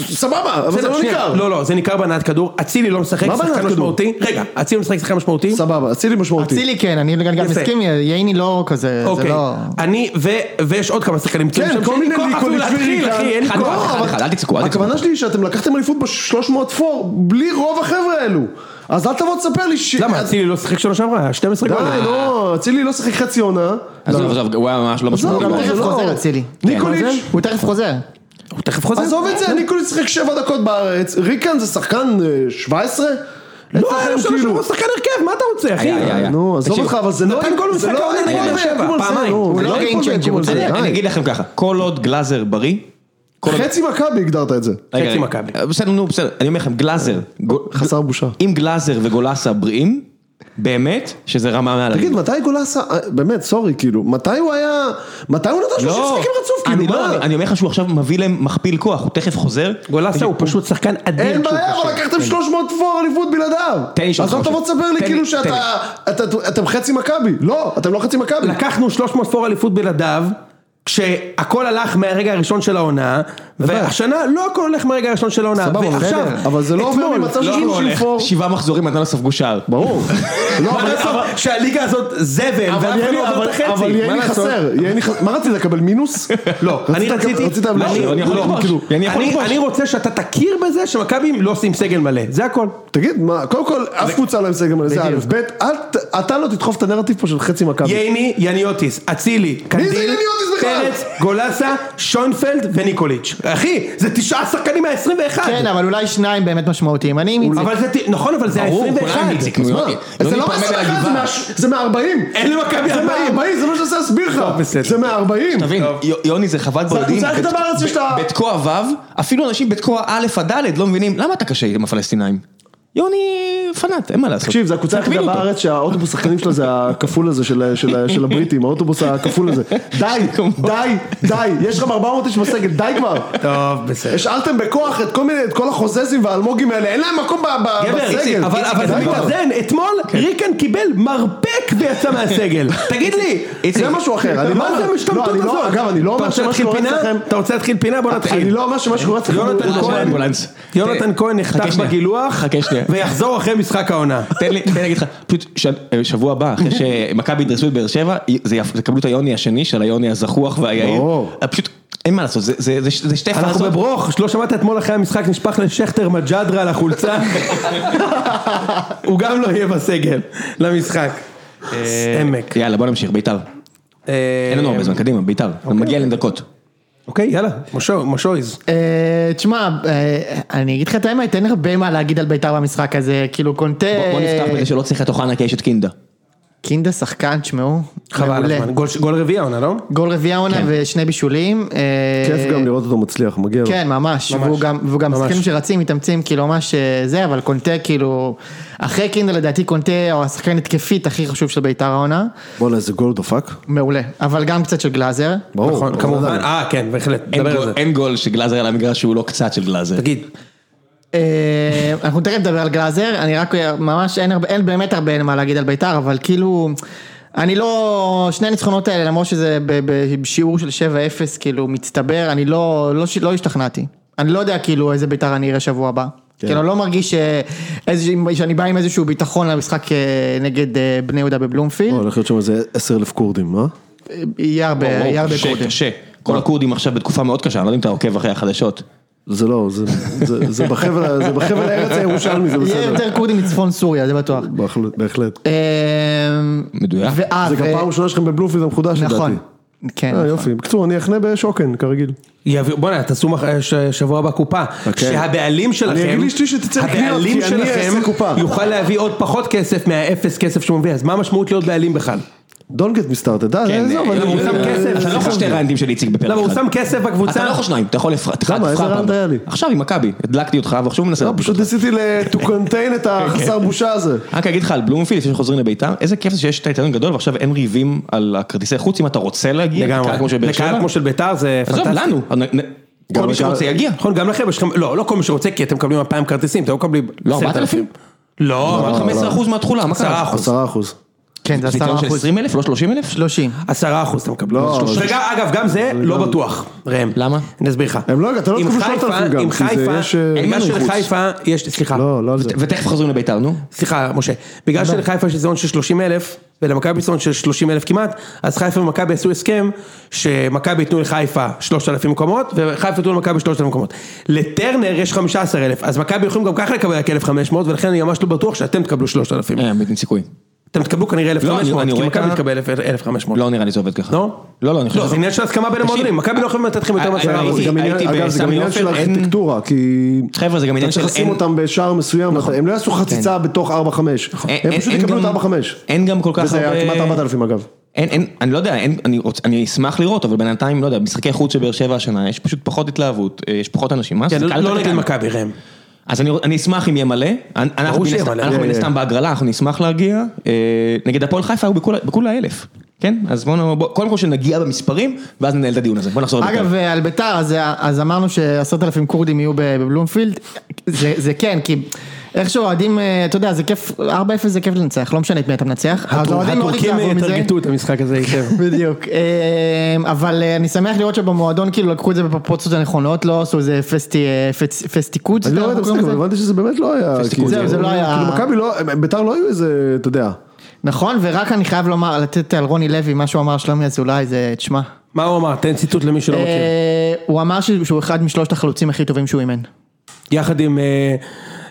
Speaker 3: סבבה, אבל זה
Speaker 1: בסדר,
Speaker 3: לא
Speaker 1: שנייה.
Speaker 3: ניכר.
Speaker 1: לא, לא, זה ניכר בהנעת כדור, אצילי לא משחק,
Speaker 3: מה בהנעת
Speaker 1: שחקן
Speaker 3: כדור?
Speaker 1: משמעותי, רגע, אצילי משחק שחקן משמעותי,
Speaker 3: סבבה, אצילי משמעותי.
Speaker 4: אצילי כן, אני גם
Speaker 1: יפה.
Speaker 4: מסכים, ייני לא כזה, זה
Speaker 1: אוקיי,
Speaker 4: לא...
Speaker 1: אני, ו- ויש עוד כמה שחקנים,
Speaker 3: כן,
Speaker 1: מצוינים שם,
Speaker 3: כל
Speaker 1: שאין לי
Speaker 3: מיני
Speaker 1: כוח אפילו
Speaker 3: ליקולים
Speaker 1: להתחיל,
Speaker 3: שביעי כאן.
Speaker 1: אחי, אין לי
Speaker 2: אחד,
Speaker 1: כוח.
Speaker 2: אחד, אחד, אחד, אל תצעקו, אל תצעקו.
Speaker 3: הכוונה שלי היא שאתם לקחתם אליפות ב-300 פור, בלי רוב החבר'ה האלו. אז אל תבוא תספר לי ש... אה,
Speaker 1: למה, אצילי לא שיחק שנה שעברה, 12 גול.
Speaker 3: די, נו, אצילי לא שיחק חצי עונה.
Speaker 2: לא עזוב, עזוב, הוא היה ממש לא
Speaker 3: עזוב,
Speaker 2: משמעותי.
Speaker 4: גם
Speaker 3: לא,
Speaker 4: תכף
Speaker 3: זה לא.
Speaker 4: חוזר, אצילי. כן.
Speaker 3: ניקוליץ'.
Speaker 4: הוא תכף חוזר.
Speaker 3: לא.
Speaker 1: הוא תכף חוזר.
Speaker 3: אה, עזוב את זה, ניקוליץ' שיחק 7 דקות בארץ, ריקן זה שחקן אה, 17?
Speaker 1: לא,
Speaker 3: אצלכם,
Speaker 1: היה לו שלוש
Speaker 3: כאילו.
Speaker 1: שלוש, הוא שחקן הרכב, מה אתה רוצה, אחי?
Speaker 2: היה, היה, היה.
Speaker 3: נו, עזוב
Speaker 2: תקשיב,
Speaker 3: אותך, אבל זה לא...
Speaker 1: נתן גול במשחק העונה נגד באר שבע, פעמיים.
Speaker 4: הוא לא game changer, הוא
Speaker 2: אני-
Speaker 4: צודק.
Speaker 2: אני אגיד לכם ככה, כל עוד גלאזר בריא, כל עוד-
Speaker 3: חצי מכבי הגדרת את זה.
Speaker 2: רגע,
Speaker 1: חצי
Speaker 2: רגע.
Speaker 1: מכבי.
Speaker 2: בסדר, נו, בסדר, אני אומר לכם, גלאזר. גו-
Speaker 3: אה, חסר בושה.
Speaker 2: אם גלאזר וגולסה בריאים, באמת, שזה רמה מעל.
Speaker 3: תגיד,
Speaker 2: הליגה.
Speaker 3: מתי גולסה, אה, באמת, סורי, כאילו, מתי הוא היה, מתי הוא נתן 30 משחקים רצוף, כאילו,
Speaker 2: אני לא,
Speaker 3: מה?
Speaker 2: אני- אני אומר לך שהוא עכשיו מביא להם מכפיל כוח, הוא תכף חוזר.
Speaker 1: גולסה הוא פשוט שחקן אדיר.
Speaker 3: אין
Speaker 1: כשהוא
Speaker 3: בעיה, אבל
Speaker 1: חושב.
Speaker 3: לקחתם 300 תפור אליפות בלעדיו.
Speaker 2: תן לי שם
Speaker 3: אז לא
Speaker 2: חושב.
Speaker 3: תבוא תספר
Speaker 2: תן
Speaker 3: לי
Speaker 2: לי,
Speaker 3: כאילו
Speaker 2: תן
Speaker 3: שאתה, אתה- אתם חצי מכבי. לא, אתם לא חצי מכבי.
Speaker 1: לקחנו 300 פור אליפות בלעדיו, כשהכל הלך מהרגע הראשון של העונה, והשנה לא הכל הולך מהרגע הראשון של העונה.
Speaker 3: סבבה, אבל
Speaker 1: ועכשיו,
Speaker 3: בסדר, אבל זה לא עובר
Speaker 1: אתמול,
Speaker 3: ממצב של
Speaker 1: לא,
Speaker 3: 30
Speaker 1: הולך.
Speaker 3: פור.
Speaker 2: שבעה מחזורים עדיין לא ספגו שער.
Speaker 3: ברור. לא,
Speaker 1: מה
Speaker 3: אבל- אבל-
Speaker 1: לעשות שהליגה הזאת זבל,
Speaker 3: אבל
Speaker 1: ואף אחד
Speaker 3: יהיה לי-
Speaker 1: לא עובר את
Speaker 3: אבל- אבל
Speaker 1: החצי,
Speaker 3: יהיה
Speaker 1: מה
Speaker 3: לי
Speaker 1: לעשות?
Speaker 3: חסר, יהיה לי חסר, מה רצית לקבל מינוס?
Speaker 1: לא, אני
Speaker 3: לקבל-
Speaker 1: רציתי,
Speaker 3: רצית
Speaker 1: לא,
Speaker 3: להמשיך?
Speaker 2: אני יכול
Speaker 1: לא,
Speaker 2: לכבוש.
Speaker 1: כאילו,
Speaker 2: אני יכול
Speaker 1: אני-
Speaker 2: לכבוש.
Speaker 1: אני רוצה שאתה תכיר בזה שמכבי לא עושים סגל מלא, זה הכל.
Speaker 3: תגיד, מה, קודם כל, אף קבוצה לא עם סגל מלא, זה א', ב', אל ת- אתה לא תדחוף את הנרטיב פה של חצי מכבי.
Speaker 1: ייני, יניוטיס, אצילי, קנדיל,
Speaker 3: יניוטיס בכלל?
Speaker 1: פרץ, גולסה, שוינפלד וניקוליץ'. אחי, זה תשעה שחקנים מה-21.
Speaker 4: כן, אבל אולי שניים באמת משמעותיים. אני עם איציק.
Speaker 3: לא-
Speaker 1: אבל זה, ת- נכון, אבל זה ה-21.
Speaker 2: כולם איציק, נו,
Speaker 3: מה?
Speaker 1: אוקיי,
Speaker 2: יוני.
Speaker 3: זה
Speaker 2: יוני
Speaker 3: לא
Speaker 2: פעמי
Speaker 3: מה-21, זה
Speaker 2: בלגבעה.
Speaker 3: מה- זה מה-40.
Speaker 1: אין למכבי
Speaker 3: זה
Speaker 1: 40.
Speaker 3: מה-40, זה מה שאני רוצה להסביר לך.
Speaker 1: טוב, בסדר.
Speaker 3: זה מה-40.
Speaker 2: תבין, יו- יוני זה חוות בודדים,
Speaker 3: הקבוצה היחידה בארץ שיש לה-
Speaker 2: בתקוע ו', אפילו אנשים בתקוע א' עד ד' לא מבינים, למה אתה קשה עם הפלסטינאים? יוני פנאט, אין מה לעשות.
Speaker 3: תקשיב, זו הקבוצה היחידה
Speaker 2: תקביל אותו.
Speaker 3: בארץ שהאוטובוס השחקנים שלה זה הכפול הזה של, ה- של, ה- של הבריטים, האוטובוס הכפול הזה. די, די, די, יש לכם 400 איש בסגל, די כבר.
Speaker 1: טוב, בסדר.
Speaker 3: השארתם בכוח את כל מיני, את כל החוזזים והאלמוגים האלה, אין להם מקום ב- ב-
Speaker 1: גבר, איציק,
Speaker 3: בסגל.
Speaker 1: אבל אבל זה
Speaker 3: די כבר.
Speaker 1: מתאזן, אתמול
Speaker 3: כן.
Speaker 1: ריקן קיבל מרפק ויצא מהסגל. תגיד לי,
Speaker 3: זה משהו אחר, אני
Speaker 1: מה
Speaker 3: לא-
Speaker 1: זה המשתמטות
Speaker 3: לא, אני לא-
Speaker 1: הזאת?
Speaker 3: אגב, אני לא
Speaker 1: אתה
Speaker 3: אומר
Speaker 1: רוצה
Speaker 3: שמה
Speaker 1: להתחיל
Speaker 3: שקורה
Speaker 1: פינה?
Speaker 3: אצלכם-
Speaker 1: אתה רוצה להתחיל פינה? בוא
Speaker 3: אני
Speaker 1: נתחיל.
Speaker 3: לא אומר שמה שקורה אצלכם
Speaker 1: יונתן
Speaker 3: הוא
Speaker 1: כהן.
Speaker 3: כהן.
Speaker 2: אמבולנס.
Speaker 1: יונתן כהן
Speaker 2: חכה
Speaker 1: נחתך
Speaker 2: שנייה.
Speaker 1: בגילוח,
Speaker 2: חכה שנייה.
Speaker 1: ויחזור אחרי משחק העונה.
Speaker 2: תן לי, תן לי להגיד לך, פשוט ש- שבוע הבא, אחרי שמכבי ידרסו את באר שבע, זה יפ- יקבלו את היוני השני של היוני הזחוח והיעיל. אה,
Speaker 3: ברור.
Speaker 2: פשוט, אין מה לעשות, זה- זה זה- זה שתי
Speaker 1: אנחנו
Speaker 2: פאזות.
Speaker 1: בברוך, לא שמעת אתמול אחרי המשחק, נשפך לשכטר מג'דרה על החולצה. הוא גם לא יהיה בסגל למשחק. עמק.
Speaker 2: יאללה, בוא נמשיך, ביתר. אה, אין
Speaker 3: אה,
Speaker 2: לנו הרבה זמן, קדימה, ביתר. מגיע להם דקות.
Speaker 1: אוקיי, יאללה, משו- משויז.
Speaker 4: אה, תשמע, אה, אני אגיד לך את האמת, אין הרבה מה להגיד על בית"ר במשחק הזה, כאילו קונטה...
Speaker 2: בוא בוא נפתח בזה שלא צריך את אוחנה כי יש את קינדה.
Speaker 4: קינדה שחקן, תשמעו.
Speaker 1: חבל על
Speaker 4: מעולה.
Speaker 1: הזמן. גול- גול רביעי העונה, לא?
Speaker 4: גול רביעי העונה ושני בישולים. אה,
Speaker 3: כיף גם לראות אותו מצליח, מגיע לו.
Speaker 4: כן, ממש,
Speaker 1: ממש.
Speaker 4: והוא גם, והוא גם
Speaker 1: ממש.
Speaker 4: שחקנים שרצים, מתאמצים, כאילו ממש אה, זה, אבל קונטה כאילו, אחרי קינדה לדעתי קונטה הוא השחקן התקפית הכי חשוב של בית"ר העונה,
Speaker 3: בואנה, איזה גול דופק.
Speaker 4: מעולה, אבל גם קצת של גלאזר,
Speaker 3: ברור.
Speaker 1: נכון,
Speaker 3: אבל
Speaker 1: כמובן.
Speaker 3: עדיין.
Speaker 1: אה, כן, בהחלט,
Speaker 2: אין
Speaker 1: נדבר על
Speaker 2: גול-
Speaker 1: זה.
Speaker 2: אין גול שגלאזר על המגרש שהוא לא קצת של גלאזר.
Speaker 1: תגיד,
Speaker 4: אה, אנחנו תכף נדבר על גלאזר, אני רק ממש, אין, הרבה, אין באמת הרבה מה להגיד על בית"ר, אבל כאילו, אני לא, שני הניצחונות האלה, למרות שזה ב- ב- בשיעור של 7-0, כאילו, מצטבר, אני לא, לא, ש- לא השתכנעתי. אני לא יודע כאילו איזה בית"ר אני אראה שבוע הבא. כן. כאילו, אני לא מרגיש ש... איזה... שאני בא עם איזשהו ביטחון למשחק אה, נגד אה, בני יהודה בבלומפילד,
Speaker 3: בוא, הולך להיות שם איזה עשר אלף כורדים, מה?
Speaker 4: יהיה
Speaker 1: אה,
Speaker 4: הרבה, יהיה הרבה
Speaker 2: קשה,
Speaker 4: קודם.
Speaker 2: קשה. כל הכורדים עכשיו בתקופה מאוד קשה, אני לא יודע אם אתה עוקב אחרי החדשות.
Speaker 3: זה לא, זה- זה- זה בחבל זה בחבל הארץ הירושלמי, זה
Speaker 4: יהיה
Speaker 3: בסדר.
Speaker 4: יותר כורדים מצפון סוריה, זה בטוח.
Speaker 3: בהחלט, בהחלט.
Speaker 4: אה,
Speaker 2: מדויק.
Speaker 4: ואה,
Speaker 3: זה גם
Speaker 4: ו-
Speaker 3: פעם ראשונה שלכם בבלומפילד המחודש לדעתי.
Speaker 4: אה, נכון. כן.
Speaker 3: אה,
Speaker 4: נכון.
Speaker 3: יופי. בקיצור, אני אחנה בשוקן, כרגיל.
Speaker 1: יביאו- בוא'נה, תעשו מח- אה, ש- שבוע הבא קופה. שהבעלים שלכם,
Speaker 3: אגיד לאשתי שתצא לקניות, כי
Speaker 1: הבעלים
Speaker 3: אני אעשה
Speaker 1: שלכם
Speaker 3: קופה.
Speaker 1: יוכל להביא עוד פחות כסף מהאפס כסף שהוא מביא, אז מה המשמעות להיות בעלים בכלל?
Speaker 3: Don't get me started,
Speaker 2: כן, אה,
Speaker 3: אה, עזוב, אני-
Speaker 1: למה הוא שם
Speaker 3: אה,
Speaker 1: כסף?
Speaker 2: אתה לא יכול שתי רנדים של איציק בפרק אחד.
Speaker 1: למה, הוא שם כסף בקבוצה?
Speaker 2: אתה לא יכול שניים, אתה יכול לפחד.
Speaker 3: למה? איזה רנד היה לי?
Speaker 2: עכשיו עם מכבי, הדלקתי אותך ועכשיו הוא מנסה.
Speaker 3: לא,
Speaker 2: להדליק
Speaker 3: פשוט
Speaker 2: אותך.
Speaker 3: ניסיתי ל-
Speaker 2: כן,
Speaker 3: to contain את החסר בושה הזה.
Speaker 2: רק אגיד לך על בלומפילד, לפני שחוזרים לביתר, איזה כיף זה שיש את היתרון גדול ועכשיו אין ריבים על הכרטיסי חוץ אם אתה רוצה להגיע. לקהל כמו של
Speaker 1: לגמרי.
Speaker 2: באר
Speaker 1: לקהל
Speaker 2: שבע.
Speaker 1: כמו של ביתר זה
Speaker 2: עזוב,
Speaker 1: פנטסטי.
Speaker 2: לנו. כל מי שרוצה יגיע.
Speaker 1: נכון, גם לכם יש לכם, לא, לא כל מי שרוצה, כי אתם מקבלים 2,000 כרטיסים, אתם לא מקבלים...
Speaker 2: לא,
Speaker 1: 10,000.
Speaker 2: 4,000?
Speaker 1: לא,
Speaker 2: 15% מהתחולה, מה קרה?
Speaker 1: 10%.
Speaker 3: עשרה אחוז.
Speaker 4: כן, זה
Speaker 2: זה
Speaker 4: עשרה
Speaker 2: יתרון של
Speaker 4: אחוז.
Speaker 2: 20 אלף, לא 30 אלף?
Speaker 4: 30.
Speaker 1: 10% אתה מקבל.
Speaker 3: לא,
Speaker 1: שלושה. וגם, אגב, גם זה לא בטוח, ראם.
Speaker 2: למה?
Speaker 1: אני אסביר לך.
Speaker 3: הם לא- אתה לא
Speaker 1: עם
Speaker 3: תקבלו
Speaker 1: חיפה-
Speaker 3: 3,000 גם,
Speaker 1: עם
Speaker 3: כי זה
Speaker 1: חיפה,
Speaker 3: יש, אה, אין
Speaker 1: בגלל
Speaker 3: לנו חוץ.
Speaker 1: שלחיפה יש,
Speaker 4: אה.
Speaker 1: סליחה,
Speaker 3: לא, לא על זה.
Speaker 2: ותכף חוזרים לביתר, נו.
Speaker 1: סליחה, משה. בגלל
Speaker 2: לא.
Speaker 1: שלחיפה יש זיון של 30 אלף, ולמכבי יש זיון של 30 אלף כמעט, אז חיפה ומכבי עשו הסכם שמכבי ייתנו לחיפה 3,000 מקומות, וחיפה ייתנו למכבי 3,000 מקומות. לטרנר יש 15 אלף, אז מכבי יכולים גם ככה לקבל רק 1,500, ולכן אני ממש לא בטוח שאתם תקבלו 3,000.
Speaker 2: אין, אין סיכוי.
Speaker 1: אתם תקבלו כנראה
Speaker 2: אה. לא, אני-
Speaker 1: 1,500,
Speaker 2: אני
Speaker 1: כי
Speaker 2: רואה
Speaker 1: מכבי
Speaker 2: כאן-
Speaker 1: תקבל 1,500.
Speaker 2: לא נראה לי זה עובד ככה.
Speaker 1: לא?
Speaker 2: לא, לא, אני חושב...
Speaker 1: לא, זה עניין של הסכמה בין
Speaker 2: תקשיב, אה,
Speaker 1: המועדונים, מכבי לא יכולים לתת לכם יותר
Speaker 2: הייתי-
Speaker 1: מעשרה אחוז.
Speaker 3: זה גם עניין-
Speaker 2: הייתי
Speaker 3: אגב, זה גם
Speaker 2: בסמי
Speaker 3: עניין
Speaker 2: עופר,
Speaker 3: של
Speaker 2: אין-
Speaker 3: ארכיטקטורה, כי...
Speaker 2: חבר'ה, זה גם עניין של...
Speaker 3: צריך לשים
Speaker 2: אין-
Speaker 3: אותם בשער מסוים, אתה- הם לא יעשו חציצה בתוך 4-5,
Speaker 2: נכון. אין-
Speaker 3: הם פשוט
Speaker 2: אין
Speaker 3: יקבלו
Speaker 2: גם-
Speaker 3: את 4-5,
Speaker 2: אין גם כל כך
Speaker 3: וזה
Speaker 2: הרבה...
Speaker 3: היה כמעט 4,000 אגב.
Speaker 2: אין, אין, אני לא יודע, אין, אני, רוצ, אני אשמח לראות, אבל בינתיים, לא יודע, משחקי חוץ של באר שבע השנה, יש פשוט פחות התלהבות, אה, יש פחות אנשים, מה
Speaker 1: כן,
Speaker 2: זה קל
Speaker 1: לא
Speaker 2: לתקן.
Speaker 1: נגד מכבי ראם.
Speaker 2: אז אני, אני אשמח אם יהיה מלא, אנ- אנחנו מן
Speaker 1: שיהיה
Speaker 2: הסתם-
Speaker 1: מלא,
Speaker 2: אנחנו
Speaker 3: יהיה,
Speaker 2: מן
Speaker 3: יהיה.
Speaker 2: הסתם בהגרלה, אנחנו נשמח להגיע, אה, נגד הפועל חיפה היו בכולה- בכולה אלף, כן? אז בואו, בוא, קודם כל שנגיע במספרים, ואז ננהל את הדיון הזה, בואו נחזור לבית"ר.
Speaker 4: אגב, אה, על ביתר, אז, אז אמרנו שעשרת אלפים כורדים יהיו בבלומפילד, זה, זה כן, כי איך שאוהדים, אה, אתה יודע, זה כיף, 4-0 זה כיף לנצח, לא משנה את מי אתה מנצח,
Speaker 2: אה,
Speaker 4: אז האוהדים מאוד
Speaker 1: הטורקים
Speaker 4: התלהבו מזה.
Speaker 1: יטרגטו את המשחק הזה היטב.
Speaker 4: בדיוק, אה, אבל אה, אני שמח לראות שבמועדון כאילו לקחו את זה בפרופורציות הנכונות, לא עשו איזה פסטי, אה, פצ- פסטיקוץ,
Speaker 3: אני לא
Speaker 4: אנחנו
Speaker 3: רואה את המשחק,
Speaker 4: קוראים
Speaker 3: אבל
Speaker 4: לזה?
Speaker 3: הבנתי שזה באמת לא היה, כאילו,
Speaker 4: זהו, זה לא היה-
Speaker 3: כאילו, מכבי לא, ביתר לא היו איזה, אתה יודע,
Speaker 4: נכון, ורק אני חייב לומר, לתת על רוני לוי, מה שהוא אמר על שלומי אזולאי, זה, תשמע,
Speaker 1: מה הוא אמר? תן ציטוט למי שלא לא מכיר.
Speaker 4: אה, הוא אמר שהוא שהוא אחד משלושת החלוצים הכי טובים שהוא אימן.
Speaker 1: יחד עם, אה,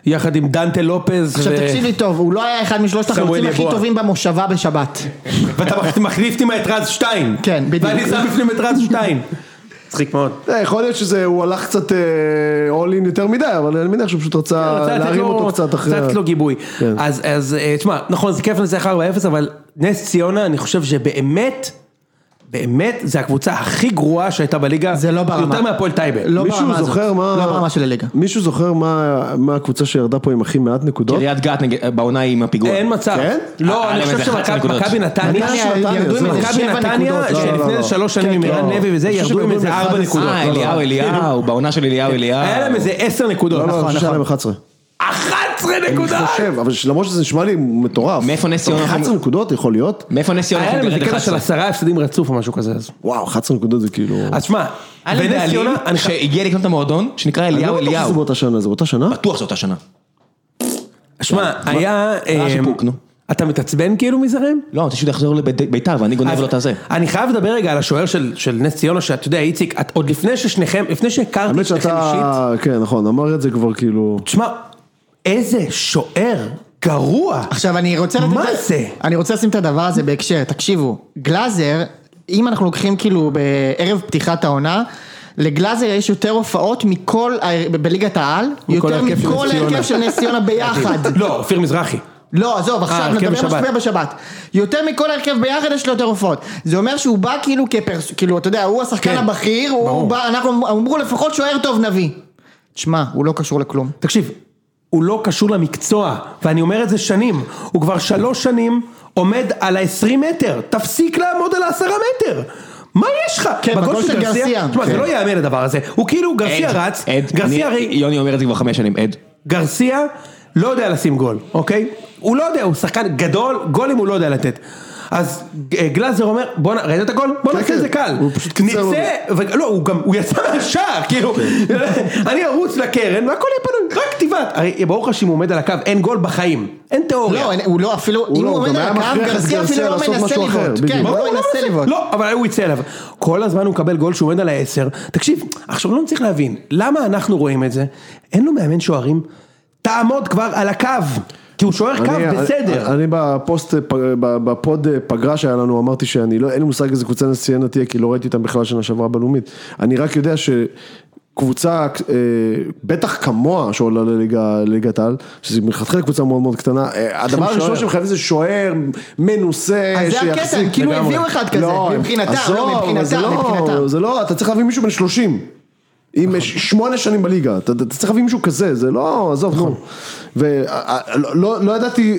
Speaker 1: יחד עם דנטה לופז.
Speaker 4: עכשיו
Speaker 1: ו-
Speaker 4: תקשיב לי טוב, הוא לא היה אחד משלושת
Speaker 1: סמואל
Speaker 4: החלוצים הכי
Speaker 1: יבוע.
Speaker 4: טובים במושבה בשבת.
Speaker 1: ואתה מח- מחליף אותי מהטרז 2.
Speaker 4: כן, בדיוק.
Speaker 1: ואני שם בפנים מטרז 2. מצחיק מאוד.
Speaker 3: אה, יכול להיות שזה, הוא הלך קצת אול אין יותר מדי, אבל אני מניח שהוא פשוט רצה
Speaker 1: כן, רצה לא, לתת
Speaker 3: להרים
Speaker 1: לו-
Speaker 3: אותו קצת אחרי,
Speaker 1: רצה לתת לו גיבוי.
Speaker 3: כן.
Speaker 1: אז, אז אה, תשמע, נכון, זה כיף לנצח 4-0, אבל נס ציונה, אני חושב שבאמת, באמת, זה הקבוצה הכי גרועה שהייתה בליגה.
Speaker 4: זה לא ברמה.
Speaker 1: יותר מהפועל טייבה.
Speaker 4: לא
Speaker 3: מישהו
Speaker 4: ברמה הזאת.
Speaker 3: זוכר מה,
Speaker 4: לא ברמה של הליגה.
Speaker 3: מישהו זוכר מה מה הקבוצה שירדה פה עם הכי מעט נקודות?
Speaker 2: קריית גת נגד- בעונה עם הפיגוע.
Speaker 1: אין מצב.
Speaker 3: כן?
Speaker 1: לא,
Speaker 2: אה,
Speaker 1: אני
Speaker 2: אה,
Speaker 1: חושב
Speaker 2: זה 11
Speaker 1: שמכבי
Speaker 2: נקודות.
Speaker 1: מכבי נתניה,
Speaker 3: נתניה,
Speaker 4: ירדו עם
Speaker 3: עזוב.
Speaker 4: איזה
Speaker 1: מכבי
Speaker 4: שבע
Speaker 1: נתניה,
Speaker 4: נקודות. לא, לא,
Speaker 1: שלפני
Speaker 4: לא.
Speaker 1: איזה שלוש שנים
Speaker 4: כן,
Speaker 1: עם
Speaker 4: כן.
Speaker 1: ערן לוי וזה,
Speaker 3: אני חושב
Speaker 1: ירדו עם
Speaker 3: שירדו
Speaker 1: איזה
Speaker 3: עם
Speaker 1: ארבע
Speaker 3: 11.
Speaker 1: נקודות.
Speaker 4: לא,
Speaker 2: אה, אליהו, אליהו, בעונה של אליהו, אליהו.
Speaker 1: לא. כן. היה להם איזה עשר נקודות.
Speaker 3: לא, לא, אני
Speaker 1: נכון,
Speaker 3: חושב שהיה
Speaker 1: נכון.
Speaker 3: להם 11.
Speaker 1: 11
Speaker 3: אני
Speaker 1: נקודות!
Speaker 3: חושב, אבל למרות שזה נשמע לי מטורף.
Speaker 2: מאיפה נס ציונה?
Speaker 3: 11 נקודות יכול להיות?
Speaker 2: מאיפה נס ציונה
Speaker 1: היה
Speaker 2: יכולים
Speaker 1: להם איזה
Speaker 2: לרדת
Speaker 1: קטע של
Speaker 2: 11?
Speaker 1: עשרה הפסדים רצוף או משהו כזה. אז-
Speaker 3: וואו, 11 נקודות זה כאילו...
Speaker 1: אז שמע,
Speaker 2: היה להם
Speaker 1: בנס
Speaker 2: בעלים
Speaker 1: ציונה, אני חי-
Speaker 2: שהגיע לקנות את המועדון, שנקרא
Speaker 3: אני
Speaker 2: אליהו
Speaker 3: לא בטוח
Speaker 2: אליהו.
Speaker 3: שזה באותה שנה, זה באותה שנה?
Speaker 2: בטוח זו אותה שנה.
Speaker 1: שמע, היה...
Speaker 2: היה
Speaker 1: אמ,
Speaker 2: שיפוק, נו.
Speaker 1: אתה מתעצבן כאילו מזה ראם?
Speaker 2: לא, אני רוצה שהוא יחזור לביתר ואני גונב לו את הזה.
Speaker 1: אני חייב לדבר רגע על השוער של של נס ציונה, שאתה יודע, איציק, את- עוד לפני ששניכם, לפני שהכרתי
Speaker 3: האמת
Speaker 1: את שניכם אישית,
Speaker 3: שאתה... כן, נכון, אמר את זה כבר כאילו...
Speaker 1: תשמע, איזה שוער גרוע.
Speaker 4: עכשיו אני רוצה לתת...
Speaker 1: מה זה?
Speaker 4: אני רוצה לשים את הדבר הזה בהקשר, תקשיבו, גלאזר, אם אנחנו לוקחים כאילו בערב פתיחת העונה, לגלאזר יש יותר הופעות מכל, ה- בליגת העל,
Speaker 1: מכל
Speaker 4: יותר
Speaker 1: ההרכב של
Speaker 4: מכל
Speaker 1: נס
Speaker 4: ההרכב
Speaker 1: ציונה.
Speaker 4: של נס ציונה ביחד.
Speaker 1: לא, אופיר מזרחי.
Speaker 4: לא, עזוב, עכשיו
Speaker 1: ההרכב
Speaker 4: נדבר על מה
Speaker 1: אה, בשבת.
Speaker 4: שקורה בשבת. יותר מכל ההרכב ביחד יש לו יותר הופעות. זה אומר שהוא בא כאילו כפרס... כאילו, אתה יודע, הוא השחקן
Speaker 1: כן,
Speaker 4: הבכיר, הוא
Speaker 1: ברור.
Speaker 4: בא, אנחנו אמ- אמרו לפחות שוער טוב נביא. תשמע, הוא לא קשור לכלום.
Speaker 1: תקשיב, הוא לא קשור למקצוע, ואני אומר את זה שנים. הוא כבר שלוש שנים עומד על ה-20 מטר, תפסיק לעמוד על ה-10 מטר. מה יש לך?
Speaker 4: כן, בגול של גרסיה.
Speaker 1: תשמע, זה
Speaker 4: כן.
Speaker 1: לא ייאמן הדבר הזה. הוא כאילו, גרסיה
Speaker 2: עד,
Speaker 1: רץ,
Speaker 2: עד,
Speaker 1: גרסיה
Speaker 2: אני-
Speaker 1: הרי...
Speaker 2: יוני אומר את זה כבר חמש שנים, עד.
Speaker 1: גרסיה לא יודע לשים גול, אוקיי? הוא לא יודע, הוא שחקן גדול, גולים הוא לא יודע לתת. אז אה, גלאזר אומר, בוא נ... ראית את הגול? בוא
Speaker 3: כן,
Speaker 1: נעשה את זה
Speaker 3: כן.
Speaker 1: קל.
Speaker 3: הוא פשוט קיצר לו. כן.
Speaker 1: נצא, ו... לא, הוא גם, הוא יצא מהשער, כאילו, אני ארוץ לקרן והכל יהיה פנוי, רק טבעת. הרי ברור לך שאם הוא עומד על הקו, אין גול בחיים, אין תיאוריה.
Speaker 4: לא, אין- הוא לא, אפילו, אם
Speaker 3: לא, הוא
Speaker 4: הוא עומד
Speaker 3: גם
Speaker 4: על
Speaker 3: היה
Speaker 4: הקו,
Speaker 3: מכריח את
Speaker 4: גרסיה אפילו
Speaker 3: גרסיה
Speaker 4: לא
Speaker 3: לעשות
Speaker 4: מנסה
Speaker 3: משהו אחר,
Speaker 4: לבעוט.
Speaker 3: בדיוק.
Speaker 4: כן, הוא
Speaker 1: ברור,
Speaker 4: לא מנסה
Speaker 1: עושה.
Speaker 4: לבעוט.
Speaker 1: לא, אבל הוא יצא אליו. כל הזמן הוא מקבל גול שהוא עומד על העשר. תקשיב, עכשיו לא צריך להבין, למה אנחנו רואים את זה? אין לו מאמן שוערים, תעמוד כבר על הקו. כי הוא שוער קו,
Speaker 3: אני-
Speaker 1: בסדר.
Speaker 3: אני בפוסט, אה, פ- ב- בפוד אה, פגרה שהיה לנו, אמרתי שאני לא, אין לי מושג איזה קבוצה נס ציונה תהיה, כי לא ראיתי אותם בכלל שנה שעברה בלאומית. אני רק יודע שקבוצה, אה, בטח כמוה שעולה לליגה- לליגת העל, שזה מלכתחילה קבוצה מאוד מאוד קטנה, אה, הדבר הראשון
Speaker 1: שוער.
Speaker 3: שהם חייבים זה שוער מנוסה,
Speaker 1: לא,
Speaker 4: אז זה הקטע, הם כאילו
Speaker 3: לגמרי.
Speaker 4: הביאו אחד כזה,
Speaker 3: לא, הם-
Speaker 4: מבחינתם, לא,
Speaker 3: עזוב,
Speaker 4: מבחינתם,
Speaker 3: זה לא-
Speaker 4: מבחינתם. נכון.
Speaker 3: זה לא, אתה צריך להביא מישהו בן 30. עם ש- שמונה שנים בליגה, אתה, אתה צריך להביא מישהו כזה, זה לא, עזוב,
Speaker 4: נכון.
Speaker 3: נו. ולא לא, לא ידעתי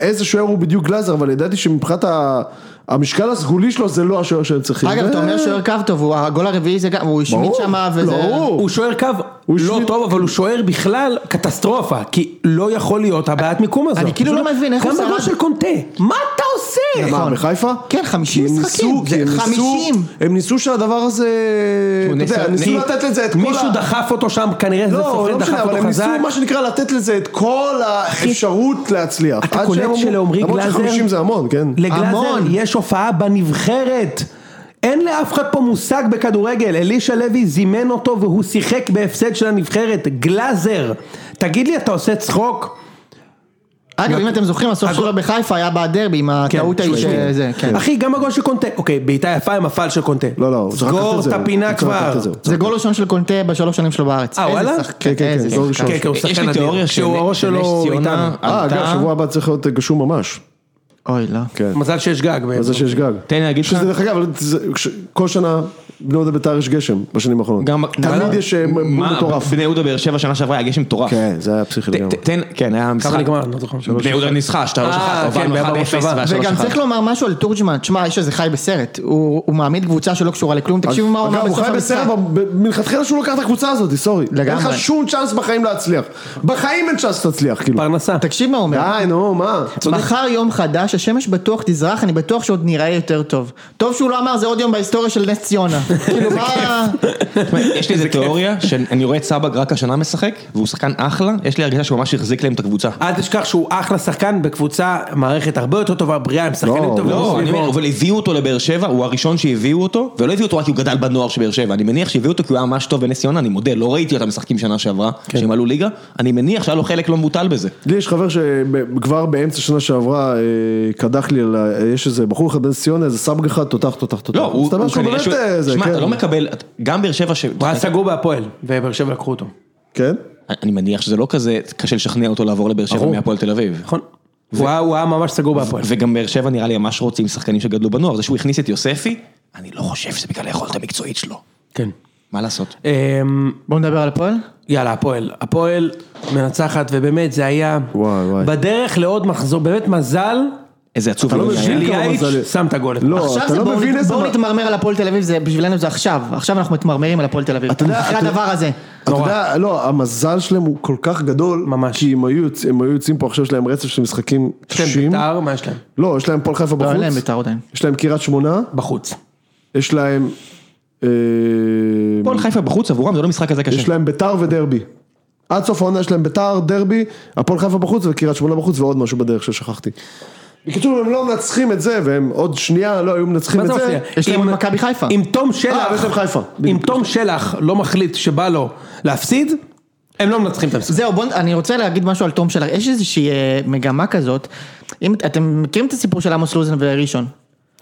Speaker 3: איזה שוער הוא בדיוק גלאזר, אבל ידעתי שמבחינת ה, המשקל הסגולי שלו זה לא השוער שהם צריכים.
Speaker 4: אגב,
Speaker 3: ו-
Speaker 4: אתה אומר שוער קו טוב, הוא- הגול הרביעי זה גם, הוא השמיט
Speaker 3: ברור, לא,
Speaker 4: שם וזה...
Speaker 3: ברור.
Speaker 1: הוא שוער קו
Speaker 3: הוא
Speaker 1: לא
Speaker 3: שוער-
Speaker 1: טוב, אבל הוא שוער בכלל קטסטרופה, כי לא יכול להיות הבעיית מיקום הזאת.
Speaker 4: אני כאילו
Speaker 1: פשוט
Speaker 4: לא מבין איך הוא
Speaker 1: גם בגול
Speaker 4: שרד.
Speaker 1: של קונטה, מה אתה עושה?
Speaker 3: מה, בחיפה?
Speaker 4: כן, 50
Speaker 3: כי הם
Speaker 4: משחקים,
Speaker 3: ניסו-
Speaker 4: זה
Speaker 3: כי הם ניסו-
Speaker 4: 50.
Speaker 3: הם ניסו שהדבר הזה, אתה יודע,
Speaker 2: ניסה-
Speaker 3: ניסו
Speaker 2: נ-
Speaker 3: לתת לזה את כל ה...
Speaker 1: מישהו דחף אותו שם, כנראה זה
Speaker 3: לא,
Speaker 1: סוכן
Speaker 3: לא
Speaker 1: דחף
Speaker 3: משנה, אבל
Speaker 1: אותו
Speaker 3: הם ניסו
Speaker 1: חזק.
Speaker 3: מה שנקרא לתת לזה את כל האפשרות להצליח.
Speaker 1: אתה
Speaker 3: עד
Speaker 1: קולט
Speaker 3: שהם אמרו-
Speaker 1: שלעומרי
Speaker 3: למרות
Speaker 1: גלאזר-
Speaker 3: שחמישים זה המון, כן.
Speaker 1: לגלאזר
Speaker 4: המון.
Speaker 1: יש הופעה בנבחרת. אין לאף אחד פה מושג בכדורגל, אלישע לוי זימן אותו והוא שיחק בהפסד של הנבחרת, גלאזר. תגיד לי, אתה עושה צחוק?
Speaker 4: אגב, אם אתם זוכרים, הסוף
Speaker 1: הגול-
Speaker 4: שלו בחיפה היה בדרבי עם
Speaker 1: כן,
Speaker 4: הטעות ההיא
Speaker 1: שהוא
Speaker 2: אה,
Speaker 1: השמיט.
Speaker 4: שזה, כן.
Speaker 1: אחי, גם הגול של קונטה, אוקיי, בעיטה יפה עם הפעל של קונטה.
Speaker 3: לא, לא, הוא צריך לקחת
Speaker 1: סגור
Speaker 3: את
Speaker 1: את
Speaker 3: זה, הוא
Speaker 1: הפינה
Speaker 3: צריך לקחת
Speaker 1: כבר.
Speaker 3: את זה.
Speaker 4: זה גול ראשון של קונטה בשלוש שנים שלו בארץ.
Speaker 1: אה,
Speaker 4: איזה
Speaker 1: וואלה?
Speaker 4: שחקן,
Speaker 3: כן, כן,
Speaker 4: איזה
Speaker 3: כן, גול
Speaker 4: שחקן.
Speaker 3: ראשון.
Speaker 1: כן, כן, הוא
Speaker 2: יש
Speaker 1: שחקן
Speaker 2: לי
Speaker 1: אדיר.
Speaker 2: תיאוריה
Speaker 1: שהוא
Speaker 2: שנ-
Speaker 1: הראש
Speaker 2: שנס
Speaker 1: שלו
Speaker 2: ציונה
Speaker 1: איתנו.
Speaker 3: אה, אגב,
Speaker 2: עלתה-
Speaker 3: שבוע הבא צריך להיות גשום ממש.
Speaker 4: אוי, לא.
Speaker 3: כן.
Speaker 1: מזל שיש גג.
Speaker 3: מה זה שיש גג.
Speaker 2: תן לי להגיד לך.
Speaker 3: שזה דרך אגב, אבל זה- כש- כל שנה בני יהודה בית"ר יש גשם בשנים האחרונות.
Speaker 2: גם-
Speaker 3: תמיד יש אה, מ- מול
Speaker 2: מה,
Speaker 3: מטורף.
Speaker 2: בני יהודה באר שבע שנה שעברה היה גשם מטורף.
Speaker 3: כן, זה היה פסיכי
Speaker 2: ת-
Speaker 3: לגמרי.
Speaker 2: ת- תן, כן, היה משחק.
Speaker 1: נגמר? לא זוכר. שלוש
Speaker 2: בני יהודה ניסחה, שתיים
Speaker 1: אה,
Speaker 2: אחת,
Speaker 1: כן,
Speaker 2: הובלנו
Speaker 1: והיה
Speaker 2: 1-0
Speaker 1: במושבה.
Speaker 2: והיה
Speaker 4: וגם
Speaker 2: 3-1.
Speaker 4: צריך לומר משהו על תורג'מן, תשמע, האיש הזה חי בסרט, הוא הוא מעמיד קבוצה שלא קשורה לכלום, תקשיבו מה הוא
Speaker 3: אגב,
Speaker 4: אומר
Speaker 3: הוא
Speaker 4: בסוף
Speaker 3: חי בסרט,
Speaker 4: המשחק.
Speaker 3: אבל ב- מלכתחילה שהוא לקח את הקבוצה הזאת, סורי. אין
Speaker 4: לגמרי.
Speaker 3: לך שום צ'אנס בחיים להצליח. בחיים אין צ'אנס שתצליח, כאילו.
Speaker 1: פרנסה.
Speaker 4: תקשיב מה הוא אומר.
Speaker 3: די, נו, מה?
Speaker 4: מחר יום חדש, השמש בטוח תזרח, אני בטוח שעוד נראה יותר טוב. טוב שהוא לא אמר זה עוד יום בהיסטוריה של נס ציונה. כאילו מה...
Speaker 2: תשמע, יש לי איזה תיאוריה שאני רואה את סבג רק השנה משחק, והוא שחקן אחלה, יש לי הרגשה שהוא ממש החזיק להם את הקבוצה.
Speaker 3: לא,
Speaker 1: אל תשכח שהוא אחלה שחקן בקבוצה, מערכת הרבה יותר טובה, בריאה, עם שחקנים
Speaker 3: לא,
Speaker 1: טובים.
Speaker 2: לא, אני
Speaker 1: סביבו.
Speaker 2: אומר, אבל הביאו אותו לבאר שבע, הוא הראשון שהביאו אותו, ולא הביאו אותו רק כי הוא גדל בנוער של באר שבע, אני מניח שהביאו אותו כי הוא היה ממש טוב בנס ציונה, אני מודה, לא ראיתי אותם משחקים שנה שעברה,
Speaker 3: כן.
Speaker 2: שהם עלו ליגה, אני מניח שהיה לו חלק לא מבוטל בזה.
Speaker 3: לי יש חבר שכבר באמצע שנה שעברה אה, קדח לי על ה... יש איזה בחור אחד בנס ציונה, איזה סבג אחד, תותח, תותח, תותח.
Speaker 2: לא, הוא
Speaker 3: מסתבר
Speaker 2: הוא
Speaker 3: שהוא
Speaker 2: כנראה
Speaker 3: באמת
Speaker 2: שהוא...
Speaker 3: איזה,
Speaker 2: שמע,
Speaker 3: כן.
Speaker 2: אתה לא מקבל, גם באר שבע ש...
Speaker 1: הוא היה סגור בהפועל, ובאר שבע לקחו אותו.
Speaker 3: כן?
Speaker 2: אני מניח שזה לא כזה קשה לשכנע אותו לעבור לבאר שבע מהפועל תל אביב.
Speaker 1: נכון. הוא היה- הוא היה ממש סגור בהפועל.
Speaker 2: וגם באר שבע נראה לי ממש רוצים שחקנים שגדלו בנוער, זה שהוא הכניס את יוספי, אני לא חושב שזה בגלל היכולת המקצועית שלו.
Speaker 1: כן.
Speaker 2: מה לעשות?
Speaker 1: אמ,
Speaker 4: בואו נדבר על הפועל?
Speaker 1: יאללה, הפועל. הפועל מנצחת, ובאמת זה היה...
Speaker 3: וואי, וואי.
Speaker 1: בדרך לעוד מחזור, באמת מזל,
Speaker 2: איזה עצוב.
Speaker 3: אתה לא
Speaker 2: לי היה.
Speaker 3: מבין כמה
Speaker 1: שליאייץ'
Speaker 3: מזל-
Speaker 1: שם את הגול.
Speaker 3: לא,
Speaker 1: עכשיו,
Speaker 4: עכשיו זה
Speaker 3: לא
Speaker 4: בואו
Speaker 3: מבין
Speaker 4: נת-
Speaker 3: איזה
Speaker 4: בואו
Speaker 3: מה-
Speaker 4: נתמרמר על הפועל תל אביב, זה בשבילנו זה עכשיו, עכשיו אנחנו מתמרמרים על הפועל תל אביב.
Speaker 3: אתה יודע-
Speaker 4: אחרי
Speaker 3: אתה-
Speaker 4: הדבר הזה.
Speaker 3: אתה יודע, לא, המזל שלהם הוא כל כך גדול,
Speaker 1: ממש.
Speaker 3: כי אם היו, יוצ- הם היו יוצאים פה עכשיו, יש להם רצף של משחקים
Speaker 1: יש להם
Speaker 3: קשים.
Speaker 1: בית"ר, מה יש להם?
Speaker 3: לא, יש להם פועל חיפה
Speaker 4: לא, אין להם
Speaker 3: בחוץ,
Speaker 4: בית"ר עדיין.
Speaker 3: יש להם קריית שמונה,
Speaker 1: בחוץ.
Speaker 3: יש להם... אה,
Speaker 2: הפועל חיפה בחוץ עבורם זה לא משחק כזה
Speaker 3: יש
Speaker 2: קשה.
Speaker 3: להם ביתר ודרבי. עד סוף העונה יש להם ביתר, דרבי, הפועל חיפה בחוץ וקריית שמונה בחוץ ועוד משהו בדרך ששכחתי. בקיצור, הם לא מנצחים את זה, והם עוד שנייה לא היו מנצחים
Speaker 1: מה
Speaker 3: את
Speaker 1: זה
Speaker 3: זה.
Speaker 1: מפריע?
Speaker 4: יש להם
Speaker 1: אם-
Speaker 4: עוד מכבי חיפה.
Speaker 1: אם תום
Speaker 3: אה,
Speaker 1: שלח,
Speaker 3: ויש להם חיפה.
Speaker 1: אם תום שלח לא מחליט שבא לו להפסיד, הם לא מנצחים את המשחק.
Speaker 4: זהו, בוא, אני רוצה להגיד משהו על תום שלר. יש איזושהי אה, מגמה כזאת, אם אתם מכירים את הסיפור של עמוס לוזון וראשון.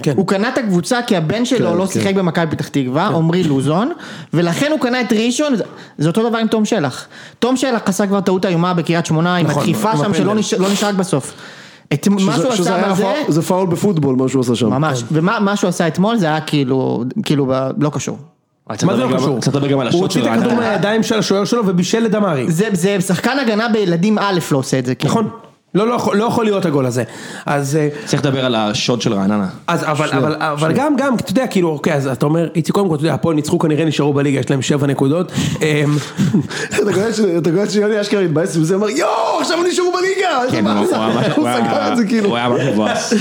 Speaker 1: כן.
Speaker 4: הוא קנה את הקבוצה כי הבן שלו
Speaker 3: כן,
Speaker 4: לא
Speaker 3: כן.
Speaker 4: שיחק במכבי פתח תקווה, עמרי לוזון, ולכן הוא קנה את ראשון, זה- זה אותו דבר עם תום שלח. תום שלח עשה כבר טעות איומה בקריית שמונה, עם
Speaker 1: נכון,
Speaker 4: הדחיפה
Speaker 1: עם
Speaker 4: שם שלא
Speaker 1: הפנדל.
Speaker 4: נשאר לא נשאר רק בסוף. את מה
Speaker 3: שזה-
Speaker 4: שהוא
Speaker 3: שזה
Speaker 4: עשה
Speaker 3: היה
Speaker 4: בזה,
Speaker 3: פאול- זה כן. פאול בפוטבול, מה שהוא עשה שם.
Speaker 4: ממש, ומה מה שהוא עשה אתמול זה היה כאילו, כאילו ב- לא קשור.
Speaker 1: מה זה לא קשור?
Speaker 2: צריך לדבר גם על
Speaker 1: הוא
Speaker 2: השוט אה.
Speaker 1: הוציא
Speaker 2: של
Speaker 1: את הכדור
Speaker 2: רעננה.
Speaker 1: מהידיים של השוער שלו ובישל את דמרי.
Speaker 4: זה, זה שחקן הגנה בילדים א' לא עושה את זה, כאילו.
Speaker 1: נכון. לא, לא, יכול- לא יכול להיות הגול הזה. אז, אה,
Speaker 2: צריך לדבר על השוד של רעננה.
Speaker 1: אז אבל, אבל, אבל גם, גם, אתה יודע, כאילו, אוקיי, אז אתה אומר, איציק, קודם כל, אתה יודע, הפועל ניצחו, כנראה נשארו בליגה, יש להם שבע נקודות. אמ,
Speaker 3: אתה קולט ש- אתה קולט שיוני אשכרה התבאס מזה, אמר יואו, עכשיו נשארו בליגה! איזה
Speaker 2: כן, הוא הוא
Speaker 3: באסה."
Speaker 2: היה ממש-
Speaker 3: הוא
Speaker 2: הוא היה-
Speaker 3: סגר את זה כאילו.
Speaker 2: הוא היה ממש מבואס.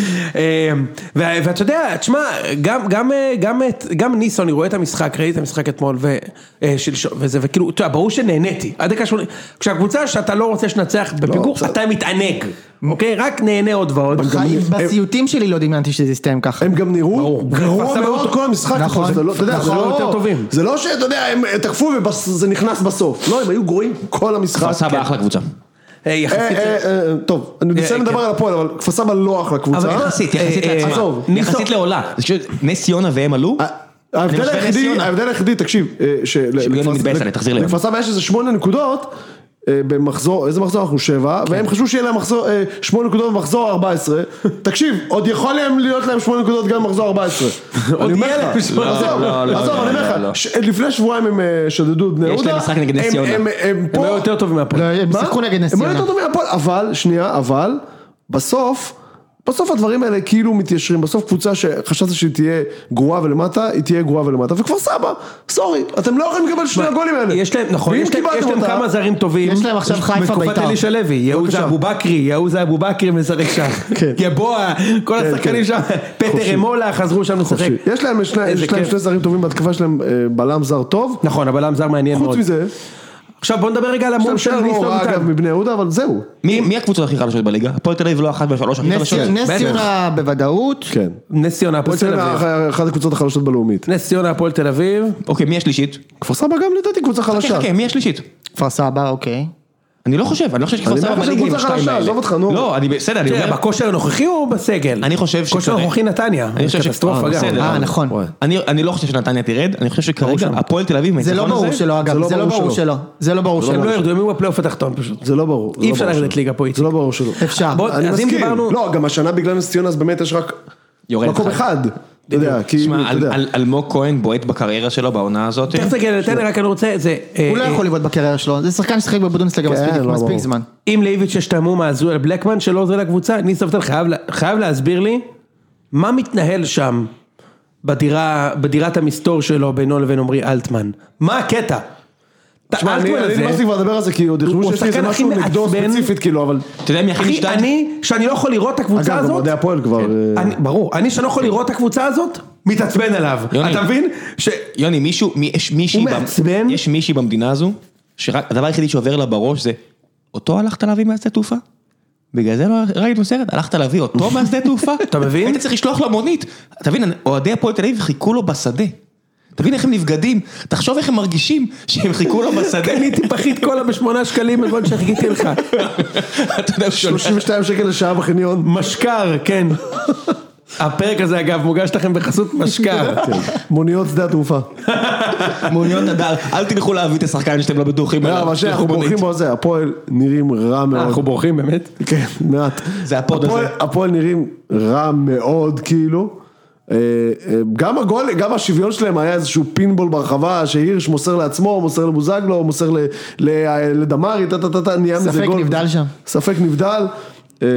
Speaker 1: אמ, ו- ואתה יודע, תשמע, גם, גם, אה, גם, את- גם ניסו, אני רואה את המשחק, ראיתי את המשחק אתמול ו- אה, שלשום, וזה, וכאילו, אתה יודע, ברור שנהניתי. עד דקה שמונה, כשהקבוצה שאתה לא רוצה שנצח בפיגור,
Speaker 3: בסדר.
Speaker 1: אתה מתענג, אוקיי? רק נהנה עוד ועוד.
Speaker 4: בחיים, בסיוטים שלי לא דמיינתי שזה יסתיים ככה.
Speaker 3: הם גם נראו
Speaker 1: ברור. כבר
Speaker 3: גרוע
Speaker 1: שמו
Speaker 3: מאוד
Speaker 1: אותו.
Speaker 3: כל המשחק,
Speaker 4: נכון.
Speaker 3: אתה לא- אתה יודע, זה
Speaker 1: נכון,
Speaker 3: לא-
Speaker 1: יותר טובים.
Speaker 3: זה לא שאתה יודע, הם תקפו וזה נכנס בסוף, לא, הם היו גרועים כל המשחק. כן.
Speaker 2: כפר סבא אחלה קבוצה.
Speaker 1: אה,
Speaker 3: אה,
Speaker 1: יחסית...
Speaker 3: אה, אה, טוב, אני
Speaker 1: אה,
Speaker 3: נסיים לדבר
Speaker 1: כן.
Speaker 3: על הפועל, אבל כפר סבא לא אחלה קבוצה.
Speaker 1: אבל יחסית, יחסית
Speaker 2: אה,
Speaker 1: לעצמה.
Speaker 2: אה,
Speaker 3: עזוב,
Speaker 2: ניסו-
Speaker 1: ניסו-
Speaker 2: יחסית לעולה. זה פשוט נס ציונה והם עלו.
Speaker 3: אה,
Speaker 2: אני
Speaker 3: ההבדל
Speaker 2: משווה נס
Speaker 3: היחידי,
Speaker 2: ציונה.
Speaker 3: ההבדל היחידי, תקשיב, אה, של-
Speaker 2: שביוני
Speaker 3: לכפר-
Speaker 2: מתבאס עליי, תחזיר לי.
Speaker 3: לכפר סבא יש איזה שמונה נקודות. אה, במחזור, איזה מחזור אנחנו? שבע,
Speaker 2: כן.
Speaker 3: והם חשבו שיהיה להם מחזור, אה, שמונה נקודות במחזור 14. תקשיב, עוד יכול להם להיות להם שמונה נקודות גם במחזור 14. אני אומר
Speaker 1: יהיה להם
Speaker 3: לך,
Speaker 1: שמונה.
Speaker 3: עזוב,
Speaker 2: לא, לא,
Speaker 3: עזוב,
Speaker 2: לא,
Speaker 3: אני
Speaker 2: לא,
Speaker 3: אומר
Speaker 2: לא.
Speaker 3: לך, ש- לפני שבועיים הם אה, שדדו את בני
Speaker 2: יש
Speaker 3: יהודה.
Speaker 2: להם משחק נגד נס
Speaker 3: הם-
Speaker 2: ציונה.
Speaker 3: הם- הם
Speaker 1: הם
Speaker 3: פה-
Speaker 1: היו יותר טובים מהפועל.
Speaker 4: לא, הם
Speaker 3: מה?
Speaker 4: שיחקו נגד נס
Speaker 3: הם
Speaker 4: ציונה.
Speaker 3: היו יותר טובים מהפועל, אבל, שנייה, אבל, בסוף, בסוף הדברים האלה כאילו מתיישרים, בסוף קבוצה שחשבת שהיא תהיה גרועה ולמטה, היא תהיה גרועה ולמטה, וכפר סבא, סורי, אתם לא יכולים לקבל שני הגולים האלה.
Speaker 1: יש להם, נכון,
Speaker 3: ואם
Speaker 1: יש להם,
Speaker 3: קיבלתם
Speaker 1: יש להם
Speaker 3: אותה-
Speaker 1: כמה זרים טובים.
Speaker 4: יש להם עכשיו חיפה
Speaker 1: בתקופת
Speaker 4: בית"ר.
Speaker 1: אלישע לוי, יהוזה אבו בכרי, יהוזה אבו בכרי משחק שם.
Speaker 3: כן.
Speaker 1: יבואה, כל השחקנים שם, פטר אמולה חזרו שם לשחק.
Speaker 3: חופשי. יש להם שני
Speaker 1: איזה
Speaker 3: יש להם
Speaker 1: כיף.
Speaker 3: שני זרים טובים בהתקפה שלהם, אה, בלם זר טוב,
Speaker 1: נכון, הבלם זר מעניין מאוד.
Speaker 3: חוץ מזה,
Speaker 1: עכשיו בוא נדבר רגע על
Speaker 3: יש
Speaker 1: המום
Speaker 3: להם
Speaker 1: של
Speaker 3: שוער לא
Speaker 1: ניסו
Speaker 3: רע אגב
Speaker 1: ניצן.
Speaker 3: מבני יהודה, אבל זהו.
Speaker 2: מי מי הקבוצות הכי חלשות בליגה? הפועל תל אביב לא אחת מהשלוש הכי
Speaker 4: נס
Speaker 2: חלשות.
Speaker 4: ציונה- נס
Speaker 1: בטח.
Speaker 4: ציונה בוודאות.
Speaker 3: כן.
Speaker 1: נס ציונה, הפועל תל
Speaker 3: ציונה,
Speaker 1: אביב.
Speaker 3: אח- אחת הקבוצות החלשות בלאומית.
Speaker 1: נס ציונה, הפועל תל אביב.
Speaker 2: אוקיי, מי השלישית?
Speaker 3: כפר סבא גם לדעתי קבוצה
Speaker 2: חכה,
Speaker 3: חלשה.
Speaker 2: חכה, מי השלישית?
Speaker 4: כפר סבא, אוקיי.
Speaker 2: אני לא חושב, אני לא חושב שכפר
Speaker 3: אני
Speaker 2: סבא
Speaker 3: לא חושב
Speaker 2: מנהיג עם
Speaker 3: קבוצה
Speaker 2: השתיים
Speaker 3: חלשה,
Speaker 2: האלה.
Speaker 3: עזוב אותך, נו.
Speaker 2: לא, אני בסדר, אני
Speaker 1: תראה,
Speaker 2: אומר,
Speaker 1: בכושר הנוכחי או בסגל?
Speaker 2: אני חושב
Speaker 1: כושר
Speaker 2: שכרגע-
Speaker 1: הנוכחי נתניה.
Speaker 2: אני חושב
Speaker 1: קטסטרופה
Speaker 2: שכבר-
Speaker 1: גם.
Speaker 2: בסדר.
Speaker 4: אה, נכון.
Speaker 3: וואי.
Speaker 2: אני- אני לא חושב שנתניה תרד, אני חושב שכרגע הפועל תל אביב,
Speaker 4: זה לא
Speaker 2: מהניצחון
Speaker 4: ברור
Speaker 2: הזה-
Speaker 4: שלא אגב, זה לא ברור שלא. זה לא ברור
Speaker 1: הם
Speaker 4: שלא.
Speaker 1: לא
Speaker 2: אה,
Speaker 1: ירדו, הם יהיו בפלייאוף התחתון פשוט.
Speaker 3: זה לא ברור. זה
Speaker 1: אי
Speaker 3: לא
Speaker 1: אפשר
Speaker 3: ברור
Speaker 1: לרדת
Speaker 3: שלא.
Speaker 1: ליגה פה, איציק.
Speaker 3: זה לא ברור שלא.
Speaker 4: אפשר.
Speaker 1: בוא-
Speaker 3: אני
Speaker 1: אז אם
Speaker 3: מסכים.
Speaker 1: דיברנו-
Speaker 3: לא, גם השנה בגלל נס ציונה אז באמת יש רק
Speaker 2: יורד
Speaker 3: מקום אחד.
Speaker 2: אחד.
Speaker 3: אתה יודע, כאילו,
Speaker 2: תשמע,
Speaker 3: אתה
Speaker 2: אל-
Speaker 3: יודע.
Speaker 2: אל- אלמוג כהן בועט בקריירה שלו בעונה הזאת.
Speaker 1: תכף תגיע לנתניה, רק אני רוצה, זה...
Speaker 4: הוא לא
Speaker 1: אה,
Speaker 4: יכול לבעוט בקריירה שלו, זה שחקן ששיחק בבודונסליגה
Speaker 3: כן,
Speaker 4: מספיק-
Speaker 3: לא ברור.
Speaker 4: מספיק זמן.
Speaker 1: אם לאיביץ' יש את המום ההזוי על בלקמן שלא עוזר לקבוצה, ניס אבטל חייב, לה- חייב להסביר לי מה מתנהל שם בדירה, בדירת המסתור שלו בינו לבין עמרי אלטמן. מה הקטע? אתה
Speaker 3: תשמע, אני
Speaker 1: אלטמן
Speaker 3: אני לא
Speaker 1: הזה,
Speaker 3: נמאס לי כבר לדבר על זה, כי עוד יחשבו
Speaker 1: הוא
Speaker 3: שיש לי איזה
Speaker 1: השחקן הכי
Speaker 3: משהו נגדו
Speaker 1: מעצבן.
Speaker 3: ספציפית, כאילו, אבל...
Speaker 2: אתה יודע מי הכי
Speaker 1: אחי,
Speaker 2: משתעמם?
Speaker 1: אני, שאני לא יכול לראות את הקבוצה
Speaker 3: אגב, גם
Speaker 1: הזאת, כן.
Speaker 3: אוהדי הפועל כבר... אה,
Speaker 1: אני, ברור, אני שאני לא יכול לראות את הקבוצה הזאת, מתעצבן עליו.
Speaker 2: יוני.
Speaker 1: אתה מבין? ש...
Speaker 2: יוני, מישהו, מי- יש מישהי,
Speaker 1: הוא
Speaker 2: במ-
Speaker 1: מעצבן.
Speaker 2: יש מישהי במדינה הזו, שרק, הדבר היחידי שעובר לה בראש זה, אותו הלכת להביא מהשדה תעופה? בגלל זה לא ראיתם סרט, הלכת להביא אותו מהשדה תעופה?
Speaker 1: אתה מבין?
Speaker 2: היית צריך לשלוח לו מונית. אתה מבין, אוהדי הפועל תל אביב חיכו לו בשדה. אתה מבין איך הם נבגדים? תחשוב איך הם מרגישים שהם חיכו לו בשדה.
Speaker 1: קניתי פחית קולה בשמונה שקלים בזמן שחיכיתי לך.
Speaker 2: אתה יודע, הוא שולח-
Speaker 3: 32 שקל לשעה בחניון.
Speaker 1: משקר, כן. הפרק הזה אגב מוגש לכם בחסות משקר.
Speaker 3: כן. מוניות שדה התעופה.
Speaker 1: לא,
Speaker 2: מוניות הדר, אל תלכו להביא את השחקן שאתם לא בטוחים
Speaker 3: לא, אבל שאנחנו בורחים בו זה, הפועל נראים רע מאוד.
Speaker 1: אנחנו בורחים באמת.
Speaker 3: כן, מעט.
Speaker 2: זה הפוד הזה.
Speaker 3: הפועל- הפועל נראים רע מאוד, כאילו. אה, אה, גם הגול, גם השוויון שלהם היה איזשהו פינבול ברחבה, שהירש מוסר לעצמו, מוסר לבוזגלו, מוסר ל- ל- לדמרי, טה טה טה טה, נהיה מזה גול.
Speaker 4: ספק נבדל שם.
Speaker 3: ספק נבדל. אה,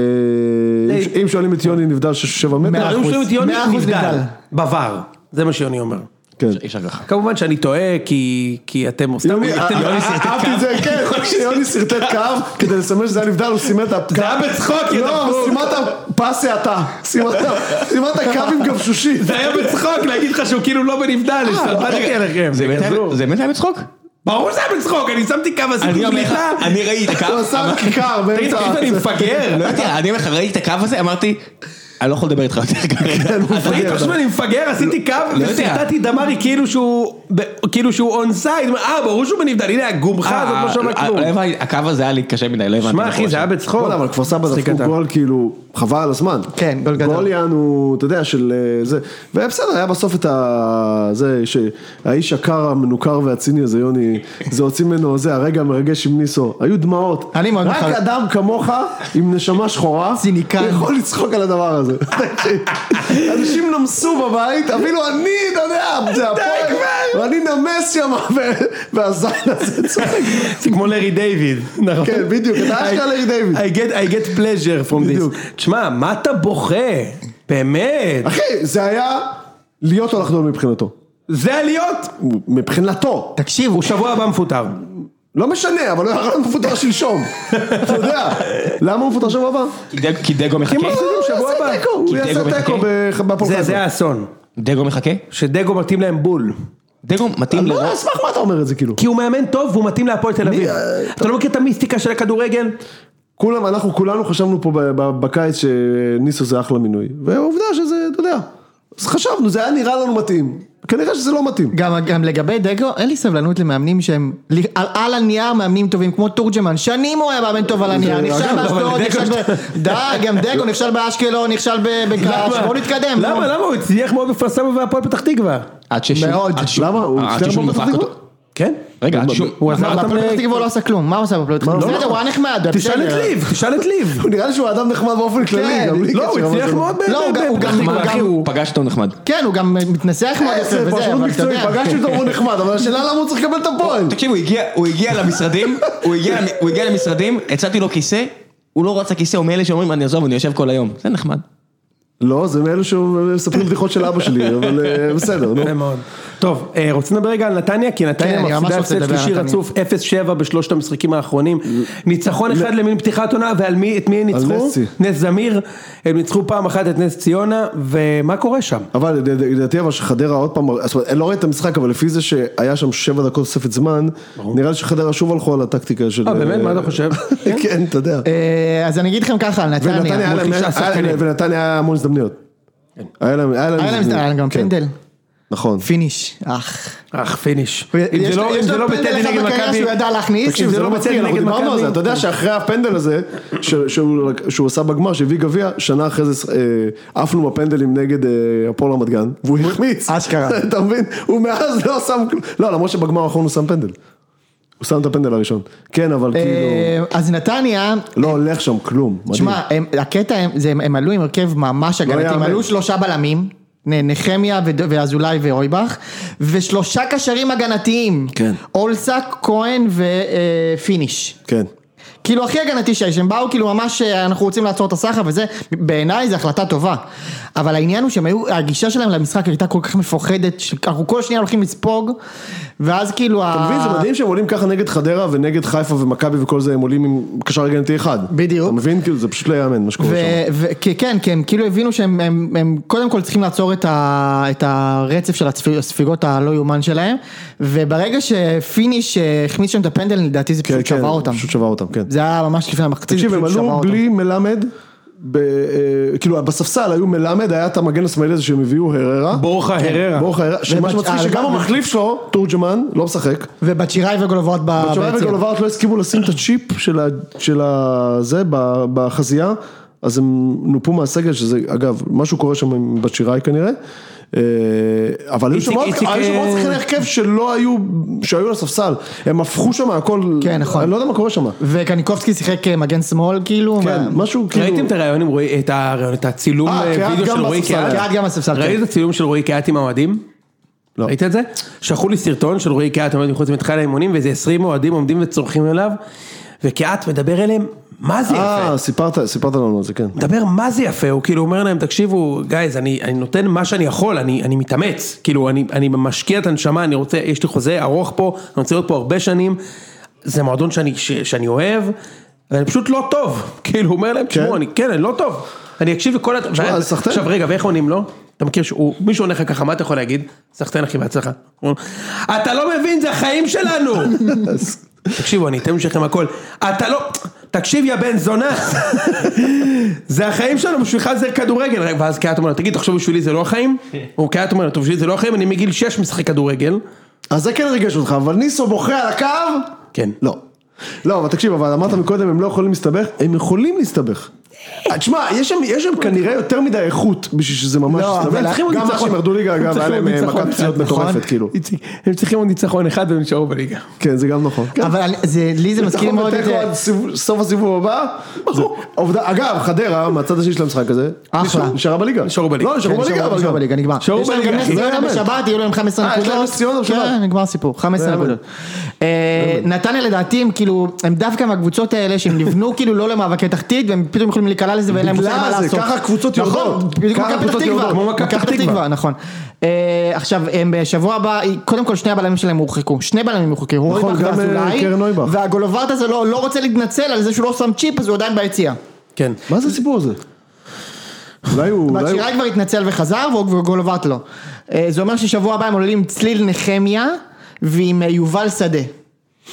Speaker 3: אם ש- אם שואלים את יוני נבדל שש שבע מטר,
Speaker 4: מאה
Speaker 1: היו שואלים את יוני
Speaker 4: מאה אחוז
Speaker 1: נבדל.
Speaker 4: נבדל.
Speaker 1: בבר. זה מה שיוני אומר.
Speaker 3: כן.
Speaker 2: אי אפשר ככה.
Speaker 1: כמובן שאני טועה כי כי אתם
Speaker 2: לא,
Speaker 1: סתם...
Speaker 3: יוני,
Speaker 1: אתם-
Speaker 3: אה, אה, אהבתי את זה, כן, יוני שרטט קו כדי לסמן שזה היה נבדל, הוא סימן את הקו.
Speaker 1: זה היה בצחוק, יא
Speaker 3: לא, הוא
Speaker 1: דפוק.
Speaker 3: סימן את הפס האטה. סימן את ה- סימן את הקו עם גבשושית.
Speaker 1: זה היה בצחוק להגיד לך שהוא כאילו לא בנבדל,
Speaker 2: אה, אוקיי,
Speaker 1: הסתלבטתי עליכם.
Speaker 2: זה כן. באמת היה- זה באמת היה בצחוק?
Speaker 1: ברור שזה היה בצחוק, אני שמתי קו
Speaker 2: אני
Speaker 1: עשיתי
Speaker 2: אומר לך,
Speaker 1: בליטה.
Speaker 2: אני ראיתי את הקו.
Speaker 3: הוא עשה כיכר
Speaker 1: תגיד,
Speaker 3: באמצע.
Speaker 1: תגיד, אני מפגר?
Speaker 2: לא יודע, אני אומר לך, ראיתי את הקו הזה, אמרתי, אני לא יכול לדבר איתך יותר כרגע.
Speaker 3: הוא
Speaker 2: אתה-
Speaker 1: תגיד, תחשוב, אני מפגר, עשיתי קו
Speaker 2: לא יודע.
Speaker 1: וסרטטתי דמרי כאילו שהוא ב- כאילו שהוא אונסייד, אה ברור שהוא בנבדל, הנה הגומחה הזאת לא שווה
Speaker 2: אה,
Speaker 1: כלום.
Speaker 2: לא הבנתי, הקו הזה היה לי קשה מדי, לא הבנתי.
Speaker 1: שמע
Speaker 2: מה
Speaker 1: אחי,
Speaker 2: קורה
Speaker 1: זה היה
Speaker 2: שם.
Speaker 1: בצחוק.
Speaker 3: וואלה, אבל כפר סבא
Speaker 1: מצחיק
Speaker 3: דפקו
Speaker 1: אתה.
Speaker 3: גול כאילו חבל על הזמן.
Speaker 4: כן, גול גדול.
Speaker 3: גול יענו, אתה יודע, של אה, זה. ובסדר, היה בסוף את ה... זה שהאיש הקר, המנוכר והציני הזה, יוני, זה הוציא ממנו, זה הרגע המרגש עם ניסו. היו דמעות.
Speaker 4: אני מאוד
Speaker 3: רק
Speaker 4: מחר-
Speaker 3: אדם כמוך, עם נשמה שחורה,
Speaker 4: ציניקן.
Speaker 3: יכול לצחוק על הדבר הזה. תקשיב, אנשים נמסו בבית, אפילו אני, אתה יודע, זה הפועל, ואני נמס שם, ו- והזין הזה צוחק.
Speaker 1: זה כמו לארי דיוויד, נכון?
Speaker 3: כן, בדיוק, אתה אשכרה לארי דיוויד.
Speaker 1: I get, I get pleasure from
Speaker 3: בדיוק.
Speaker 1: this. תשמע, מה אתה בוכה? באמת.
Speaker 3: אחי, זה היה להיות או לחדול מבחינתו.
Speaker 1: זה עליות?
Speaker 3: מבחינתו.
Speaker 4: תקשיבו,
Speaker 1: הוא שבוע הבא מפוטר.
Speaker 3: לא משנה, אבל הוא היה מפוטר שלשום. אתה יודע. למה הוא מפוטר שבוע הבא?
Speaker 2: כי דג- כי דגו מחכה?
Speaker 1: כי מה?
Speaker 3: אה, הוא
Speaker 1: שבוע הבא.
Speaker 3: יעשה תיקו, הוא
Speaker 2: כי
Speaker 3: יעשה
Speaker 2: דגו
Speaker 3: תיקו
Speaker 2: מחכה.
Speaker 3: בפורקזו.
Speaker 1: זה, זה האסון.
Speaker 2: דגו מחכה?
Speaker 1: שדגו מתאים להם בול.
Speaker 2: דגו מתאים
Speaker 3: לא, על
Speaker 2: לרוב.
Speaker 3: סמך מה אתה אומר את זה כאילו?
Speaker 1: כי הוא מאמן טוב והוא מתאים להפועל תל אביב. אתה לא מכיר את המיסטיקה של הכדורגל?
Speaker 3: כולם, אנחנו כולנו חשבנו פה ב- ב- בקיץ שניסו זה אחלה מינוי. והעובדה שזה, אתה יודע. אז חשבנו, זה היה נראה לנו מתאים. כנראה שזה לא מתאים.
Speaker 4: גם, גם לגבי דגו, אין לי סבלנות למאמנים שהם לי- על, על הנייר מאמנים טובים, כמו תורג'מן, שנים הוא היה מאמן טוב על הנייר,
Speaker 3: זה-
Speaker 4: נכשל
Speaker 3: אגב,
Speaker 1: אבל
Speaker 4: באשדוד,
Speaker 1: דגו-
Speaker 4: נכשל ב... די, גם דגו נכשל באשקלון, נכשל ב- בגעש,
Speaker 1: למה?
Speaker 4: בואו נתקדם.
Speaker 1: למה?
Speaker 4: נו.
Speaker 1: למה? הוא הצליח מאוד בכפר סבא והפועל פתח תקווה.
Speaker 2: עד ששום...
Speaker 4: מאוד.
Speaker 2: עד ששום- אה,
Speaker 3: למה? אה, הוא
Speaker 2: עד
Speaker 3: הצליח
Speaker 2: ששום
Speaker 3: מאוד
Speaker 2: דפק
Speaker 3: בפתח
Speaker 2: אותו.
Speaker 3: תקווה?
Speaker 1: כן?
Speaker 3: אה,
Speaker 2: רגע, עד שום...
Speaker 1: הוא עזב
Speaker 4: מה,
Speaker 1: אותם
Speaker 4: בפתח
Speaker 1: ל-
Speaker 4: תקווה הוא לא עשה כלום, מה הוא עשה בפלייאוף? בסדר, הוא היה נחמד.
Speaker 1: תשאל את
Speaker 4: בסדר.
Speaker 1: ליב, תשאל את ליב.
Speaker 3: נראה לי שהוא אדם נחמד באופן כללי.
Speaker 4: כן,
Speaker 3: גם לי
Speaker 1: לא, הוא
Speaker 3: קשה, אבל
Speaker 1: הצליח
Speaker 3: זה לא-
Speaker 1: מאוד
Speaker 4: לא, הוא גם- הוא גם-
Speaker 1: בפתח
Speaker 4: הוא
Speaker 1: תקווה,
Speaker 4: גם-
Speaker 1: אחי, הוא...
Speaker 2: פגש אותו נחמד.
Speaker 4: כן, הוא גם מתנסח מאוד יפה
Speaker 3: זה
Speaker 4: וזה,
Speaker 3: פרשנות
Speaker 4: אבל אתה
Speaker 3: מקצועית,
Speaker 4: יודע.
Speaker 3: פגשתי אותו, הוא נחמד, אבל השאלה למה הוא צריך לקבל את הפועל?
Speaker 2: תקשיב, הוא הגיע- הוא הגיע למשרדים, הוא הגיע- הוא הגיע למשרדים, הצעתי לו כיסא, הוא לא רצה כיסא, הוא מאלה שאומרים, אני עזוב, אני יושב כל היום. זה נחמד.
Speaker 3: לא, זה מאלו שמספרים בדיחות של אבא שלי, אבל אה, בסדר, נו.
Speaker 1: יפה מאוד. טוב, אה, רוצים לדבר רגע על נתניה? כי
Speaker 4: כן,
Speaker 1: נתניה
Speaker 4: אני ממש
Speaker 1: מפסידה
Speaker 4: רוצה
Speaker 1: הפסד
Speaker 4: לדבר על
Speaker 1: שלישי
Speaker 4: נתניה.
Speaker 1: רצוף 0-7 בשלושת המשחקים האחרונים. ניצחון אחד למין פתיחת עונה, ועל מי, את מי הם ניצחו?
Speaker 3: נס-צי.
Speaker 1: נס זמיר. הם ניצחו פעם אחת את נס ציונה, ומה קורה שם?
Speaker 3: אבל לד- לדעתי אבל שחדרה עוד פעם, זאת אומרת, אני לא ראיתי את המשחק, אבל לפי זה שהיה שם שבע דקות תוספת זמן, נראה לי שחדרה שוב הלכו על הטקטיקה של...
Speaker 1: אה, באמת? מה אתה חושב?
Speaker 3: כן, אתה יודע.
Speaker 4: אה, אז אני אגיד לכם ככה על
Speaker 3: ונתניה היה
Speaker 4: נתניה.
Speaker 3: להם- כן.
Speaker 1: תשעה
Speaker 3: היה-
Speaker 1: שחקנים.
Speaker 3: ונתניה היה המון הזדמנויות. היה להם, היה להם,
Speaker 4: היה להם היה להם גם
Speaker 3: כן.
Speaker 4: פנדל.
Speaker 3: נכון.
Speaker 4: פיניש, אח.
Speaker 1: אך, אה, פיניש. אם
Speaker 4: יש
Speaker 1: זה
Speaker 4: לו-
Speaker 1: לא- אם
Speaker 4: יש
Speaker 1: זה
Speaker 4: לו
Speaker 1: לא
Speaker 4: פנדל
Speaker 1: בטדי
Speaker 4: אחד
Speaker 1: נגד
Speaker 4: בקריירה
Speaker 1: מכבי...
Speaker 4: שהוא ידע להכניס.
Speaker 1: תקשיב,
Speaker 3: תקשיב, זה לא
Speaker 1: בטדי
Speaker 3: מצחיק, אנחנו
Speaker 1: נגד
Speaker 3: דיברנו על
Speaker 1: מכבי.
Speaker 3: זה, אתה יודע שאחרי הפנדל הזה, ש- שהוא שהוא עשה בגמר, שהביא גביע, שנה אחרי זה אה, עפנו בפנדלים נגד אה, הפועל רמת גן, והוא החמיץ.
Speaker 4: אשכרה.
Speaker 3: אתה מבין? הוא מאז לא שם כלום. לא, למרות שבגמר האחרון הוא שם פנדל. הוא שם את הפנדל הראשון. כן, אבל כאילו,
Speaker 4: אה, אז נתניה,
Speaker 3: לא הולך שם כלום. מדהים.
Speaker 4: תשמע, הם- הקטע, הם- זה- הם עלו עם הרכב
Speaker 1: לא
Speaker 4: ממש הגנתי, הם
Speaker 3: יאמן.
Speaker 4: עלו שלושה בלמים, נ- נחמיה וד- ואזולאי ואויבך, ושלושה קשרים הגנתיים,
Speaker 3: כן.
Speaker 4: אולסק, כהן אה, ופיניש.
Speaker 3: כן.
Speaker 4: כאילו הכי הגנתי שיש, הם באו כאילו ממש אה, אנחנו רוצים לעצור את הסחף וזה, בעיניי זו החלטה טובה. אבל העניין הוא שהם היו, הגישה שלהם למשחק הייתה כל כך מפוחדת, שאנחנו כל שנייה הולכים לספוג, ואז כאילו...
Speaker 3: אתה מבין, זה מדהים שהם עולים ככה נגד חדרה ונגד חיפה ומכבי וכל זה, הם עולים עם קשר הגנתי אחד.
Speaker 4: בדיוק.
Speaker 3: אתה מבין? כאילו, זה פשוט לא יאמן מה שקורה שם.
Speaker 4: וכן, כי הם כאילו הבינו שהם הם, הם קודם כל צריכים לעצור את, ה, את הרצף של הספיג- הספיגות הלא יאומן שלהם, וברגע שפיניש אה, החמיץ שם את הפנדל, לדעתי זה פשוט
Speaker 3: כן,
Speaker 4: שבר
Speaker 3: כן,
Speaker 4: אותם.
Speaker 3: פשוט שבר אותם, כן.
Speaker 4: זה היה ממש לפני המחצית,
Speaker 3: תקשיב,
Speaker 4: זה
Speaker 3: הם
Speaker 4: פשוט שבר
Speaker 3: עלו
Speaker 4: אותם.
Speaker 3: בלי מלמד, ב- אה, כאילו בספסל היו מלמד, היה את המגן השמאלי הזה שהם הביאו, הררה.
Speaker 1: בורחה
Speaker 4: כן.
Speaker 1: הררה.
Speaker 3: בורחה הררה,
Speaker 4: ובצ-
Speaker 3: שמה שמצחיק
Speaker 4: אה,
Speaker 3: שגם
Speaker 4: גם-
Speaker 3: המחליף שלו, תורג'מן, לא משחק.
Speaker 4: אה, ובצ'יראי וגולוברות ב-
Speaker 3: צ'וואי
Speaker 4: ביציע.
Speaker 3: וגולוברט לא הסכימו לשים את הצ'יפ של ה- של ה- זה ב- בחזייה, אז הם נופו מהסגל, שזה אגב, משהו קורה שם עם בת שיראי כנראה. אה, אבל היו שם
Speaker 1: איציק-
Speaker 3: עוד
Speaker 1: איציק,
Speaker 3: היו שם עוד
Speaker 1: אה,
Speaker 3: שחקני הרכב שלא היו, שהיו על הספסל, הם הפכו שם הכל,
Speaker 4: כן, נכון.
Speaker 3: אני לא יודע מה קורה שם,
Speaker 4: וקניקובסקי שיחק אה, מגן שמאל כאילו.
Speaker 3: כן,
Speaker 4: מה-
Speaker 3: משהו כאילו,
Speaker 1: ראיתם את הרעיון עם רועי, את הרעיון, את הצילום
Speaker 3: אה,
Speaker 1: אה,
Speaker 3: קהת
Speaker 1: וידאו
Speaker 3: גם
Speaker 1: של רועי
Speaker 3: בספסל
Speaker 1: קהת?
Speaker 3: היה.
Speaker 4: קהת גם בספסל, כן.
Speaker 1: ראית את הצילום של רועי קהת עם האוהדים?
Speaker 3: לא.
Speaker 1: ראית את זה? שלחו לי סרטון של רועי לא קהת עומד מחוץ למתחם האימונים ואיזה 20 אוהדים עומדים וצורכים אליו וקהת מדבר אליהם, מה זה יפה?
Speaker 3: אה, סיפרת, סיפרת לנו על זה, כן.
Speaker 1: מדבר מה זה יפה, הוא כאילו אומר להם, תקשיבו, גייז, אני, אני נותן מה שאני יכול, אני, אני מתאמץ, כאילו, אני, אני משקיע את הנשמה, אני רוצה, יש לי חוזה ארוך פה, אני רוצה להיות פה הרבה שנים, זה מועדון שאני, ש, שאני אוהב, ואני פשוט לא טוב, כאילו, הוא אומר להם, תשמעו,
Speaker 3: כן.
Speaker 1: אני, כן, אני לא טוב, אני אקשיב לכל, הת-
Speaker 3: תשמע,
Speaker 1: ואז-
Speaker 3: סחטיין.
Speaker 1: אה, עכשיו רגע, ואיך עונים לו? אתה מכיר שמישהו עונה לך ככה, מה אתה יכול להגיד? סחטיין אחי בהצלחה. הוא אומר, אתה לא מבין, זה החיים שלנו! תקשיבו, אני אתן לכם הכל. אתה לא... תקשיב, יא בן זונה! זה החיים שלנו, בשבילך זה כדורגל. ואז קהת אומר לו, תגיד, תחשוב בשבילי זה לא החיים? או קהת אומר לו, "טוב, בשבילי זה לא החיים, אני מגיל 6 משחק כדורגל.
Speaker 3: אז זה כן ריגש אותך, אבל ניסו בוכה על הקו?
Speaker 1: כן.
Speaker 3: לא. לא, אבל תקשיב, אבל אמרת מקודם, הם לא יכולים להסתבך, הם יכולים להסתבך. אה, תשמע, יש שם, יש שם כנראה יותר מדי איכות בשביל שזה ממש
Speaker 1: לא,
Speaker 3: יסתבך.
Speaker 1: אבל צריכים עוד
Speaker 3: גם מה
Speaker 1: ניצחון.
Speaker 3: שהם ירדו ליגה,
Speaker 1: הם
Speaker 3: אגב, היה
Speaker 1: צריכים
Speaker 3: להם
Speaker 1: עוד
Speaker 3: אה,
Speaker 1: ניצחון
Speaker 3: מכת
Speaker 1: אחד,
Speaker 3: פציעות
Speaker 1: נכון?
Speaker 3: מטורפת, כאילו.
Speaker 1: איציק, הם צריכים עוד ניצחון אחד והם נשארו בליגה.
Speaker 3: כן, זה גם נכון. כן.
Speaker 4: אבל אני- זה- לי זה מזכיר
Speaker 3: ניצחון
Speaker 4: מאוד את אה,
Speaker 3: ותיקו
Speaker 4: זה.
Speaker 3: עד סיבוב- סוף הסיבוב הבא. זה- עובדה, אגב, חדרה, מהצד השני של המשחק הזה,
Speaker 4: אחלה.
Speaker 3: נשארו- נשארה בליגע.
Speaker 1: נשארו בליגה.
Speaker 3: לא, נשארו
Speaker 4: כן,
Speaker 3: בליגה,
Speaker 4: נשארו-
Speaker 3: אבל
Speaker 4: נשארו
Speaker 3: גם.
Speaker 4: בליגה, נגמר.
Speaker 1: נשארו
Speaker 4: יש להם גם
Speaker 1: בליגה,
Speaker 4: נס
Speaker 1: אחי,
Speaker 4: ציונה
Speaker 3: לא יאמן.
Speaker 4: בשבת, יהיו להם 15
Speaker 3: אה, יש
Speaker 4: נקודות.
Speaker 3: להם נס ציונה בשבת.
Speaker 4: כן, נגמר הסיפור, 15
Speaker 3: לא יאמן. לא
Speaker 4: נקודות. אה, נתניה לדעתי הם כאילו, הם דווקא מהקבוצות האלה שהם נבנו כאילו לא למאבקי תחתית, והם פתאום יכולים להיקלע לזה ואין להם
Speaker 3: בגלל
Speaker 4: מושג מה
Speaker 3: זה,
Speaker 4: לעשות.
Speaker 3: ככה הקבוצות
Speaker 4: נכון,
Speaker 3: יורדות.
Speaker 4: בדיוק
Speaker 3: ככה
Speaker 4: מכבי פתח
Speaker 3: הקבוצות
Speaker 4: תקווה.
Speaker 3: יורדות,
Speaker 1: כמו מכבי פתח תקווה.
Speaker 4: תקווה, נכון. אה, עכשיו, הם בשבוע הבא, קודם כל שני הבלמים שלהם הורחקו, שני בלמים הורחקו, הורחקו
Speaker 3: גם, אה,
Speaker 4: ואזולאי,
Speaker 3: קרן נויבך.
Speaker 4: והגולוברט הזה לא לא רוצה להתנצל על זה שהוא לא שם צ'יפ, אז הוא עדיין ביציע.
Speaker 1: כן.
Speaker 3: מה זה הסיפור הזה? אולי הוא... אולי הוא-
Speaker 4: והשירה כבר התנצל וחזר, וגולובט לא. אה, זה אומר ששבוע הבא הם עולים עם צליל נחמיה ועם אה, יובל שדה.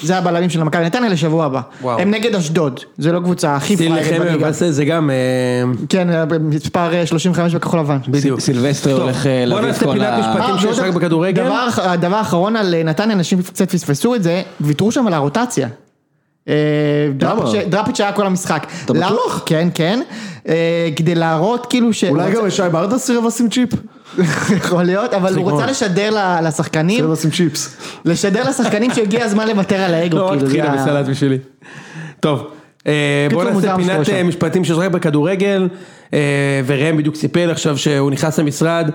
Speaker 4: זה הבלמים של מכבי נתניה לשבוע הבא.
Speaker 1: וואו.
Speaker 4: הם נגד אשדוד, זה לא קבוצה הכי
Speaker 1: סיל
Speaker 4: פריירית
Speaker 1: נחמיה
Speaker 4: בליגה.
Speaker 1: ובאסה זה גם... אה,
Speaker 4: כן, אה, מספר אה, 35 בכחול לבן.
Speaker 1: בדיוק.
Speaker 2: סילבסטר
Speaker 1: טוב,
Speaker 2: הולך, אה,
Speaker 1: בוא
Speaker 2: להביא את
Speaker 1: נעשה
Speaker 2: כל ה-
Speaker 1: פינת
Speaker 4: אה,
Speaker 1: משפטים שיש
Speaker 4: ועוד
Speaker 1: רק בכדורגל.
Speaker 4: דבר אח- הדבר האחרון על אה, נתניה, אנשים קצת פספסו את זה, ויתרו שם על הרוטציה. אה, דראפיץ'- דראפיץ' היה כל המשחק. אתה
Speaker 3: בטוח?
Speaker 4: כן, כן. אה, כדי להראות כאילו ש...
Speaker 3: אולי גם שי ברדה סירב לשים צ'יפ?
Speaker 4: יכול להיות, אבל הוא רוצה לשדר ל- לשחקנים,
Speaker 1: לא
Speaker 3: סירב לשים צ'יפס.
Speaker 4: לשדר לשחקנים שהגיע הזמן לוותר על האגו,
Speaker 1: לא, רק
Speaker 4: כאילו, זה
Speaker 1: טחינה
Speaker 4: ה-
Speaker 1: וסלט בשבילי. טוב, אה,
Speaker 4: קיצור,
Speaker 1: בוא
Speaker 4: מוזר
Speaker 1: נעשה
Speaker 4: מה שקורה
Speaker 1: פינת אה,
Speaker 4: שם.
Speaker 1: משפטים שיש רק בכדורגל, אה, וראם בדיוק סיפר עכשיו שהוא נכנס למשרד,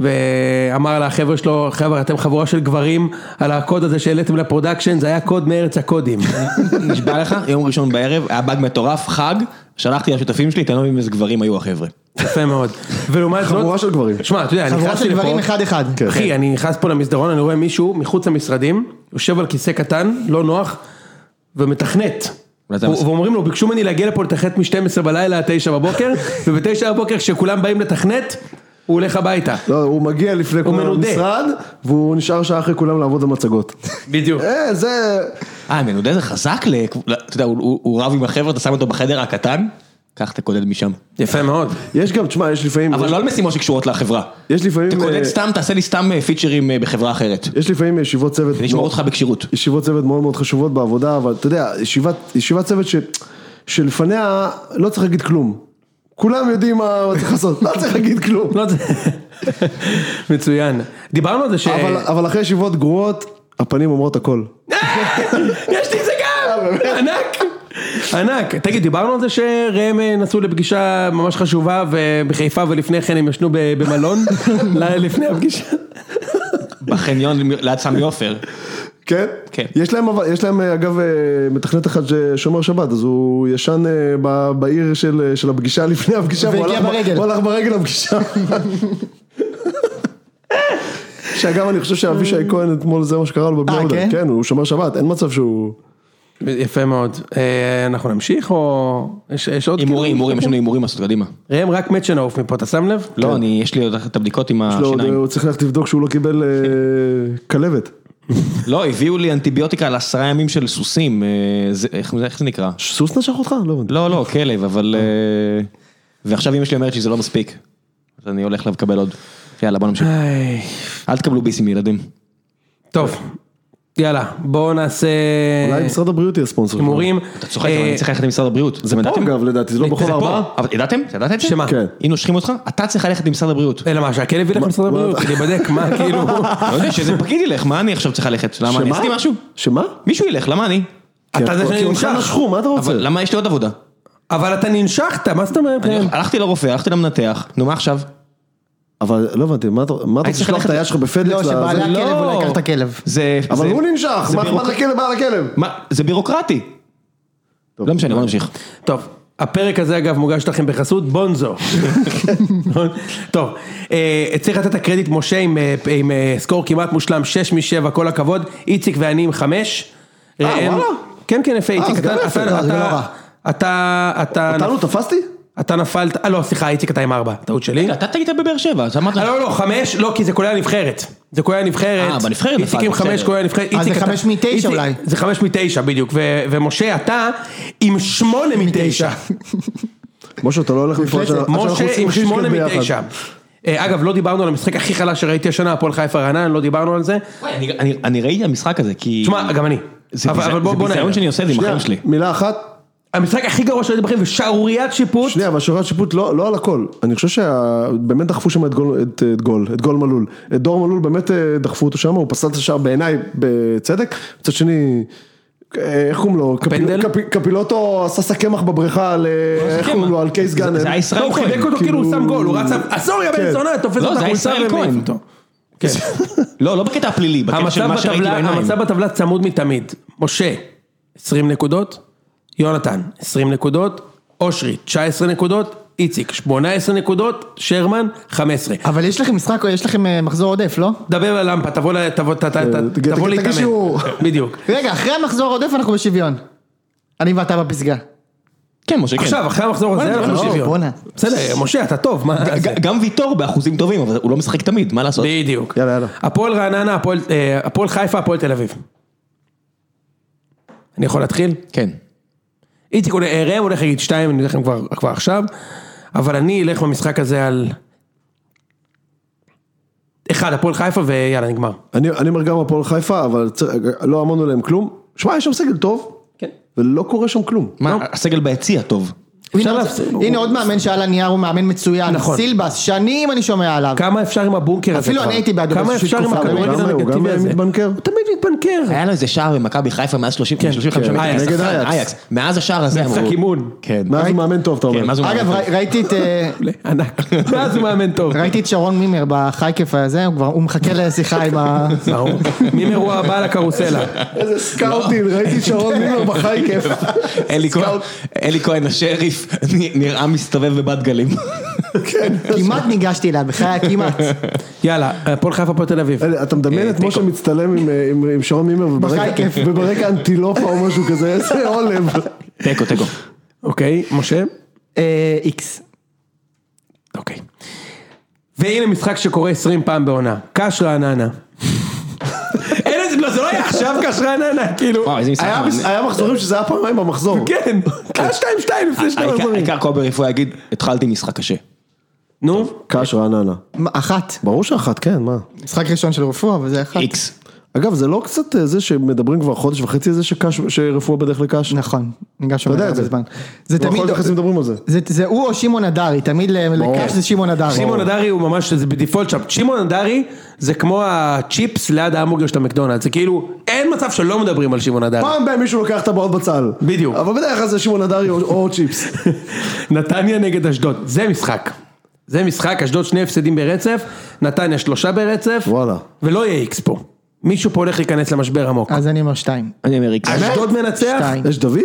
Speaker 1: ואמר לחבר'ה שלו, חבר'ה אתם חבורה של גברים, על הקוד הזה שהעליתם לפרודקשן, זה היה קוד מארץ הקודים.
Speaker 2: נשבע לך, יום ראשון בערב, היה באג מטורף, חג, שלחתי לשותפים שלי, אתה לא מבין איזה גברים היו החבר'ה.
Speaker 1: יפה מאוד. ולעומת זאת...
Speaker 3: חבורה של גברים.
Speaker 1: שמע, אתה יודע, אני
Speaker 4: חבורה
Speaker 1: נכנסתי
Speaker 4: של גברים
Speaker 1: לפה...
Speaker 4: אחד אחד.
Speaker 3: כן.
Speaker 1: אחי, אני נכנס פה למסדרון, אני רואה מישהו מחוץ למשרדים, יושב על כיסא קטן, לא נוח, ומתכנת.
Speaker 2: ואתה
Speaker 1: ו-
Speaker 2: מס-
Speaker 1: ואומרים לו, ביקשו ממני להגיע לפה לתכנת מ-12 בלילה עד 9 בבוקר, וב-9 בבוקר כשכולם באים לתכנת, הוא הולך הביתה.
Speaker 3: לא, הוא מגיע לפני כולם
Speaker 1: מנודה.
Speaker 3: למשרד, והוא נשאר שעה אחרי כולם לעבוד על מצגות.
Speaker 1: בדיוק.
Speaker 3: אה, זה...
Speaker 2: לא, אה, מנודה זה חזק ל... אתה יודע, הוא- הוא הוא רב עם החבר'ה, אתה שם אותו בחדר הקטן, קח תקודד משם.
Speaker 1: יפה מאוד.
Speaker 3: יש גם, תשמע, יש לפעמים,
Speaker 2: אבל לא על משימות שקשורות לחברה.
Speaker 3: יש לפעמים,
Speaker 2: תקודד
Speaker 3: אה,
Speaker 2: סתם, תעשה לי סתם אה, פיצ'רים אה, בחברה אחרת.
Speaker 3: יש לפעמים ישיבות צוות,
Speaker 2: נשמור אותך בכשירות.
Speaker 3: ישיבות צוות מאוד מאוד חשובות בעבודה, אבל אתה יודע, ישיבת, ישיבת צוות ש, שלפניה לא צריך להגיד כלום. כולם יודעים מה צריך לעשות, לא צריך להגיד כלום.
Speaker 1: לא, זה- מצוין. דיברנו על זה ש...
Speaker 3: אבל, אבל אחרי ישיבות גרועות, הפנים אומרות הכל.
Speaker 1: יש לי את זה גם! ענק! ענק. תגיד, דיברנו על זה שראם אה, נסעו לפגישה ממש חשובה ו- בחיפה ולפני כן הם ישנו ב- במלון? ל- לפני הפגישה?
Speaker 2: בחניון ליד סמי עופר.
Speaker 3: כן?
Speaker 2: כן.
Speaker 3: יש להם, אבל- יש להם אה, אגב אה, מתכנת אחד ששומר שבת, אז הוא ישן אה, ב- בעיר של, אה, של הפגישה לפני הפגישה, והוא
Speaker 4: והגיע
Speaker 3: הלך ב-
Speaker 4: ברגל.
Speaker 3: הוא הלך ברגל לפגישה. שאגב, אני חושב שאבישי כהן אתמול זה מה שקרה לו בבני
Speaker 4: אה,
Speaker 3: יהודה.
Speaker 4: כן?
Speaker 3: כן, הוא שומר שבת, אין מצב שהוא...
Speaker 1: יפה מאוד. אה, אנחנו נמשיך או... יש- יש עוד...
Speaker 2: הימורים,
Speaker 1: כאילו?
Speaker 2: הימורים, יש לנו הימורים לעשות, קדימה.
Speaker 1: ראם רק מת שנעוף מפה, אתה שם לב?
Speaker 2: לא, אני, יש לי עוד את הבדיקות עם
Speaker 3: לא, עוד-
Speaker 2: השיניים.
Speaker 3: הוא צריך ללכת לבדוק שהוא לא קיבל אה, כלבת.
Speaker 2: לא, הביאו לי אנטיביוטיקה על עשרה ימים של סוסים, אה, זה- איך זה- איך זה נקרא?
Speaker 3: סוס נשך אותך? לא הבנתי.
Speaker 2: לא, לא, כלב, אבל... אה, ועכשיו אמא שלי אומרת שזה לא מספיק. אז אני הולך לקבל עוד. יאללה, בוא נמשיך.
Speaker 1: איי.
Speaker 2: אל תקבלו ביסים ילדים.
Speaker 1: טוב, יאללה, בואו נעשה
Speaker 3: אולי משרד הבריאות יהיה ספונסר.
Speaker 1: אה, הימורים. אה,
Speaker 2: אתה צוחק, אבל אני צריך ללכת למשרד הבריאות. אה, זה
Speaker 3: פה אגב לדעתי, זה לא בכל
Speaker 2: זה
Speaker 3: ארבעה.
Speaker 2: פה. אבל ידעתם? ידעת את זה? אה.
Speaker 1: שמה?
Speaker 3: כן.
Speaker 2: אם נושכים אותך, אתה צריך ללכת למשרד הבריאות.
Speaker 1: אלא מה, שהכלב ילך למשרד הבריאות, כדי להיבדק, מה כאילו...
Speaker 2: לא יודע, שאיזה פקיד ילך, מה אני עכשיו צריך ללכת? למה אני
Speaker 3: שמה?
Speaker 2: עשיתי משהו?
Speaker 3: שמה?
Speaker 2: מישהו ילך, למה אני?
Speaker 1: אתה זה
Speaker 3: כי אותך
Speaker 1: שנמשך.
Speaker 3: נשכו, מה אתה רוצה?
Speaker 2: אבל למה יש לי עוד עבודה?
Speaker 1: אבל אתה ננשכת, מה זאת אומרת?
Speaker 2: אני-
Speaker 1: ראם?
Speaker 2: הלכתי לרופא, הלכתי למנתח, נו מה עכשיו?
Speaker 3: אבל לא הבנתי, מה אתה מה אתה רוצה
Speaker 2: צריך
Speaker 3: לשלוח
Speaker 2: ללכת-
Speaker 3: את היד שלך בפדקס?
Speaker 4: לא,
Speaker 3: לזה?
Speaker 4: שבעלי
Speaker 2: לא.
Speaker 4: הכלב, הוא לקח את הכלב.
Speaker 2: זה...
Speaker 3: אבל
Speaker 2: זה-
Speaker 3: הוא ננשך,
Speaker 2: זה
Speaker 3: מה אכפת
Speaker 2: בירוק-
Speaker 3: לכלב, בעל הכלב?
Speaker 2: מה, זה בירוקרטי.
Speaker 3: טוב.
Speaker 2: לא משנה, בוא נמשיך.
Speaker 1: טוב, הפרק הזה אגב מוגש לכם בחסות בונזו. טוב, אה, צריך לתת את הקרדיט משה עם, אה, עם אה, סקור כמעט מושלם, 6 מ-7, כל הכבוד, איציק ואני עם 5.
Speaker 3: וואלה?
Speaker 1: כן כן יפה, איציק,
Speaker 3: זה
Speaker 1: אתה-
Speaker 3: גם יפה,
Speaker 1: אתה-
Speaker 3: זה לא
Speaker 1: אתה-
Speaker 3: רע.
Speaker 1: אתה, אתה,
Speaker 3: אותנו תפסתי?
Speaker 1: אתה נפלת, אה לא סליחה איציק אתה עם 4, טעות שלי.
Speaker 2: אתה היית בבאר שבע, אז אמרת...
Speaker 1: אה, לא לא, 5, לא כי זה כולל הנבחרת. זה כולל הנבחרת.
Speaker 2: אה, בנבחרת
Speaker 1: איציק
Speaker 2: נפלת,
Speaker 1: עם 5
Speaker 2: בסדר.
Speaker 1: כולל הנבחרת.
Speaker 4: אה, זה
Speaker 1: איציק, אתה-
Speaker 4: חמש מתשע
Speaker 1: איציק-
Speaker 4: אולי.
Speaker 1: זה 5 מ-9 בדיוק, ו- ומשה אתה עם 8 מ-9.
Speaker 3: משה, אתה לא הולך לפעול
Speaker 4: מפלצת.
Speaker 1: משה עם שמונה מתשע. אה, אגב, לא דיברנו על המשחק הכי חלש שראיתי השנה, הפועל חיפה רענן, לא דיברנו על זה.
Speaker 2: וואי, אני- אני- אני ראיתי את המשחק הזה, כי...
Speaker 1: תשמע, גם אני.
Speaker 2: זה
Speaker 1: אבל-
Speaker 2: ביזי-
Speaker 1: אבל בוא-
Speaker 2: זה
Speaker 1: בוא
Speaker 2: ביזיון
Speaker 1: נענה.
Speaker 2: שאני עושה את זה עם החיים שלי.
Speaker 3: מילה אחת,
Speaker 1: המשחק הכי גרוע שראיתי בחיים ושערוריית שיפוט.
Speaker 3: שנייה, אבל שורת שיפוט לא לא על הכל. אני חושב שבאמת דחפו שם את גול, את אה, את גול, את גול מלול. את דור מלול באמת אה, דחפו אותו שם, הוא פסל את השער בעיניי בצדק. מצד שני, אה, איך קוראים לו?
Speaker 1: הפנדל?
Speaker 3: קפיל- קפ- קפילוטו עשה שק קמח בבריכה על, אה, איך קוראים לו? על קייס גאנר.
Speaker 2: זה היה
Speaker 1: לא,
Speaker 2: ישראל
Speaker 1: הוא חיבק
Speaker 2: כהן.
Speaker 1: אותו כאילו הוא שם גול, הוא רץ, עשור יא בן
Speaker 3: כן.
Speaker 1: זונה, תופס
Speaker 2: לא,
Speaker 1: אותה
Speaker 2: זה היה
Speaker 1: חולצה
Speaker 2: ישראל
Speaker 1: ומעיף
Speaker 2: כהן.
Speaker 1: אותו. כן.
Speaker 2: לא, לא בקטע הפלילי, בקטע של
Speaker 1: המצב
Speaker 2: מה שראיתי
Speaker 1: בטבלה-
Speaker 2: בעיניים.
Speaker 1: המצב בטבלה צמוד מתמיד. משה, 20 נקודות, יונתן, 20 נקודות, אושרי, 19 נקודות, איציק, 18 נקודות, שרמן, 15.
Speaker 4: אבל יש לכם משחק, יש לכם אה, מחזור עודף, לא?
Speaker 1: דבר ללמפה, תבוא ל- תבוא- ת- ת- ת-
Speaker 3: אה, תגיד-
Speaker 1: תבוא
Speaker 3: תגיד
Speaker 1: להתאמן.
Speaker 3: שהוא-
Speaker 1: בדיוק.
Speaker 4: רגע, אחרי המחזור העודף אנחנו בשוויון. אני ואתה בפסגה.
Speaker 2: כן, משה, כן.
Speaker 1: עכשיו, אחרי המחזור הזה,
Speaker 2: בואנה,
Speaker 1: אנחנו
Speaker 4: בואנה.
Speaker 1: שוויון.
Speaker 4: בואנה.
Speaker 1: בסדר, משה, אתה טוב, מה זה?
Speaker 2: ג- גם ויטור באחוזים טובים, אבל הוא לא משחק תמיד, מה לעשות?
Speaker 1: בדיוק.
Speaker 3: יאללה, יאללה.
Speaker 1: הפועל רעננה, הפועל- אה, הפועל חיפה, הפועל תל אביב. אני יכול להתחיל?
Speaker 2: כן.
Speaker 1: איציק, הולך- אה, ראם הולך להגיד שתיים, אני אלך לכם כבר- כבר עכשיו, אבל אני אלך במשחק הזה על... אחד, הפועל חיפה, ויאללה, נגמר.
Speaker 3: אני, אני אומר גם הפועל חיפה, אבל צ... לא אמרנו להם כלום. שמע, יש שם סגל טוב,
Speaker 1: כן.
Speaker 3: ולא קורה שם כלום.
Speaker 2: מה, הסגל ביציע טוב.
Speaker 4: הנה עוד-
Speaker 1: להפסיד.
Speaker 4: הנה עוד מאמן שעל הנייר הוא מאמן מצוין.
Speaker 1: נכון.
Speaker 4: סילבס, שנים אני שומע עליו.
Speaker 1: כמה אפשר עם הבונקר הזה
Speaker 4: אפילו
Speaker 1: כבר?
Speaker 4: אני הייתי בעדו
Speaker 1: כמה
Speaker 4: באיזושהי
Speaker 1: אפשר עם
Speaker 4: תקופה,
Speaker 1: הכדורגל
Speaker 3: גם הוא, לא גם
Speaker 1: הנגטיבי
Speaker 3: הוא
Speaker 1: הזה?
Speaker 3: מתבנקר?
Speaker 1: הוא תמיד מתבנקר.
Speaker 2: היה לו איזה שער במכבי חיפה מאז 30
Speaker 1: כן,
Speaker 2: 35
Speaker 1: כן.
Speaker 2: מטר.
Speaker 1: אייקס.
Speaker 3: נגד
Speaker 2: שחקן,
Speaker 3: אייקס.
Speaker 2: מאז השער הזה
Speaker 1: משחק אימון.
Speaker 2: כן.
Speaker 3: מאז הוא מאמן טוב, אתה אומר.
Speaker 2: כן, מאז הוא
Speaker 4: אגב,
Speaker 2: מאמן.
Speaker 4: ראי- ראיתי את... אה,
Speaker 1: מעולה, ענק. ואז הוא מאמן טוב.
Speaker 4: ראיתי את שרון מימר בחייקף הזה, הוא כבר, הוא מחכה לשיחה עם ה...
Speaker 1: ברור. מי מרוע הבא לקרוסלה.
Speaker 3: איזה סקאוטים, ראיתי שרון מילר בחייקף.
Speaker 2: אלי כהן- אלי כהן השריף נ- נראה מסתובב בבת גלים.
Speaker 4: כמעט ניגשתי אליו, בחיי כמעט.
Speaker 1: יאללה, הפועל חיפה פה תל אביב.
Speaker 3: אתה מדמיין את משה מצטלם עם, אה, עם- עם שרון מימר וברקע-
Speaker 4: בחייקף.
Speaker 3: וברקע אנטילופה או משהו כזה, איזה עולב.
Speaker 2: תיקו, תיקו.
Speaker 1: אוקיי, משה?
Speaker 4: אה, איקס.
Speaker 1: אוקיי. והנה משחק שקורה 20 פעם בעונה. קש רעננה. אין את זה, לא, זה לא היה עכשיו קשרה עננה, כאילו,
Speaker 2: וואו, איזה משחק
Speaker 3: היה
Speaker 2: מעניין.
Speaker 3: מס- היה מחזורים שזה היה פעמיים במחזור.
Speaker 1: כן, היה 2-2 לפני שני
Speaker 2: העיקר-
Speaker 1: מחזורים.
Speaker 2: העיקר קובר יפו יגיד, התחלתי משחק קשה.
Speaker 1: נו,
Speaker 3: קש רעננה.
Speaker 4: מה, אחת.
Speaker 3: ברור שאחת, כן, מה.
Speaker 4: משחק ראשון של רפואה, אבל זה אחת.
Speaker 2: איקס.
Speaker 3: אגב, זה לא קצת אה, זה שמדברים כבר חודש וחצי על זה שקש, שרפואה בדרך לקש?
Speaker 4: נכון, אני גם שומע
Speaker 3: יודע
Speaker 4: את
Speaker 3: את
Speaker 4: זה
Speaker 3: זה.
Speaker 4: בזמן. זה
Speaker 3: כבר
Speaker 4: תמיד,
Speaker 3: חודש וחצי מדברים על זה.
Speaker 4: זה- זה הוא או שמעון הדרי, תמיד ל- לקש זה שמעון הדרי.
Speaker 1: שמעון הדרי הוא ממש, זה בדיפולט שם, שמעון הדרי זה כמו הצ'יפס ליד ההמבורגר של המקדונלד, זה כאילו, אין מצב שלא מדברים על שמעון הדרי.
Speaker 3: פעם ב- מישהו לוקח טבעות בצל.
Speaker 1: בדיוק.
Speaker 3: אבל בדרך כלל זה שמעון הדרי או- או צ'יפס.
Speaker 1: נתניה נגד אשדוד, זה משחק. זה משחק, אשדוד שני הפסדים ברצף, נתניה שלושה ברצף,
Speaker 3: וואלה.
Speaker 1: ולא יהיה איקס פה. מישהו פה הולך להיכנס למשבר עמוק.
Speaker 4: אז אני אומר שתיים.
Speaker 2: אני אומר איקס.
Speaker 1: אשדוד מנצח,
Speaker 4: שתיים.
Speaker 3: יש דוד?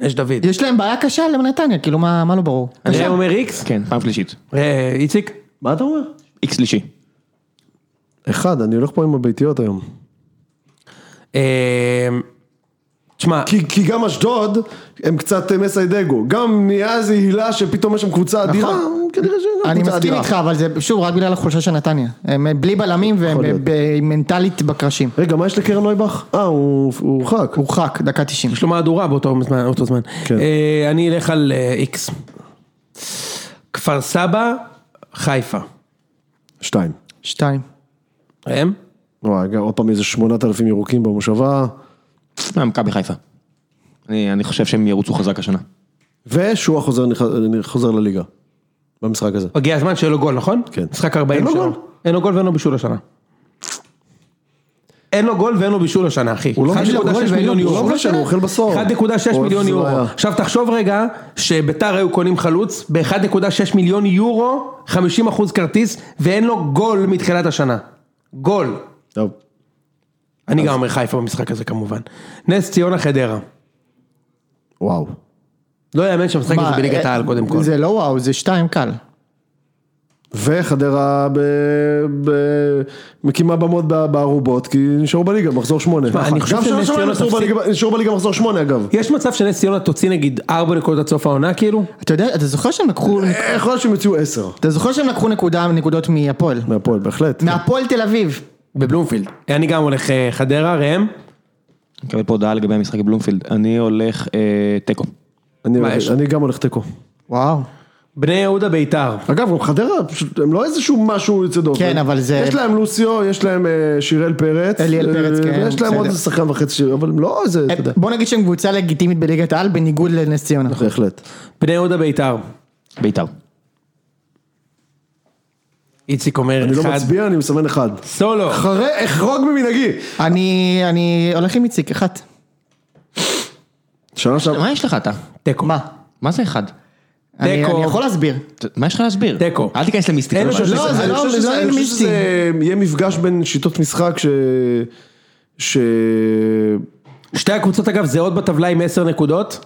Speaker 1: יש דוד.
Speaker 4: יש להם בעיה קשה לנתניה, כאילו מה מה לא ברור.
Speaker 1: אני אומר איקס,
Speaker 2: כן, פעם שלישית.
Speaker 1: אה, איציק,
Speaker 3: מה אתה אומר?
Speaker 2: איקס שלישי.
Speaker 3: אחד, אני הולך פה עם הביתיות היום.
Speaker 1: אה, תשמע,
Speaker 3: כי, כי גם אשדוד הם קצת אה, מסיידגו, גם נהיה איזה הילה שפתאום יש שם קבוצה אדירה, הוא נכון, כנראה שגם
Speaker 4: אני
Speaker 3: קבוצה
Speaker 4: מסכים
Speaker 3: אדירה.
Speaker 4: איתך, אבל זה שוב רק בגלל החולשה של נתניה. הם בלי בלמים והם
Speaker 3: להיות.
Speaker 4: ב- ב- מנטלית בקרשים.
Speaker 3: רגע, מה יש לקרן נויבך? אה, הוא הוא הורחק.
Speaker 4: הורחק, דקה 90.
Speaker 1: יש לו מהדורה באותו זמן, אותו זמן.
Speaker 3: כן.
Speaker 1: אה, אני אלך על אה, איקס. כפר סבא, חיפה.
Speaker 3: שתיים.
Speaker 4: שתיים.
Speaker 1: הם?
Speaker 3: וואי, גם עוד פעם איזה שמונת אלפים ירוקים במושבה,
Speaker 2: אה, מכבי חיפה. אני אני חושב שהם ירוצו חזק השנה.
Speaker 3: ושועה חוזר, נכ- חוזר לליגה, במשחק הזה.
Speaker 1: הגיע הזמן שיהיה לו גול, נכון?
Speaker 3: כן.
Speaker 1: משחק 40
Speaker 3: אין לו
Speaker 1: שנה.
Speaker 3: גול.
Speaker 1: אין לו גול ואין לו בישול השנה. אין לו גול ואין לו בישול השנה, אחי.
Speaker 3: הוא לא מבשל, הוא
Speaker 1: 1.6
Speaker 3: לא-
Speaker 1: מיליון
Speaker 3: הוא לא
Speaker 1: יורו.
Speaker 3: מבשל, הוא אוכל בשר.
Speaker 1: 1.6
Speaker 3: הוא
Speaker 1: מיליון
Speaker 3: אפס
Speaker 1: יורו.
Speaker 3: בעיה.
Speaker 1: עכשיו תחשוב רגע שביתר היו קונים חלוץ ב-1.6 מיליון יורו, 50 אחוז כרטיס, ואין לו גול מתחילת השנה. גול.
Speaker 3: טוב.
Speaker 1: אני גם אומר חיפה במשחק הזה כמובן. נס ציונה חדרה.
Speaker 3: וואו.
Speaker 1: לא יאמן שהמשחק הזה
Speaker 4: מה,
Speaker 1: בליגת
Speaker 4: אה,
Speaker 1: העל קודם כל.
Speaker 4: זה לא וואו, זה שתיים קל.
Speaker 3: וחדרה ב... ב... מקימה במות ב- בערובות, כי נשארו בליגה, מחזור שמונה.
Speaker 1: תשמע, אני חושב
Speaker 3: גם שנה
Speaker 1: שנס
Speaker 3: שעברה
Speaker 1: ציונה
Speaker 3: נשארו
Speaker 1: תפסיד-
Speaker 3: בליגה- נשארו בליגה מחזור שמונה אגב.
Speaker 1: יש מצב שנס ציונה תוציא נגיד 4 נקודות עד סוף העונה כאילו?
Speaker 4: אתה יודע, אתה זוכר שהם לקחו,
Speaker 3: יכול להיות שהם יוציאו עשר.
Speaker 4: אתה זוכר שהם לקחו נקודה, נקודות מהפועל?
Speaker 3: מהפועל, בהחלט.
Speaker 4: מהפועל תל אביב.
Speaker 1: בבלומפילד. אני גם הולך אה, חדרה, ראם.
Speaker 2: אני מקבל פה הודעה לגבי המשחק בבלומפילד. אני הולך אה, תיקו.
Speaker 3: אני,
Speaker 1: מה יש?
Speaker 3: אני גם הולך תיקו.
Speaker 4: וואו.
Speaker 1: בני יהודה ביתר.
Speaker 3: אגב, גם חדרה, פשוט, הם לא איזשהו משהו יוצא דופן.
Speaker 4: כן, אבל זה-
Speaker 3: יש להם לוסיו, יש להם אה, שיראל פרץ.
Speaker 4: אליאל
Speaker 3: אה,
Speaker 4: פרץ, כן,
Speaker 3: ויש להם
Speaker 4: בסדר.
Speaker 3: עוד איזה שחקן וחצי, ש- אבל הם לא איזה,
Speaker 1: אה,
Speaker 3: אתה יודע.
Speaker 4: אה, בוא נגיד שהם קבוצה לגיטימית בליגת העל בניגוד לנס ציונה.
Speaker 3: בהחלט.
Speaker 1: בני יהודה ביתר.
Speaker 2: ביתר.
Speaker 1: איציק אומר
Speaker 3: אני לא
Speaker 1: אחד.
Speaker 3: מצביע, אני מסמן אחד.
Speaker 1: סולו.
Speaker 3: אחרי, אחרוג ממנהגי.
Speaker 4: אני אני הולך עם איציק, אחת.
Speaker 3: שנה שעברה.
Speaker 2: מה יש לך אתה?
Speaker 1: תיקו.
Speaker 4: מה?
Speaker 2: מה זה אחד?
Speaker 4: אני
Speaker 1: תיקו.
Speaker 4: אני יכול להסביר.
Speaker 2: ת- מה יש לך להסביר?
Speaker 1: תיקו.
Speaker 2: אל תיכנס למיסטיקה.
Speaker 1: אין לו
Speaker 2: אבל.
Speaker 1: שש-
Speaker 4: לא,
Speaker 3: אני
Speaker 4: זה לא-
Speaker 3: חושב
Speaker 4: זה
Speaker 3: שזה-
Speaker 4: לא
Speaker 3: אני חושב
Speaker 4: מיסטי.
Speaker 3: שזה אה, יהיה מפגש בין שיטות משחק ש... ש...
Speaker 1: שתי הקבוצות אגב זהות בטבלה עם 10 נקודות.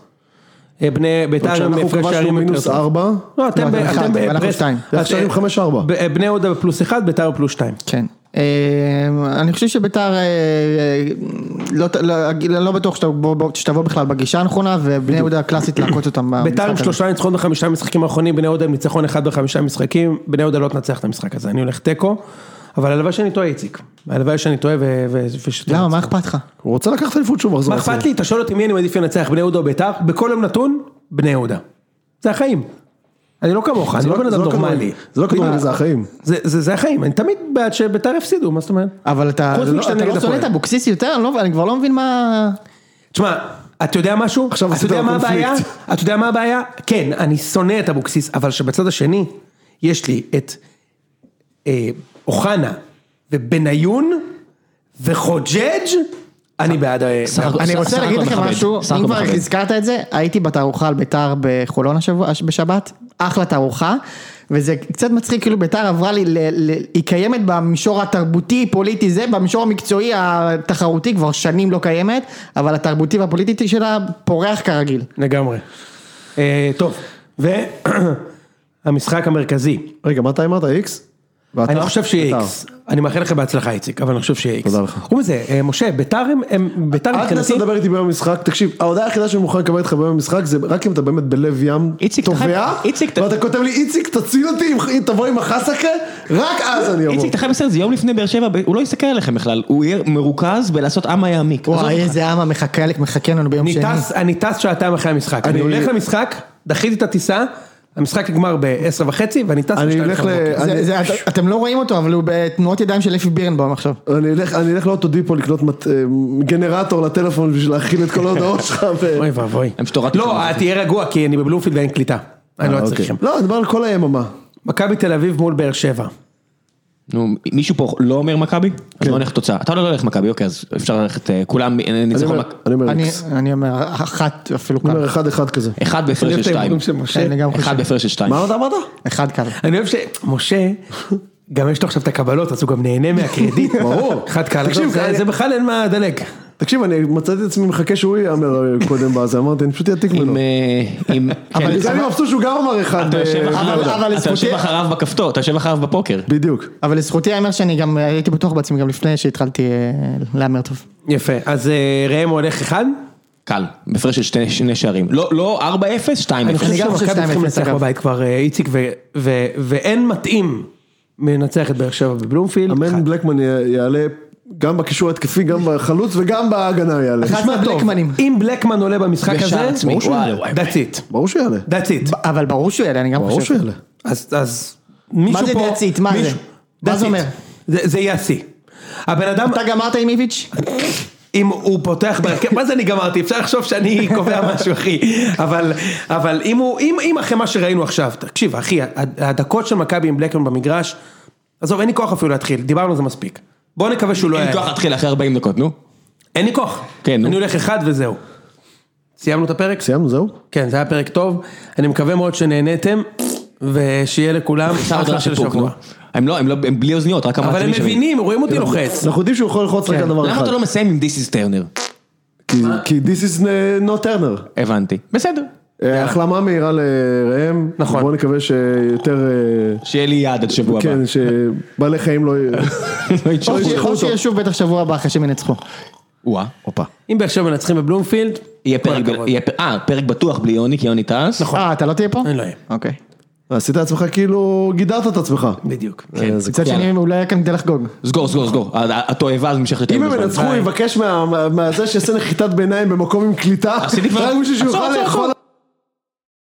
Speaker 1: אה, בני ביתר עם
Speaker 3: שאנחנו
Speaker 1: הפרש
Speaker 3: כבשנו
Speaker 1: שערים
Speaker 3: מינוס
Speaker 1: יותר טוב.
Speaker 3: ארבע.
Speaker 1: לא, אתם
Speaker 4: לא,
Speaker 1: ב-
Speaker 4: אתם אחד,
Speaker 1: אתם
Speaker 4: אנחנו
Speaker 1: בפרס-
Speaker 4: שתיים.
Speaker 1: אתם-
Speaker 3: עכשיו עם חמש, ארבע.
Speaker 1: ב- אה, בני יהודה בפלוס 1, ביתר בפלוס 2.
Speaker 4: כן. אה, אני חושב שביתר, אה, אה, לא ת- לא- אני לא בטוח שתבוא בוא- שתבוא בכלל בגישה הנכונה, ובני יהודה הקלאסית להכות אותם. במשחק
Speaker 1: ביתר עם
Speaker 4: הזה.
Speaker 1: שלושה ניצחונות בחמישה משחקים האחרונים, בני יהודה עם ניצחון אחד בחמישה משחקים, בני יהודה לא תנצח את המשחק הזה, אני הולך תיקו, אבל הלוואי שאני טועה איציק, הלוואי שאני טועה ו... ו- ושתנצח.
Speaker 4: למה, מה אכפת לך?
Speaker 3: הוא רוצה לקחת אליפות שוב מחזור.
Speaker 1: מה אכפת לי? אתה שואל אותי מי אני מעדיף לנצח, בני יהודה או ביתר? בכל יום נתון, בני יהודה. זה החיים. אני לא כמוך, אני לא בן אדם נורמלי.
Speaker 3: זה לא כדורגל,
Speaker 1: מה?
Speaker 3: זה החיים.
Speaker 1: זה- זה זה החיים, אני תמיד בעד שביתר יפסידו, מה זאת אומרת?
Speaker 4: אבל אתה
Speaker 1: חוץ
Speaker 4: אתה לא-
Speaker 1: משאתה
Speaker 4: אתה
Speaker 1: נגד
Speaker 4: לא שונא את
Speaker 1: הפועל.
Speaker 4: אבוקסיס יותר, אני לא- אני כבר לא מבין מה...
Speaker 1: תשמע, אתה יודע משהו?
Speaker 3: עכשיו
Speaker 1: אתה
Speaker 3: עשית
Speaker 1: יודע
Speaker 3: לו
Speaker 1: מה
Speaker 3: קונפליקט.
Speaker 1: הבעיה? אתה יודע מה הבעיה? כן, אני שונא את אבוקסיס, אבל שבצד השני, יש לי את אה, אוחנה ובניון וחוג'ג', אני בעד... אה, ה-
Speaker 2: סך הכל-
Speaker 4: אני
Speaker 2: סך- סך
Speaker 4: רוצה להגיד
Speaker 2: הכל
Speaker 4: לכם
Speaker 2: מכבד.
Speaker 4: משהו,
Speaker 2: סך
Speaker 4: אם
Speaker 2: הכל
Speaker 4: כבר
Speaker 2: מכבד.
Speaker 4: הזכרת את זה, הייתי בתערוכה על ביתר בחולון השבוע, הש- בשבת, אחלה תערוכה, וזה קצת מצחיק, כאילו ביתר עברה לי, ל, ל, היא קיימת במישור התרבותי, פוליטי זה, במישור המקצועי התחרותי כבר שנים לא קיימת, אבל התרבותי והפוליטי שלה פורח כרגיל.
Speaker 1: לגמרי. אה, טוב, והמשחק המרכזי.
Speaker 3: רגע, מה אתה אמרת? איקס? ואתה?
Speaker 1: אני לא חושב שיהיה
Speaker 3: בית"ר.
Speaker 1: איקס. אני מאחל לכם בהצלחה איציק, אבל אני חושב שיהיה איקס.
Speaker 3: תודה לך.
Speaker 1: חוץ מזה, אה, משה, ביתר הם- הם, ביתר
Speaker 3: אל תנסה
Speaker 1: מבחינתי,
Speaker 3: לדבר איתי ביום המשחק, תקשיב, ההודעה היחידה שאני מוכן לקבל איתך ביום המשחק זה רק אם אתה באמת בלב ים,
Speaker 2: איציק,
Speaker 3: תובע,
Speaker 2: אתה חי- איציק, אתה-
Speaker 3: ואתה כותב לי, איציק תציל אותי, אם- אם תבוא עם החסקה, רק אז אני אבוא.
Speaker 2: איציק, אתה חי בסרט, זה יום לפני באר שבע, ב- הוא לא יסתכל עליכם בכלל, הוא יהיה מרוכז בלעשות עם היעמיק.
Speaker 4: וואי איזה עם המחכה מחכה לנו ביום
Speaker 1: אני
Speaker 4: שני.
Speaker 1: טס, אני טס שעתיים אחרי המשחק. אני
Speaker 3: אני-
Speaker 1: הולך למשחק, דחיתי את הטיסה, המשחק נגמר ב-10 וחצי, ואני טס
Speaker 3: אני
Speaker 1: בשתיים
Speaker 3: אלך
Speaker 1: וחצי.
Speaker 3: ל-
Speaker 4: זה-
Speaker 3: אני-
Speaker 4: זה- את- אתם לא רואים אותו אבל הוא בתנועות ידיים של אפי בירנבאום עכשיו.
Speaker 3: אני אלך- אני אלך לאוטודיפו לקנות מת- אה, גנרטור לטלפון בשביל להכיל את כל ההודעות שלך. ו-
Speaker 1: אוי ואבוי.
Speaker 2: הם שתורתו.
Speaker 1: לא, אה, תהיה רגוע, כי אני בבלומפילד ואין קליטה. אני לא צריך
Speaker 3: אוקיי.
Speaker 1: שם.
Speaker 3: לא, אני מדבר על כל היממה.
Speaker 1: מכבי תל אביב מול באר שבע.
Speaker 2: נו, מישהו פה לא אומר מכבי? אני לא הולך תוצאה. אתה לא הולך מכבי, אוקיי, אז אפשר ללכת, אה, כולם אה,
Speaker 3: אני
Speaker 2: ניצחון.
Speaker 3: אומר-
Speaker 2: מכ-
Speaker 3: אני אומר
Speaker 4: אני-
Speaker 3: איקס.
Speaker 4: אני אומר אחת אפילו
Speaker 3: אני
Speaker 4: קל.
Speaker 3: אומר אחד אחד כזה.
Speaker 2: אחד בהפרש של
Speaker 1: אני אוהב את
Speaker 2: אה, שתיים.
Speaker 1: ההימורים של משה.
Speaker 4: אני גם חושב.
Speaker 2: אחד בהפרש של שתיים.
Speaker 3: מה עוד אמרת?
Speaker 4: אחד קל.
Speaker 1: אני אוהב שמשה, גם יש לו עכשיו את הקבלות, אז הוא גם נהנה מהקרדיט.
Speaker 3: ברור.
Speaker 1: אחד קל.
Speaker 3: תקשיב,
Speaker 1: עזוב, זה-
Speaker 3: אני-
Speaker 1: זה בכלל אין מה לדלג.
Speaker 3: תקשיב, אני מצאתי את עצמי מחכה שהוא יאמר אה, קודם בזה, אמרתי, אני פשוט אעתיק ממנו.
Speaker 2: עם... אה, עם- כן,
Speaker 3: אבל זה אני מבסוט שהוא גם אמר אחד.
Speaker 2: אתה יושב
Speaker 3: אה,
Speaker 2: אחריו-
Speaker 3: בני יהודה.
Speaker 4: אבל
Speaker 2: אתה יושב
Speaker 4: לזכותי-
Speaker 2: אחריו בכפתור, אתה יושב אחריו בפוקר.
Speaker 3: בדיוק.
Speaker 4: אבל לזכותי האמר שאני גם אה, הייתי בטוח בעצמי גם לפני שהתחלתי אה, להמר טוב.
Speaker 1: יפה, אז אה, ראם הולך אחד?
Speaker 2: קל, בהפרש של שני- שני שערים. לא- לא 4-0, 2-0.
Speaker 1: אני חושב
Speaker 4: אני גם חושב
Speaker 1: שמכבי צריכים
Speaker 4: 2-0,
Speaker 1: לנצח
Speaker 4: אגב.
Speaker 1: בבית כבר, אה, איציק, ו- ו- ואין מתאים מנצח את באר שבע בבלומפילד.
Speaker 3: אמן בלקמן י- יעלה גם בקישור ההתקפי, גם בחלוץ וגם בהגנה יעלה.
Speaker 4: אחד-
Speaker 1: תשמע טוב,
Speaker 4: בלקמנים.
Speaker 1: אם בלקמן עולה במשחק
Speaker 2: בשער
Speaker 1: הזה,
Speaker 2: עצמי,
Speaker 1: ברור שהוא
Speaker 2: וואי,
Speaker 1: יעלה.
Speaker 2: וואי,
Speaker 1: that's it,
Speaker 3: ברור שיעלה.
Speaker 1: that's it.
Speaker 4: אבל ברור שהוא יעלה אני גם
Speaker 3: ברור
Speaker 4: חושב.
Speaker 3: שיעלה.
Speaker 1: אז- אז מישהו פה...
Speaker 4: זה that's it? מה זה?
Speaker 1: מישהו-
Speaker 4: מה זה
Speaker 1: that's it.
Speaker 4: אומר?
Speaker 1: זה זה יהיה השיא. הבן אדם,
Speaker 4: אתה גמרת עם איביץ'?
Speaker 1: אם הוא פותח בהרכב, מה זה אני גמרתי? אפשר לחשוב שאני קובע משהו, אחי. אבל, אבל אם הוא, אם, אם אחרי מה שראינו עכשיו, תקשיב, אחי, הדקות של מכבי עם בלקמן במגרש, עזוב, אין לי כוח אפילו להתחיל, דיברנו על זה מספיק. בוא נקווה שהוא לא
Speaker 2: אין
Speaker 1: היה.
Speaker 2: כוח להתחיל אחרי 40 דקות, נו.
Speaker 1: אין לי כוח.
Speaker 2: כן, נו.
Speaker 1: אני הולך אחד וזהו. סיימנו את הפרק?
Speaker 3: סיימנו, זהו?
Speaker 1: כן, זה היה פרק טוב. אני מקווה מאוד שנהניתם, ושיהיה לכולם
Speaker 2: עכשיו עוד
Speaker 1: אחלה של
Speaker 2: רעש טיפוק, נו.
Speaker 1: שבוע.
Speaker 2: הם לא, הם לא, הם בלי אוזניות, רק אמרת
Speaker 1: אבל הם
Speaker 2: לי לא, שהם-
Speaker 1: מבינים, רואים אותי לוחץ.
Speaker 3: אנחנו יודעים שהוא יכול ללחוץ רק על דבר
Speaker 2: למה
Speaker 3: אחד.
Speaker 2: אתה לא מסיים עם This is Turner?
Speaker 3: כן. כי- כי this is not turner.
Speaker 2: הבנתי. בסדר.
Speaker 3: אה, החלמה מהירה לראם.
Speaker 1: נכון.
Speaker 3: בואו נקווה שיותר... אה,
Speaker 2: שיהיה לי יעד עד שבוע הבא.
Speaker 3: כן, שבעלי חיים לא...
Speaker 2: לא יתשכחו.
Speaker 4: או שישוב בטח שבוע הבא אחרי שהם ינצחו.
Speaker 2: וואה.
Speaker 3: הופה.
Speaker 1: אם באר שבע מנצחים בבלומפילד,
Speaker 2: יהיה פרק,
Speaker 1: כל הכבוד.
Speaker 2: יהיה פ- אה, פרק בטוח בלי יוני, כי יוני טס. נכון.
Speaker 4: אה אתה לא תהיה פה?
Speaker 1: אני לא אהיה,
Speaker 4: אוקיי.
Speaker 3: עשית לעצמך כאילו גידרת את עצמך. אה,
Speaker 1: בדיוק.
Speaker 2: כן,
Speaker 4: מצד שני הוא לא היה כאן כדי לחגוג.
Speaker 2: סגור, סגור, סגור. ה- ה- התועבה הזו נמשכת יותר אה,
Speaker 3: אם הם
Speaker 2: מדי זמן.
Speaker 3: ינצחו, הוא יבקש מה- מה- מהזה שיעשה נחיתת ביניים במקום עם קליטה,
Speaker 2: עשיתי כבר-
Speaker 3: רק בשביל שהוא
Speaker 2: עצור,
Speaker 3: יוכל
Speaker 2: עצור,
Speaker 3: לאכול